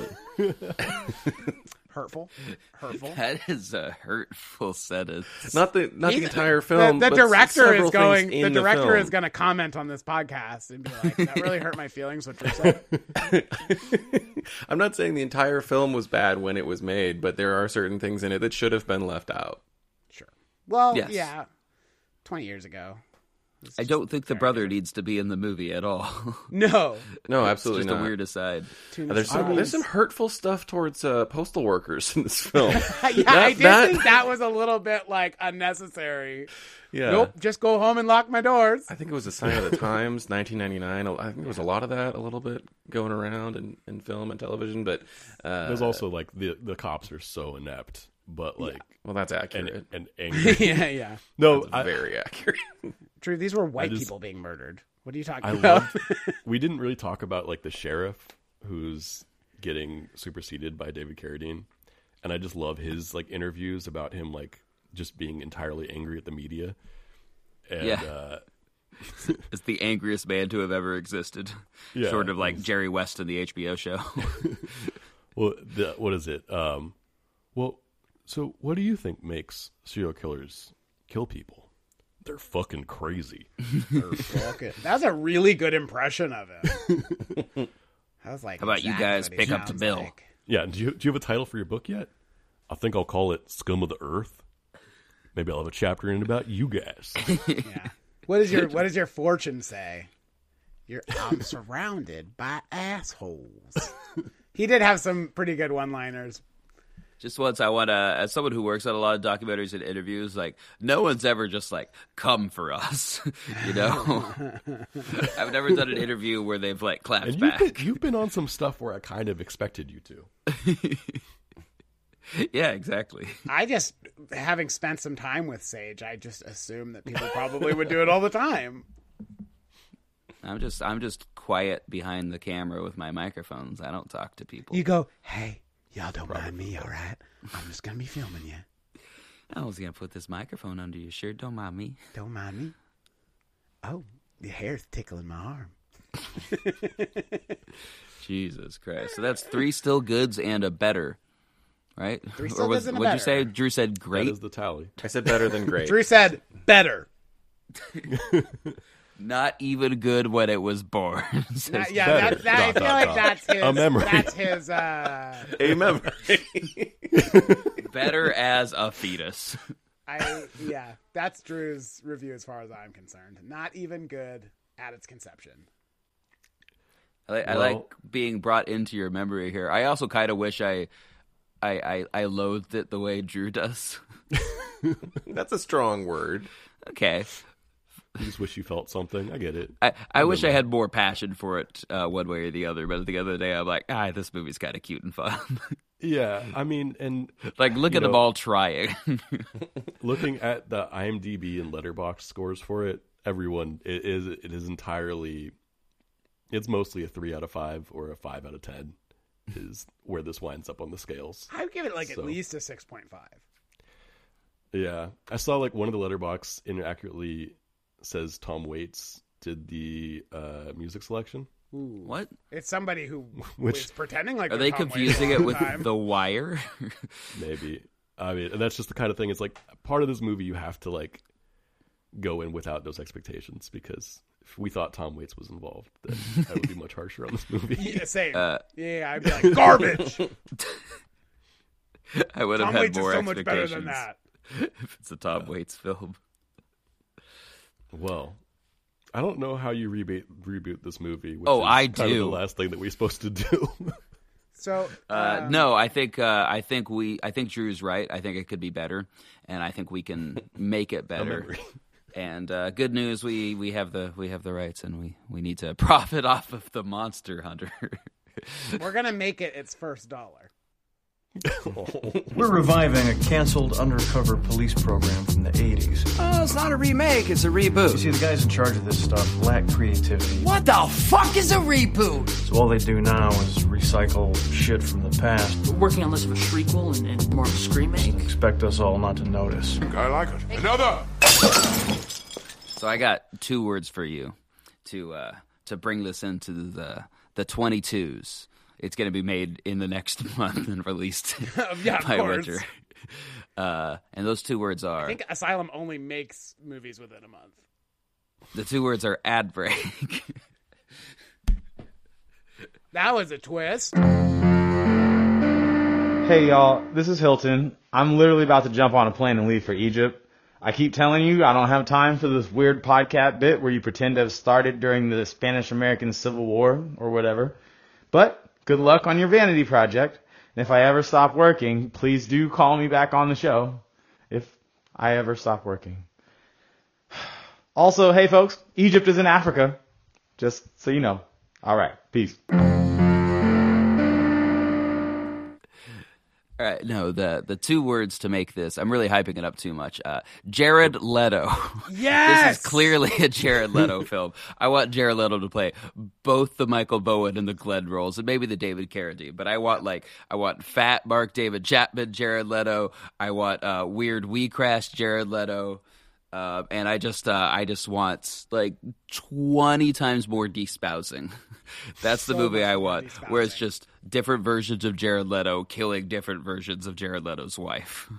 [SPEAKER 4] hurtful, hurtful.
[SPEAKER 1] That is a hurtful sentence.
[SPEAKER 5] Not the not the
[SPEAKER 4] He's-
[SPEAKER 5] entire film.
[SPEAKER 4] The,
[SPEAKER 5] but
[SPEAKER 4] the director
[SPEAKER 5] several
[SPEAKER 4] is going.
[SPEAKER 5] things in
[SPEAKER 4] The director
[SPEAKER 5] film.
[SPEAKER 4] is going to comment on this podcast and be like, "That really hurt my feelings." What you said.
[SPEAKER 5] I'm not saying the entire film was bad when it was made, but there are certain things in it that should have been left out.
[SPEAKER 4] Well,
[SPEAKER 5] Yes.
[SPEAKER 4] yeah, twenty years ago.
[SPEAKER 1] I don't think the brother needs to be in the movie at all.
[SPEAKER 4] No.
[SPEAKER 5] No, absolutely
[SPEAKER 1] it's just
[SPEAKER 5] not.
[SPEAKER 1] a weird aside.
[SPEAKER 4] Too
[SPEAKER 5] there's some
[SPEAKER 1] much
[SPEAKER 5] there's some hurtful stuff towards uh, postal workers in this film.
[SPEAKER 4] yeah,
[SPEAKER 5] That-
[SPEAKER 4] I did
[SPEAKER 5] that-
[SPEAKER 4] think that was a little bit like unnecessary.
[SPEAKER 5] Yeah.
[SPEAKER 4] Nope. Just go home and lock my doors.
[SPEAKER 5] I think it was a sign of the times, 1999. I think there was a lot of that, a little bit going around in, in film and television, but uh,
[SPEAKER 7] There's also like the the cops are so inept, but like
[SPEAKER 5] well, that's
[SPEAKER 7] accurate and, and angry.
[SPEAKER 4] yeah, yeah.
[SPEAKER 7] No,
[SPEAKER 5] That's very accurate.
[SPEAKER 4] Drew, these were white
[SPEAKER 7] just-
[SPEAKER 4] people being murdered. What are you talking
[SPEAKER 7] I
[SPEAKER 4] about?
[SPEAKER 7] loved. we didn't really talk about like the sheriff who's getting superseded by David Carradine, and I just love his like interviews about him like just being entirely angry at the media. And,
[SPEAKER 1] Yeah.
[SPEAKER 7] Uh,
[SPEAKER 1] It's the angriest man to have ever existed.
[SPEAKER 7] Yeah,
[SPEAKER 1] sort of like Jerry West in the HBO show.
[SPEAKER 7] well, the, what is it? Um, well, so what do you think makes serial killers kill people? They're fucking crazy.
[SPEAKER 4] Okay. That was a really good impression of him. I was like,
[SPEAKER 1] How about you
[SPEAKER 4] exactly
[SPEAKER 1] guys
[SPEAKER 4] what he
[SPEAKER 1] pick up the
[SPEAKER 4] sounds
[SPEAKER 1] bill?
[SPEAKER 4] like.
[SPEAKER 7] Yeah. Do you do you have a title for your book yet? I think I'll call it "Scum of the Earth." Maybe I'll have a chapter in it about you guys.
[SPEAKER 4] What does your What does your fortune say? You're I'm surrounded by assholes. he did have some pretty good one liners.
[SPEAKER 1] Just once, I want to, as someone who works on a lot of documentaries and interviews, like, no one's ever just like, come for us. you know? I've never done an interview where they've like clapped
[SPEAKER 7] and you've
[SPEAKER 1] back.
[SPEAKER 7] been, you've been on some stuff where I kind of expected you to.
[SPEAKER 1] yeah, exactly.
[SPEAKER 4] I just having spent some time with Sage, I just assume that people probably would do it all the time.
[SPEAKER 1] I'm just, I'm just quiet behind the camera with my microphones. I don't talk to people.
[SPEAKER 4] You go, hey, y'all don't mind me, all right? I'm just gonna be filming you.
[SPEAKER 1] I was going to put this microphone under your shirt. Don't mind me.
[SPEAKER 4] Don't mind me. Oh, your hair's tickling my arm.
[SPEAKER 1] Jesus Christ. So that's three still goods and a better, right?
[SPEAKER 4] Three still
[SPEAKER 1] or was,
[SPEAKER 4] goods and a
[SPEAKER 1] what'd you
[SPEAKER 4] better.
[SPEAKER 1] say? Drew said great.
[SPEAKER 7] That is the tally.
[SPEAKER 5] I said better than great.
[SPEAKER 4] Drew said better.
[SPEAKER 1] Not even good when it was born. says
[SPEAKER 4] Not- Uh, yeah,
[SPEAKER 1] better.
[SPEAKER 4] that, that, I feel like that's his.
[SPEAKER 1] A memory.
[SPEAKER 4] That's his. Uh,
[SPEAKER 5] A memory.
[SPEAKER 1] better as a fetus.
[SPEAKER 4] I yeah, that's Drew's review as far as I'm concerned. Not even good at its conception.
[SPEAKER 1] I, like I
[SPEAKER 4] Well-
[SPEAKER 1] like being brought into your memory here. I also kind of wish I, I, I, I loathed it the way Drew does.
[SPEAKER 5] That's a strong word.
[SPEAKER 1] Okay,
[SPEAKER 7] You just wish you felt something. I get it.
[SPEAKER 1] I, I wish I had more passion for it uh, one way or the other, but at the end of the day, I'm like, ah, this movie's kind of cute and fun.
[SPEAKER 7] Yeah, I mean, and
[SPEAKER 1] like, look
[SPEAKER 7] you
[SPEAKER 1] at them
[SPEAKER 7] know,
[SPEAKER 1] all trying.
[SPEAKER 7] looking at the IMDb and Letterbox scores for it, everyone it is it is entirely, it's mostly a three out of five or a five out of ten, is where this winds up on the scales.
[SPEAKER 4] I would give it like
[SPEAKER 7] So-
[SPEAKER 4] at least a six point five.
[SPEAKER 7] Yeah, I saw like one of the letterbox inaccurately says Tom Waits did the uh, music selection.
[SPEAKER 1] What?
[SPEAKER 4] It's somebody who
[SPEAKER 7] Which-
[SPEAKER 4] was pretending like
[SPEAKER 1] Are
[SPEAKER 4] they're
[SPEAKER 1] they
[SPEAKER 4] Tom Waits
[SPEAKER 1] confusing
[SPEAKER 4] all
[SPEAKER 1] it
[SPEAKER 4] the
[SPEAKER 1] with
[SPEAKER 4] time.
[SPEAKER 1] The Wire?
[SPEAKER 7] Maybe. I mean, and that's just the kind of thing. It's like part of this movie you have to like go in without those expectations because if we thought Tom Waits was involved, then I would be much harsher on this movie.
[SPEAKER 4] Yeah, same.
[SPEAKER 1] uh,
[SPEAKER 4] yeah, I'd be like garbage.
[SPEAKER 1] I would have
[SPEAKER 4] Tom
[SPEAKER 1] had
[SPEAKER 4] Waits is
[SPEAKER 1] more
[SPEAKER 4] so much better than
[SPEAKER 1] expectations.
[SPEAKER 4] that.
[SPEAKER 1] if it's a Tom Waits film.
[SPEAKER 7] Well, I don't know how you reboot reboot this movie. Which
[SPEAKER 1] Oh,
[SPEAKER 7] is
[SPEAKER 1] I
[SPEAKER 7] kind of
[SPEAKER 1] do.
[SPEAKER 7] the last thing that we're supposed to do.
[SPEAKER 4] So
[SPEAKER 1] Uh,
[SPEAKER 4] Um,
[SPEAKER 1] no, I think uh, I think we I think Drew's right. I think it could be better, and I think we can make it better.
[SPEAKER 7] memory.
[SPEAKER 1] and uh, good news, we we have the we have the rights, and we we need to profit off of the Monster Hunter.
[SPEAKER 4] um, We're gonna make it its first dollar.
[SPEAKER 15] We're reviving a canceled undercover police program from the 80s.
[SPEAKER 17] Oh, it's not a remake, it's a reboot.
[SPEAKER 15] You see, the guys in charge of this stuff lack creativity.
[SPEAKER 17] What the fuck is a reboot?
[SPEAKER 15] So all they do now is recycle shit from the past.
[SPEAKER 17] We're working on less of a shriekwell and, and more of a scream
[SPEAKER 15] They expect us all not to notice.
[SPEAKER 12] I like it. Another!
[SPEAKER 1] so I got two words for you to uh, to bring this into the the twenty twos. It's going to be made in the next month and released
[SPEAKER 4] Yeah, of
[SPEAKER 1] by
[SPEAKER 4] course.
[SPEAKER 1] winter. Uh, and those two words are
[SPEAKER 4] I think Asylum only makes movies within a month.
[SPEAKER 1] the two words are ad break.
[SPEAKER 4] That was a twist.
[SPEAKER 18] Hey y'all, this is Hilton. I'm literally about to jump on a plane and leave for Egypt. I keep telling you I don't have time for this weird podcast bit where you pretend to have started during the Spanish American Civil War or whatever. But good luck on your vanity project. And if I ever stop working, please do call me back on the show. If I ever stop working. Also, hey folks, Egypt is in Africa. Just so you know. Alright, peace.
[SPEAKER 1] All right, no, the the two words to make this. I'm really hyping it up too much. Uh, Jared Leto. this
[SPEAKER 4] Yes!
[SPEAKER 1] is clearly a Jared Leto film. I want Jared Leto to play both the Michael Bowen and the Glenn roles, and maybe the David Carradine. But I want like I want fat Mark David Chapman Jared Leto. I want uh, weird we crash Jared Leto. Uh, and I just, uh, I just want like twenty times more despousing. That's the
[SPEAKER 16] So
[SPEAKER 1] movie
[SPEAKER 16] much
[SPEAKER 1] I
[SPEAKER 16] more
[SPEAKER 1] want, where it's just different versions of Jared Leto killing different versions of Jared Leto's wife.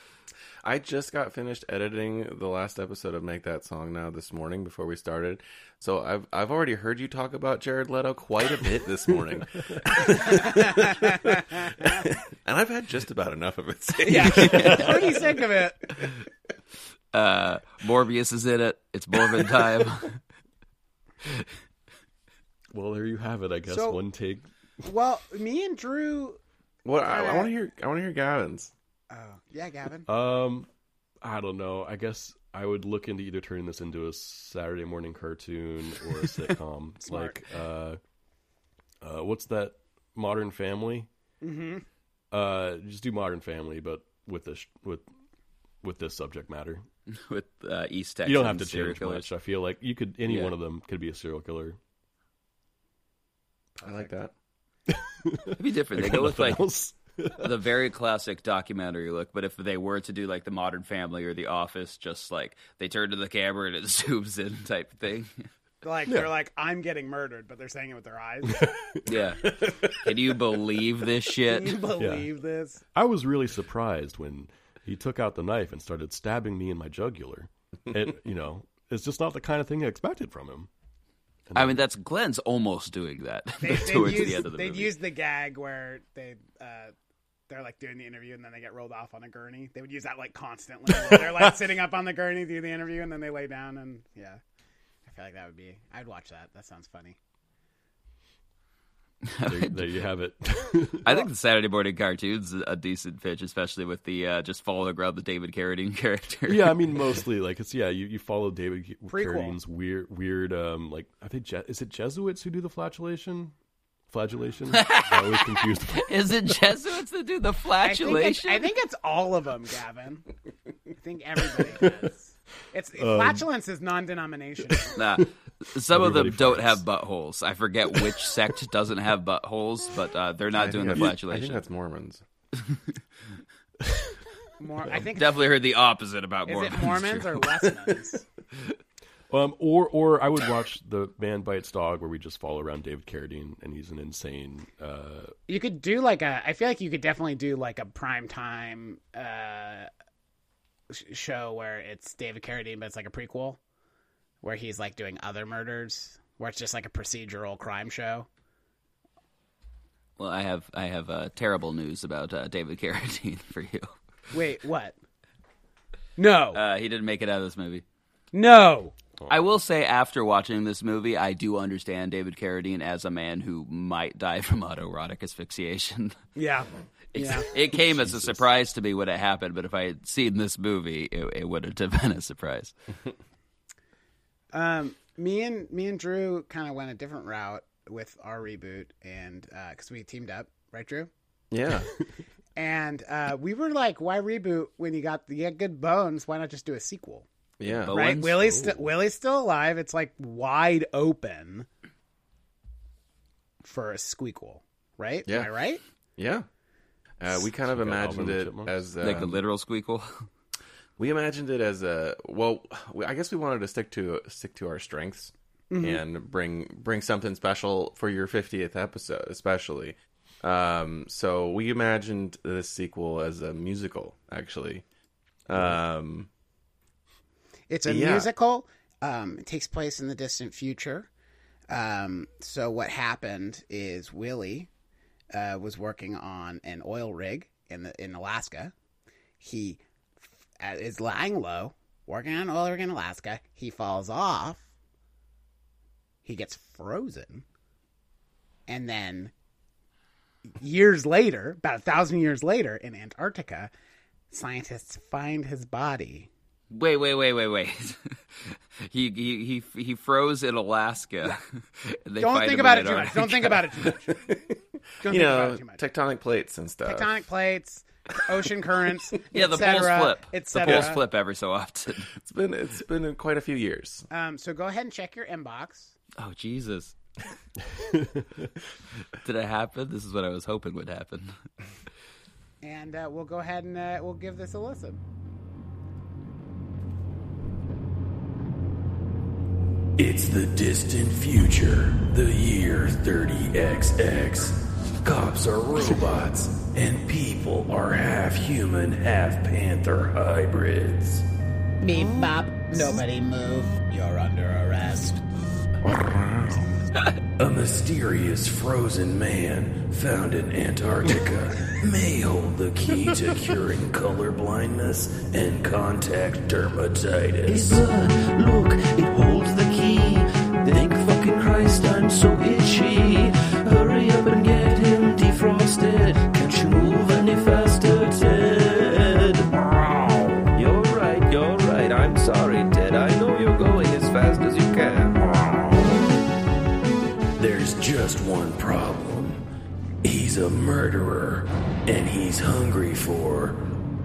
[SPEAKER 5] I just got finished editing the last episode of Make That Song Now this morning before we started. So I've I've already heard you talk about Jared Leto quite a bit this morning. and I've had just about enough of it.
[SPEAKER 4] Yeah, pretty sick of it.
[SPEAKER 1] Uh, Morbius is in it. It's Morbid time.
[SPEAKER 7] well, there you have it. I guess
[SPEAKER 4] So-
[SPEAKER 7] one take.
[SPEAKER 4] Well, me and Drew.
[SPEAKER 5] What I, I
[SPEAKER 4] Alright.
[SPEAKER 5] want to hear. I want to hear Gavin's.
[SPEAKER 4] uh, Yeah, Gavin.
[SPEAKER 7] Um, I don't know. I guess I would look into either turning this into a Saturday morning cartoon or a sitcom.
[SPEAKER 4] Smart.
[SPEAKER 7] like, uh, uh, what's that? Modern Family.
[SPEAKER 1] Mm-hmm.
[SPEAKER 4] Mhm.
[SPEAKER 7] Uh, just do Modern Family, but with this with with this subject matter.
[SPEAKER 1] With uh, East Texas.
[SPEAKER 7] you don't have to
[SPEAKER 1] serial
[SPEAKER 7] change
[SPEAKER 1] killers.
[SPEAKER 7] much. I feel like you could any
[SPEAKER 1] Yeah.
[SPEAKER 7] one of them could be a serial killer.
[SPEAKER 5] I like that.
[SPEAKER 1] It'd be different.
[SPEAKER 7] I
[SPEAKER 1] They
[SPEAKER 7] got
[SPEAKER 1] go with
[SPEAKER 7] nothing
[SPEAKER 1] like
[SPEAKER 7] else.
[SPEAKER 1] the very classic documentary look. But if they were to do like the Modern Family or The Office, just like they turn to the camera and it zooms in type thing.
[SPEAKER 4] Like
[SPEAKER 1] Yeah.
[SPEAKER 4] they're like, I'm getting murdered, but they're saying it with their eyes.
[SPEAKER 1] Yeah. Can you believe this shit?
[SPEAKER 4] Can you believe this?
[SPEAKER 7] I was really surprised when he took out the knife and started stabbing me in my jugular. It, you know, it's just not the kind of thing I expected from him.
[SPEAKER 1] I mean, that's Glenn's almost doing that
[SPEAKER 4] They, they
[SPEAKER 1] towards
[SPEAKER 4] used,
[SPEAKER 1] the end of the
[SPEAKER 4] they'd
[SPEAKER 1] movie.
[SPEAKER 4] used the gag where they uh, they're like doing the interview and then they get rolled off on a gurney. They would use that like constantly. they're like sitting up on the gurney do the interview and then they lay down and yeah. I feel like that would be. I'd watch that. That sounds funny.
[SPEAKER 7] There, there you have it.
[SPEAKER 1] I think the Saturday morning cartoons a decent pitch, especially with the uh, just following around the David Carradine character.
[SPEAKER 7] yeah, I mean mostly like it's yeah you, you follow David Ca-
[SPEAKER 1] Prequel.
[SPEAKER 7] Carradine's weird weird um like I think Je- is it Jesuits who do the flatulation? Flagellation? I always confused.
[SPEAKER 1] Is it Jesuits that do the
[SPEAKER 4] I think it's,
[SPEAKER 1] flagellation?
[SPEAKER 4] I think it's all of them, Gavin. I think everybody does. It's
[SPEAKER 1] Um,
[SPEAKER 4] flatulence is non-denominational.
[SPEAKER 1] Nah, some of them don't have buttholes. I forget which sect doesn't have buttholes, but uh, they're not
[SPEAKER 5] I
[SPEAKER 1] doing the
[SPEAKER 5] think that's- I
[SPEAKER 1] flagellation.
[SPEAKER 5] think that's Mormons.
[SPEAKER 4] More, I think
[SPEAKER 1] definitely heard the opposite about
[SPEAKER 4] Is
[SPEAKER 1] Mormons.
[SPEAKER 4] it Mormons or Lessons?
[SPEAKER 7] Um, or or I would watch the Man Bites Dog, where we just follow around David Carradine, and he's an insane. Uh,
[SPEAKER 4] You could do like a. I feel like you could definitely do like a prime time uh, sh- show where it's David Carradine, but it's like a prequel, where he's like doing other murders, where it's just like a procedural crime show.
[SPEAKER 1] Well, I have I have uh, terrible news about uh, David Carradine for you.
[SPEAKER 4] Wait, what? No,
[SPEAKER 1] uh, he didn't make it out of this movie.
[SPEAKER 4] No.
[SPEAKER 5] Oh.
[SPEAKER 1] I will say, after watching this movie, I do understand David Carradine as a man who might die from autoerotic asphyxiation.
[SPEAKER 4] Yeah.
[SPEAKER 1] It's-
[SPEAKER 4] Yeah.
[SPEAKER 1] It came as a surprise to me when it happened, but if I had seen this movie, it, it wouldn't have been a surprise.
[SPEAKER 4] Um, me and me and Drew kind of went a different route with our reboot, and because we teamed up, right, Drew?
[SPEAKER 5] Yeah.
[SPEAKER 4] And uh, we were like, "Why reboot when you got you got good bones? Why not just do a sequel?"
[SPEAKER 5] Yeah.
[SPEAKER 4] right. Willie's st- Willie's still alive. It's like wide open for a squeakquel, right?
[SPEAKER 5] Yeah.
[SPEAKER 4] Am I right?
[SPEAKER 5] Yeah. Uh, we kind of
[SPEAKER 1] Like a Alvin
[SPEAKER 5] imagined
[SPEAKER 1] and the
[SPEAKER 5] it
[SPEAKER 1] Chipmunks?
[SPEAKER 5] as um,
[SPEAKER 1] Like a literal squeakle.
[SPEAKER 5] We imagined it as a well. We, I guess we wanted to stick to stick to our strengths
[SPEAKER 4] Mm-hmm.
[SPEAKER 1] Mhm.
[SPEAKER 5] and bring bring something special for your fiftieth episode, especially. Um, so we imagined this sequel as a musical, actually. Um,
[SPEAKER 4] It's a
[SPEAKER 5] Yeah.
[SPEAKER 4] musical. Um, it takes place in the distant future. Um, so what happened is Willie uh, was working on an oil rig in the in Alaska. He f- uh, is lying low, working on an oil rig in Alaska. He falls off. He gets frozen, and then years later, about a thousand years later, in Antarctica, scientists find his body.
[SPEAKER 1] Wait, wait, wait, wait, wait. he, he he he froze in Alaska. And they
[SPEAKER 4] Don't
[SPEAKER 1] find
[SPEAKER 4] think
[SPEAKER 1] him in
[SPEAKER 4] about it too much.
[SPEAKER 1] Antarctica.
[SPEAKER 4] Don't think about it too much. Don't think
[SPEAKER 5] you
[SPEAKER 4] about
[SPEAKER 5] know,
[SPEAKER 4] it too much.
[SPEAKER 5] tectonic plates and stuff.
[SPEAKER 4] Tectonic plates, ocean currents.
[SPEAKER 1] Yeah, the
[SPEAKER 4] et cetera,
[SPEAKER 1] poles flip.
[SPEAKER 4] et
[SPEAKER 1] The
[SPEAKER 4] cetera.
[SPEAKER 1] poles flip every so often.
[SPEAKER 5] It's been it's been quite a few years.
[SPEAKER 4] Um, so go ahead and check your inbox.
[SPEAKER 1] Oh Jesus! Did it happen? This is what I was hoping would happen.
[SPEAKER 4] And uh, we'll go ahead and uh, we'll give this a listen.
[SPEAKER 8] It's the distant future, the year 30XX. Cops are robots, and people are half human, half panther hybrids.
[SPEAKER 4] Beep bop. Nobody move. You're under arrest.
[SPEAKER 8] A mysterious frozen man found in Antarctica may hold the key to curing color blindness and contact dermatitis. look, it holds the key. Thank fucking Christ, I'm so itchy. Hurry up and get him defrosted. Can't you move any faster, Ted?
[SPEAKER 19] You're right, you're right. I'm sorry, Ted. I know you're going as fast as you can.
[SPEAKER 8] There's just one problem. He's a murderer, and he's hungry for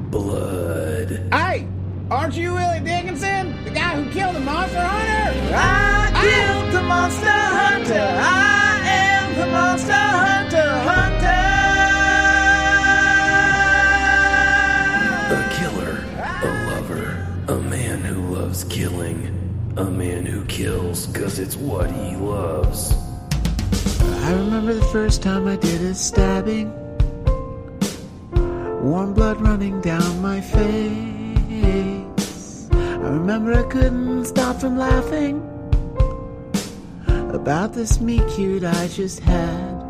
[SPEAKER 8] blood.
[SPEAKER 4] Hey, aren't you Willie Dickinson, the guy who killed the monster hunter?
[SPEAKER 8] I killed the monster hunter. I am the monster hunter. A killer, a lover, a man who loves killing, a man who kills because it's what he loves.
[SPEAKER 20] I remember the first time I did a stabbing. Warm blood running down my face. I remember I couldn't stop from laughing about this me cute I just had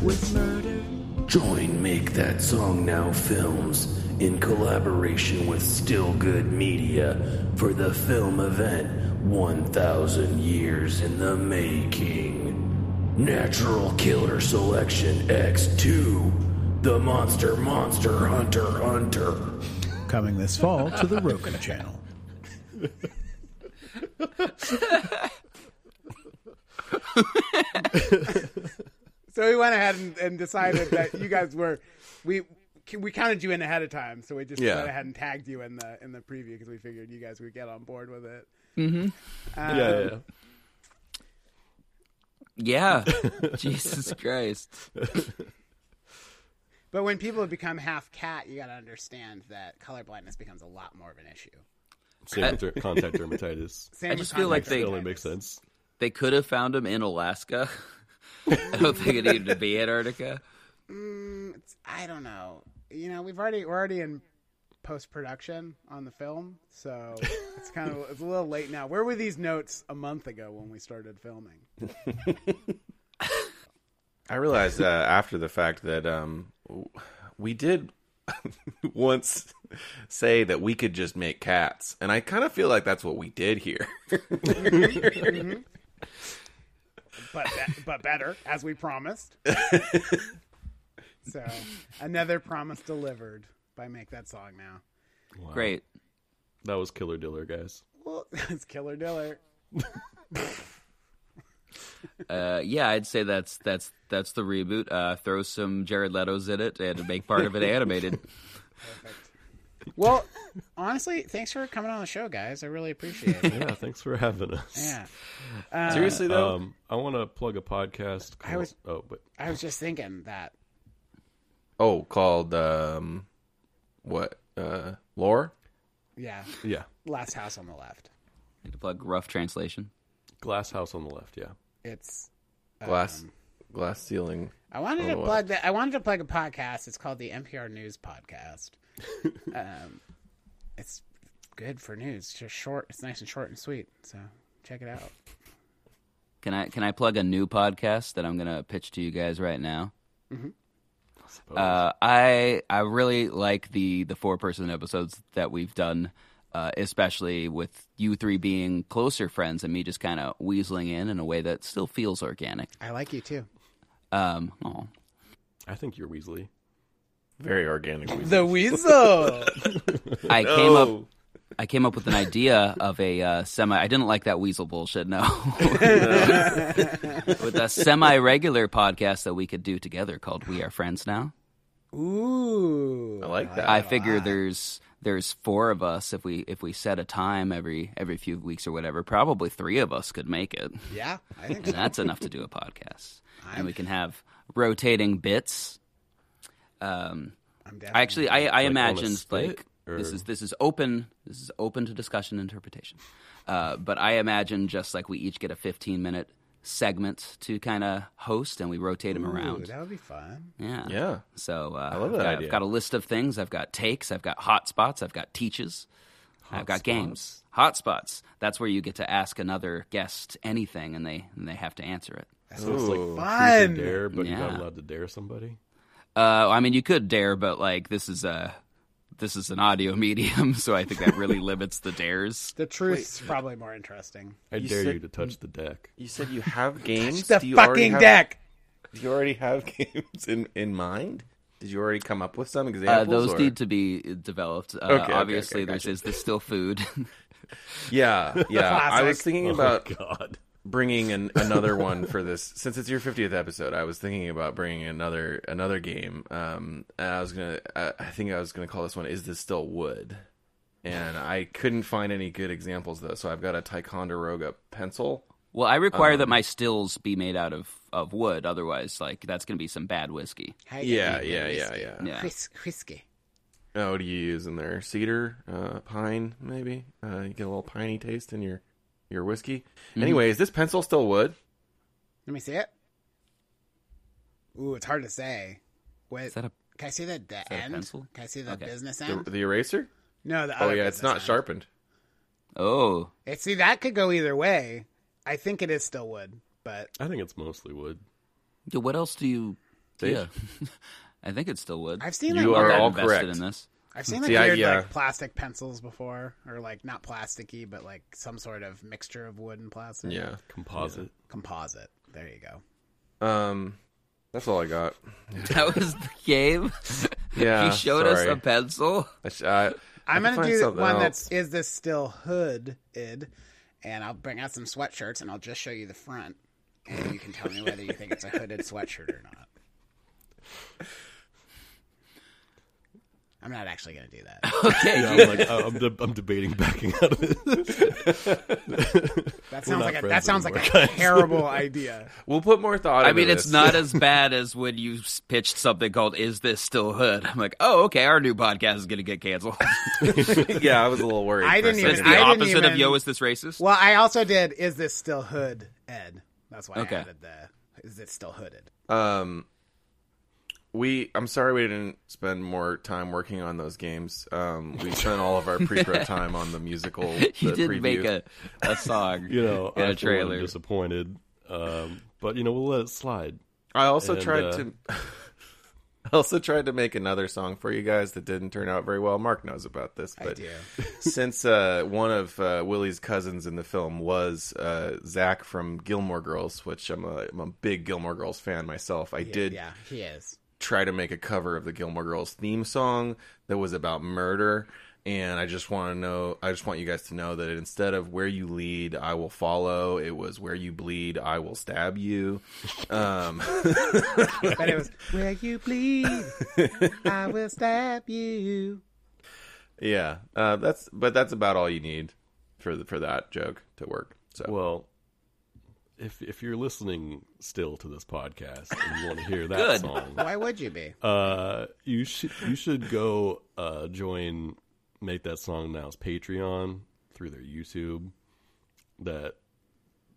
[SPEAKER 20] with murder.
[SPEAKER 8] Join Make That Song Now Films in collaboration with Still Good Media for the film event 1000 Years in the Making. Natural Killer Selection X2, The Monster Monster Hunter Hunter.
[SPEAKER 21] Coming this fall to the Roku channel.
[SPEAKER 4] So we went ahead and, and decided that you guys were we we counted you in ahead of time, so we just
[SPEAKER 5] Yeah.
[SPEAKER 4] went ahead and tagged you in the in the preview because we figured you guys would get on board with it.
[SPEAKER 1] Mm-hmm.
[SPEAKER 4] Um,
[SPEAKER 1] Yeah, yeah. Yeah. Jesus Christ.
[SPEAKER 4] But when people become half cat, you got to understand that color blindness becomes a lot more of an issue.
[SPEAKER 7] Same with der- contact dermatitis.
[SPEAKER 4] Same
[SPEAKER 1] I
[SPEAKER 4] with
[SPEAKER 1] just feel like
[SPEAKER 4] contact
[SPEAKER 1] they
[SPEAKER 7] only makes sense.
[SPEAKER 1] They could have found him in Alaska. I don't think it needed to be Antarctica.
[SPEAKER 4] Mm, it's, I don't know. You know, we've already we're already in post production on the film, so it's kind of it's a little late now. Where were these notes a month ago when we started filming?
[SPEAKER 5] I realized uh, after the fact that um, w- we did once say that we could just make cats, and I kind of feel like that's what we did here.
[SPEAKER 4] Mhm. But be- but better as we promised. so another promise delivered by make that song now.
[SPEAKER 1] Great.
[SPEAKER 7] That was Killer Diller, guys.
[SPEAKER 4] Well, it's Killer Diller.
[SPEAKER 1] Uh, yeah, I'd say that's that's that's the reboot. Uh, throw some Jared Leto's in it and make part of it animated.
[SPEAKER 4] Well, honestly, thanks for coming on the show, guys. I really appreciate it.
[SPEAKER 7] yeah, thanks for having us.
[SPEAKER 4] Yeah. Uh,
[SPEAKER 7] um, I want to plug a podcast.
[SPEAKER 4] I was-
[SPEAKER 7] oh, but
[SPEAKER 4] I was just thinking that
[SPEAKER 5] oh, called um, what? Uh, lore.
[SPEAKER 4] Yeah.
[SPEAKER 7] Yeah.
[SPEAKER 4] Last house on the left.
[SPEAKER 1] Need to plug rough translation.
[SPEAKER 7] Glass house on the left. Yeah.
[SPEAKER 4] It's
[SPEAKER 5] Glass, glass ceiling.
[SPEAKER 4] I wanted
[SPEAKER 5] on
[SPEAKER 4] to
[SPEAKER 5] the
[SPEAKER 4] plug that. I wanted to plug a podcast. It's called the NPR News Podcast. um, it's good for news. It's just short. It's nice and short and sweet. So check it out.
[SPEAKER 1] Can I can I plug a new podcast that I'm gonna pitch to you guys right now?
[SPEAKER 4] Mhm.
[SPEAKER 1] Uh, I I really like the the four person episodes that we've done, uh, especially with you three being closer friends and me just kind of weaseling in in a way that still feels organic.
[SPEAKER 4] I like you too.
[SPEAKER 1] Um, aw.
[SPEAKER 7] I think you're Weasley.
[SPEAKER 5] Very organic.
[SPEAKER 4] The weasel.
[SPEAKER 1] I came up. I came up with an idea of a uh, semi. I didn't like that weasel bullshit. No, with a semi-regular podcast that we could do together called "We Are Friends Now."
[SPEAKER 4] Ooh.
[SPEAKER 5] I like that.
[SPEAKER 1] I figure there's there's four of us if we if we set a time every every few weeks or whatever. Probably three of us could make it.
[SPEAKER 4] Yeah, I think
[SPEAKER 1] And that's enough to do a podcast, and we can have rotating bits. Um, i actually I, I
[SPEAKER 16] Like on a
[SPEAKER 1] imagined
[SPEAKER 16] split,
[SPEAKER 1] like this
[SPEAKER 16] or-
[SPEAKER 1] is this is open this is open to discussion and interpretation, uh, but I imagine just like we each get a fifteen minute segment to kind of host and we rotate them
[SPEAKER 4] Ooh,
[SPEAKER 1] around.
[SPEAKER 4] That would be fun.
[SPEAKER 1] Yeah.
[SPEAKER 5] Yeah.
[SPEAKER 1] So uh, I
[SPEAKER 5] love
[SPEAKER 1] have
[SPEAKER 5] that
[SPEAKER 1] got,
[SPEAKER 5] idea.
[SPEAKER 1] I've got a list of things. I've got takes. I've got hot spots. I've got teaches. I've got games. Hot spots. That's where you get to ask another guest anything, and they and they have to answer it.
[SPEAKER 7] So it's like Ooh. truth or Fun. dare, but you're not
[SPEAKER 1] Yeah.
[SPEAKER 7] allowed to dare somebody?
[SPEAKER 1] Uh, I mean, you could dare, but like this is a this is an audio medium, so I think that really limits the dares.
[SPEAKER 4] The truth's probably more interesting.
[SPEAKER 7] I dare you to touch the deck.
[SPEAKER 5] You said you have games.
[SPEAKER 4] the
[SPEAKER 5] Do you already
[SPEAKER 4] fucking
[SPEAKER 5] have-
[SPEAKER 4] deck!
[SPEAKER 5] Do you already have games in in mind? Did you already come up with some
[SPEAKER 1] Uh,
[SPEAKER 5] examples?
[SPEAKER 1] those
[SPEAKER 5] or-
[SPEAKER 1] need to be developed. Uh,
[SPEAKER 5] Okay, okay, okay,
[SPEAKER 1] obviously, there's
[SPEAKER 5] gotcha.
[SPEAKER 1] is this still food?
[SPEAKER 5] Yeah, yeah. I was thinking
[SPEAKER 1] Oh,
[SPEAKER 5] about
[SPEAKER 7] God.
[SPEAKER 5] bringing an, another one for this since it's your 50th episode. I was thinking about bringing another another game. Um, and I was gonna, I, I think I was gonna call this one "Is This Still Wood?" And I couldn't find any good examples though, so I've got a Ticonderoga pencil.
[SPEAKER 1] Well, I require that
[SPEAKER 5] Um,
[SPEAKER 1] my stills be made out of, of wood. Otherwise, like that's going to be some bad whiskey.
[SPEAKER 4] Hey,
[SPEAKER 5] Yeah, yeah, yeah, yeah.
[SPEAKER 4] Whis- whiskey.
[SPEAKER 5] Oh, what do you use in there? Cedar, uh, pine, maybe. Uh, you get a little piney taste in your your whiskey.
[SPEAKER 4] Mhm.
[SPEAKER 5] Anyway, is this pencil still wood?
[SPEAKER 4] Let me see it. Ooh, it's hard to say. Wait,
[SPEAKER 5] that a-
[SPEAKER 4] can I see the, the
[SPEAKER 5] that a
[SPEAKER 4] end?
[SPEAKER 5] pencil?
[SPEAKER 4] Can I see the
[SPEAKER 5] Okay.
[SPEAKER 4] business
[SPEAKER 5] The,
[SPEAKER 4] end?
[SPEAKER 5] the eraser?
[SPEAKER 4] No, the
[SPEAKER 5] oh
[SPEAKER 4] other
[SPEAKER 5] yeah, it's
[SPEAKER 4] business
[SPEAKER 5] not
[SPEAKER 4] end.
[SPEAKER 5] sharpened.
[SPEAKER 1] Oh,
[SPEAKER 4] It, see, that could go either way. I think it is still wood, but
[SPEAKER 7] I think it's mostly wood.
[SPEAKER 1] Dude, what else do you?
[SPEAKER 7] Sage?
[SPEAKER 1] Yeah, I think it's still wood.
[SPEAKER 4] I've seen
[SPEAKER 5] You
[SPEAKER 1] I'm
[SPEAKER 5] are
[SPEAKER 1] not
[SPEAKER 5] all
[SPEAKER 1] invested
[SPEAKER 5] correct.
[SPEAKER 1] in this.
[SPEAKER 4] I've seen like
[SPEAKER 5] See, I-
[SPEAKER 4] weird
[SPEAKER 5] yeah.
[SPEAKER 4] like plastic pencils before, or like not plasticky, but like some sort of mixture of wood and plastic.
[SPEAKER 5] Yeah.
[SPEAKER 7] Composite.
[SPEAKER 4] composite. There you go.
[SPEAKER 5] Um, that's all I got.
[SPEAKER 1] That was the game.
[SPEAKER 5] Yeah,
[SPEAKER 1] he showed us
[SPEAKER 5] sorry.
[SPEAKER 1] a pencil.
[SPEAKER 5] I sh- I,
[SPEAKER 1] I
[SPEAKER 4] I'm
[SPEAKER 1] can
[SPEAKER 4] gonna
[SPEAKER 1] find
[SPEAKER 4] do
[SPEAKER 1] something
[SPEAKER 4] one
[SPEAKER 1] else.
[SPEAKER 4] that's is this still hooded, and I'll bring out some sweatshirts and I'll just show you the front, and you can tell me whether you think it's a hooded sweatshirt or not. I'm not actually gonna do that.
[SPEAKER 7] Yeah, I'm like, I- I'm, de- I'm debating backing out of this.
[SPEAKER 4] That sounds like a- that sounds like a terrible idea.
[SPEAKER 5] We'll put more thought.
[SPEAKER 1] I
[SPEAKER 5] into
[SPEAKER 1] mean, it's
[SPEAKER 5] this.
[SPEAKER 1] not as bad as when you s- pitched something called "Is This Still Hood?" I'm like, oh, okay, our new podcast is gonna get canceled.
[SPEAKER 5] yeah, I was a little worried.
[SPEAKER 4] I didn't even.
[SPEAKER 1] It's the
[SPEAKER 4] I didn't
[SPEAKER 1] opposite
[SPEAKER 4] even-
[SPEAKER 1] of "Yo, is this racist?"
[SPEAKER 4] Well, I also did. Is this still hood Ed? That's why
[SPEAKER 5] Okay.
[SPEAKER 4] I added the. Is it still hooded?
[SPEAKER 5] Um, we I'm sorry we didn't spend more time working on those games. Um, we spent all of our pre-prep time on the musical.
[SPEAKER 1] You
[SPEAKER 5] the
[SPEAKER 1] did
[SPEAKER 5] preview.
[SPEAKER 1] make a- a song
[SPEAKER 7] you know,
[SPEAKER 1] and
[SPEAKER 7] I
[SPEAKER 1] a
[SPEAKER 7] for one am
[SPEAKER 1] trailer.
[SPEAKER 7] disappointed, um, but you know we'll let it slide.
[SPEAKER 5] I also
[SPEAKER 7] And,
[SPEAKER 5] tried
[SPEAKER 7] uh,
[SPEAKER 5] to. I also tried to make another song for you guys that didn't turn out very well. Mark knows about this, but since uh, one of uh, Willie's cousins in the film was uh, Zach from Gilmore Girls, which I'm a, I'm a big Gilmore Girls fan myself, I did
[SPEAKER 4] Yeah, he is.
[SPEAKER 5] try to make a cover of the Gilmore Girls theme song that was about murder. And I just want to know, I just want you guys to know that instead of where you lead, I will follow, it was where you bleed, I will stab you. Um,
[SPEAKER 4] But it was where you bleed, I will stab you.
[SPEAKER 5] yeah, uh, that's, but that's about all you need for the, for that joke to work. So,
[SPEAKER 7] well, if if you're listening still to this podcast and you want to hear that
[SPEAKER 4] Good.
[SPEAKER 7] song,
[SPEAKER 4] Why would you be?
[SPEAKER 7] Uh, you should you should go uh, join make that song now's Patreon through their YouTube. That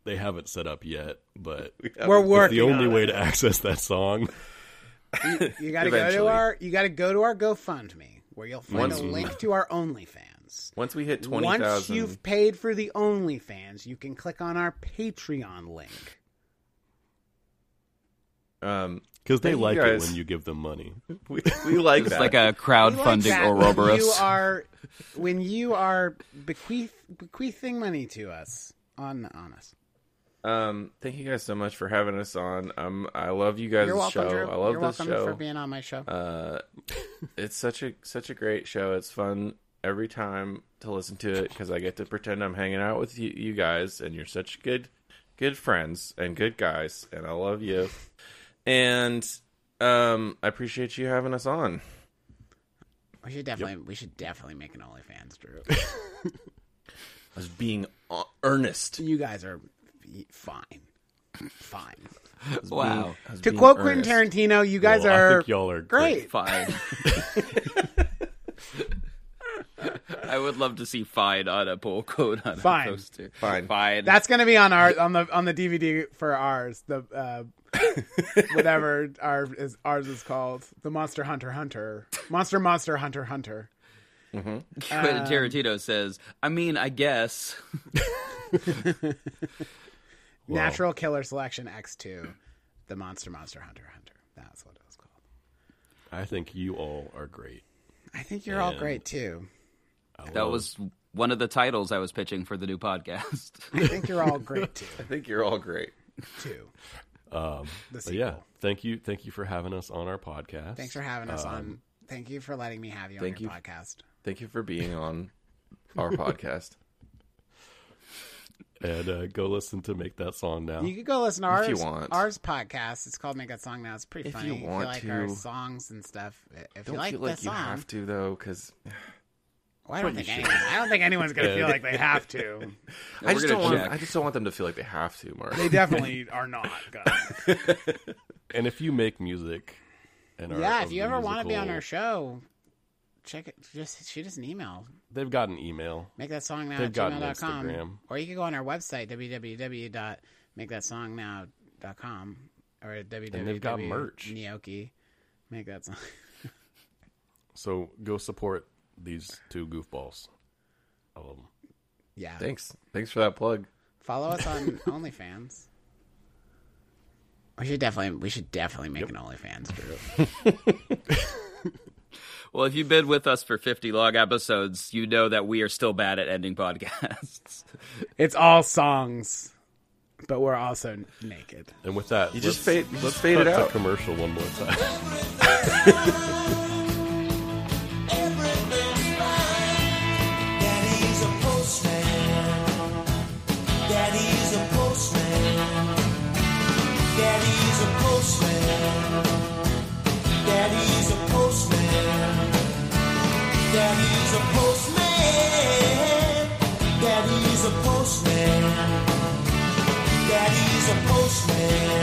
[SPEAKER 7] they haven't set up yet, but
[SPEAKER 4] We're
[SPEAKER 7] It's
[SPEAKER 4] working
[SPEAKER 7] the only
[SPEAKER 4] on
[SPEAKER 7] way
[SPEAKER 4] it.
[SPEAKER 7] to access that song.
[SPEAKER 4] You, you gotta go to
[SPEAKER 5] Eventually.
[SPEAKER 4] our. You gotta go to our GoFundMe where you'll find
[SPEAKER 5] Once-
[SPEAKER 4] a link to our OnlyFans.
[SPEAKER 5] once we hit
[SPEAKER 4] Once
[SPEAKER 5] 20,000,
[SPEAKER 4] you've paid for the OnlyFans, you can click on our Patreon link.
[SPEAKER 5] um,
[SPEAKER 7] because
[SPEAKER 1] they like it
[SPEAKER 7] when you give them money.
[SPEAKER 5] We, we like
[SPEAKER 1] It's
[SPEAKER 5] that.
[SPEAKER 1] like a
[SPEAKER 4] We like
[SPEAKER 1] crowdfunding
[SPEAKER 4] that when you
[SPEAKER 1] Ouroboros.
[SPEAKER 4] are when you are bequeath bequeathing money to us on on us.
[SPEAKER 5] Um, thank you guys so much for having us on. Um, I love you guys'
[SPEAKER 4] You're welcome,
[SPEAKER 5] show.
[SPEAKER 4] Drew.
[SPEAKER 5] I love
[SPEAKER 4] You're
[SPEAKER 5] this
[SPEAKER 4] welcome
[SPEAKER 5] show
[SPEAKER 4] for being on my show.
[SPEAKER 5] Uh, it's such a such a great show. It's fun every time to listen to it because I get to pretend I'm hanging out with you, you guys, and you're such good good friends and good guys, and I love you. And um, I appreciate you having us on.
[SPEAKER 4] We should definitely we should definitely make an OnlyFans, Drew.
[SPEAKER 5] I was being o- earnest.
[SPEAKER 4] you guys are y- fine, fine.
[SPEAKER 5] was Wow. being- I was
[SPEAKER 4] to
[SPEAKER 5] being
[SPEAKER 4] quote
[SPEAKER 5] earnest.
[SPEAKER 4] Quentin Tarantino, you guys
[SPEAKER 7] Well, I
[SPEAKER 4] are
[SPEAKER 7] think y'all are
[SPEAKER 4] great.
[SPEAKER 1] Fine. I would love to see "Fine" on a pull code on
[SPEAKER 4] Fine.
[SPEAKER 1] a poster.
[SPEAKER 5] Fine,
[SPEAKER 1] fine.
[SPEAKER 4] That's gonna be on our on the on the DVD for ours. The uh, whatever our is ours is called the Monster Hunter Hunter Monster Monster Hunter Hunter.
[SPEAKER 1] Quentin
[SPEAKER 4] Um,
[SPEAKER 1] Tarantino says, "I mean, I guess."
[SPEAKER 4] Natural Killer Selection X2, the Monster Monster Hunter Hunter. That's what it was called.
[SPEAKER 7] I think you all are great.
[SPEAKER 4] I think you're all
[SPEAKER 1] And-
[SPEAKER 4] great too.
[SPEAKER 7] Oh,
[SPEAKER 1] That was one of the titles I was pitching for the new podcast.
[SPEAKER 4] I think you're all great too.
[SPEAKER 5] I think you're all great.
[SPEAKER 4] Too.
[SPEAKER 7] Um,
[SPEAKER 4] The
[SPEAKER 7] but yeah,
[SPEAKER 4] sequel.
[SPEAKER 7] thank you, thank you for having us on our podcast.
[SPEAKER 4] Thanks for having us
[SPEAKER 7] Um,
[SPEAKER 4] on. Thank you for letting me have you on your
[SPEAKER 5] Thank you.
[SPEAKER 4] podcast.
[SPEAKER 5] Thank you for being on our podcast.
[SPEAKER 7] and uh, go listen to make that song now.
[SPEAKER 4] You could go listen to
[SPEAKER 5] Oh. If
[SPEAKER 4] ours,
[SPEAKER 5] you want.
[SPEAKER 4] ours podcast. It's called Make That Song Now. It's pretty
[SPEAKER 5] If
[SPEAKER 4] funny.
[SPEAKER 5] you
[SPEAKER 4] If
[SPEAKER 5] want
[SPEAKER 4] like our
[SPEAKER 5] to.
[SPEAKER 4] songs and stuff. If
[SPEAKER 5] Don't
[SPEAKER 4] you like
[SPEAKER 5] feel
[SPEAKER 4] the
[SPEAKER 5] like you
[SPEAKER 4] song,
[SPEAKER 5] have to though, because
[SPEAKER 4] Well, I don't think anyone, I don't think anyone's gonna feel like they have to.
[SPEAKER 5] I just don't want.
[SPEAKER 7] check.
[SPEAKER 5] I just don't want them to feel like they have to, Mark.
[SPEAKER 4] They definitely are not. guys.
[SPEAKER 7] and if you make music, and are
[SPEAKER 4] yeah, if
[SPEAKER 7] of
[SPEAKER 4] you
[SPEAKER 7] the
[SPEAKER 4] ever want to be on
[SPEAKER 7] musical-
[SPEAKER 4] our show, check it. Just shoot us an email.
[SPEAKER 7] they've got an email.
[SPEAKER 4] Make that song now
[SPEAKER 7] They've
[SPEAKER 4] at
[SPEAKER 7] got an
[SPEAKER 4] gmail.com.
[SPEAKER 7] Instagram.
[SPEAKER 4] Or you can go on our website, www.makethatsongnow.com. Or
[SPEAKER 7] And they've got merch.
[SPEAKER 4] www.neoki. Make that song.
[SPEAKER 7] So go support these two goofballs. Um, I love 'em.
[SPEAKER 4] Yeah.
[SPEAKER 5] Thanks. Thanks for that plug.
[SPEAKER 4] Follow us on OnlyFans. We should definitely we should definitely make an OnlyFans group.
[SPEAKER 1] Well, if you've been with us for 50 long episodes, you know that we are still bad at ending podcasts.
[SPEAKER 4] it's all songs. but we're also naked.
[SPEAKER 7] And with that,
[SPEAKER 1] You just fade-
[SPEAKER 7] let's-
[SPEAKER 1] you just
[SPEAKER 7] let's
[SPEAKER 1] fade
[SPEAKER 7] cut
[SPEAKER 1] it
[SPEAKER 7] to
[SPEAKER 1] out.
[SPEAKER 7] Commercial one more time.
[SPEAKER 3] Daddy's a postman. Daddy's a postman. Daddy's a postman. Daddy's a postman. Daddy's a postman. Daddy's a postman. Daddy's a postman.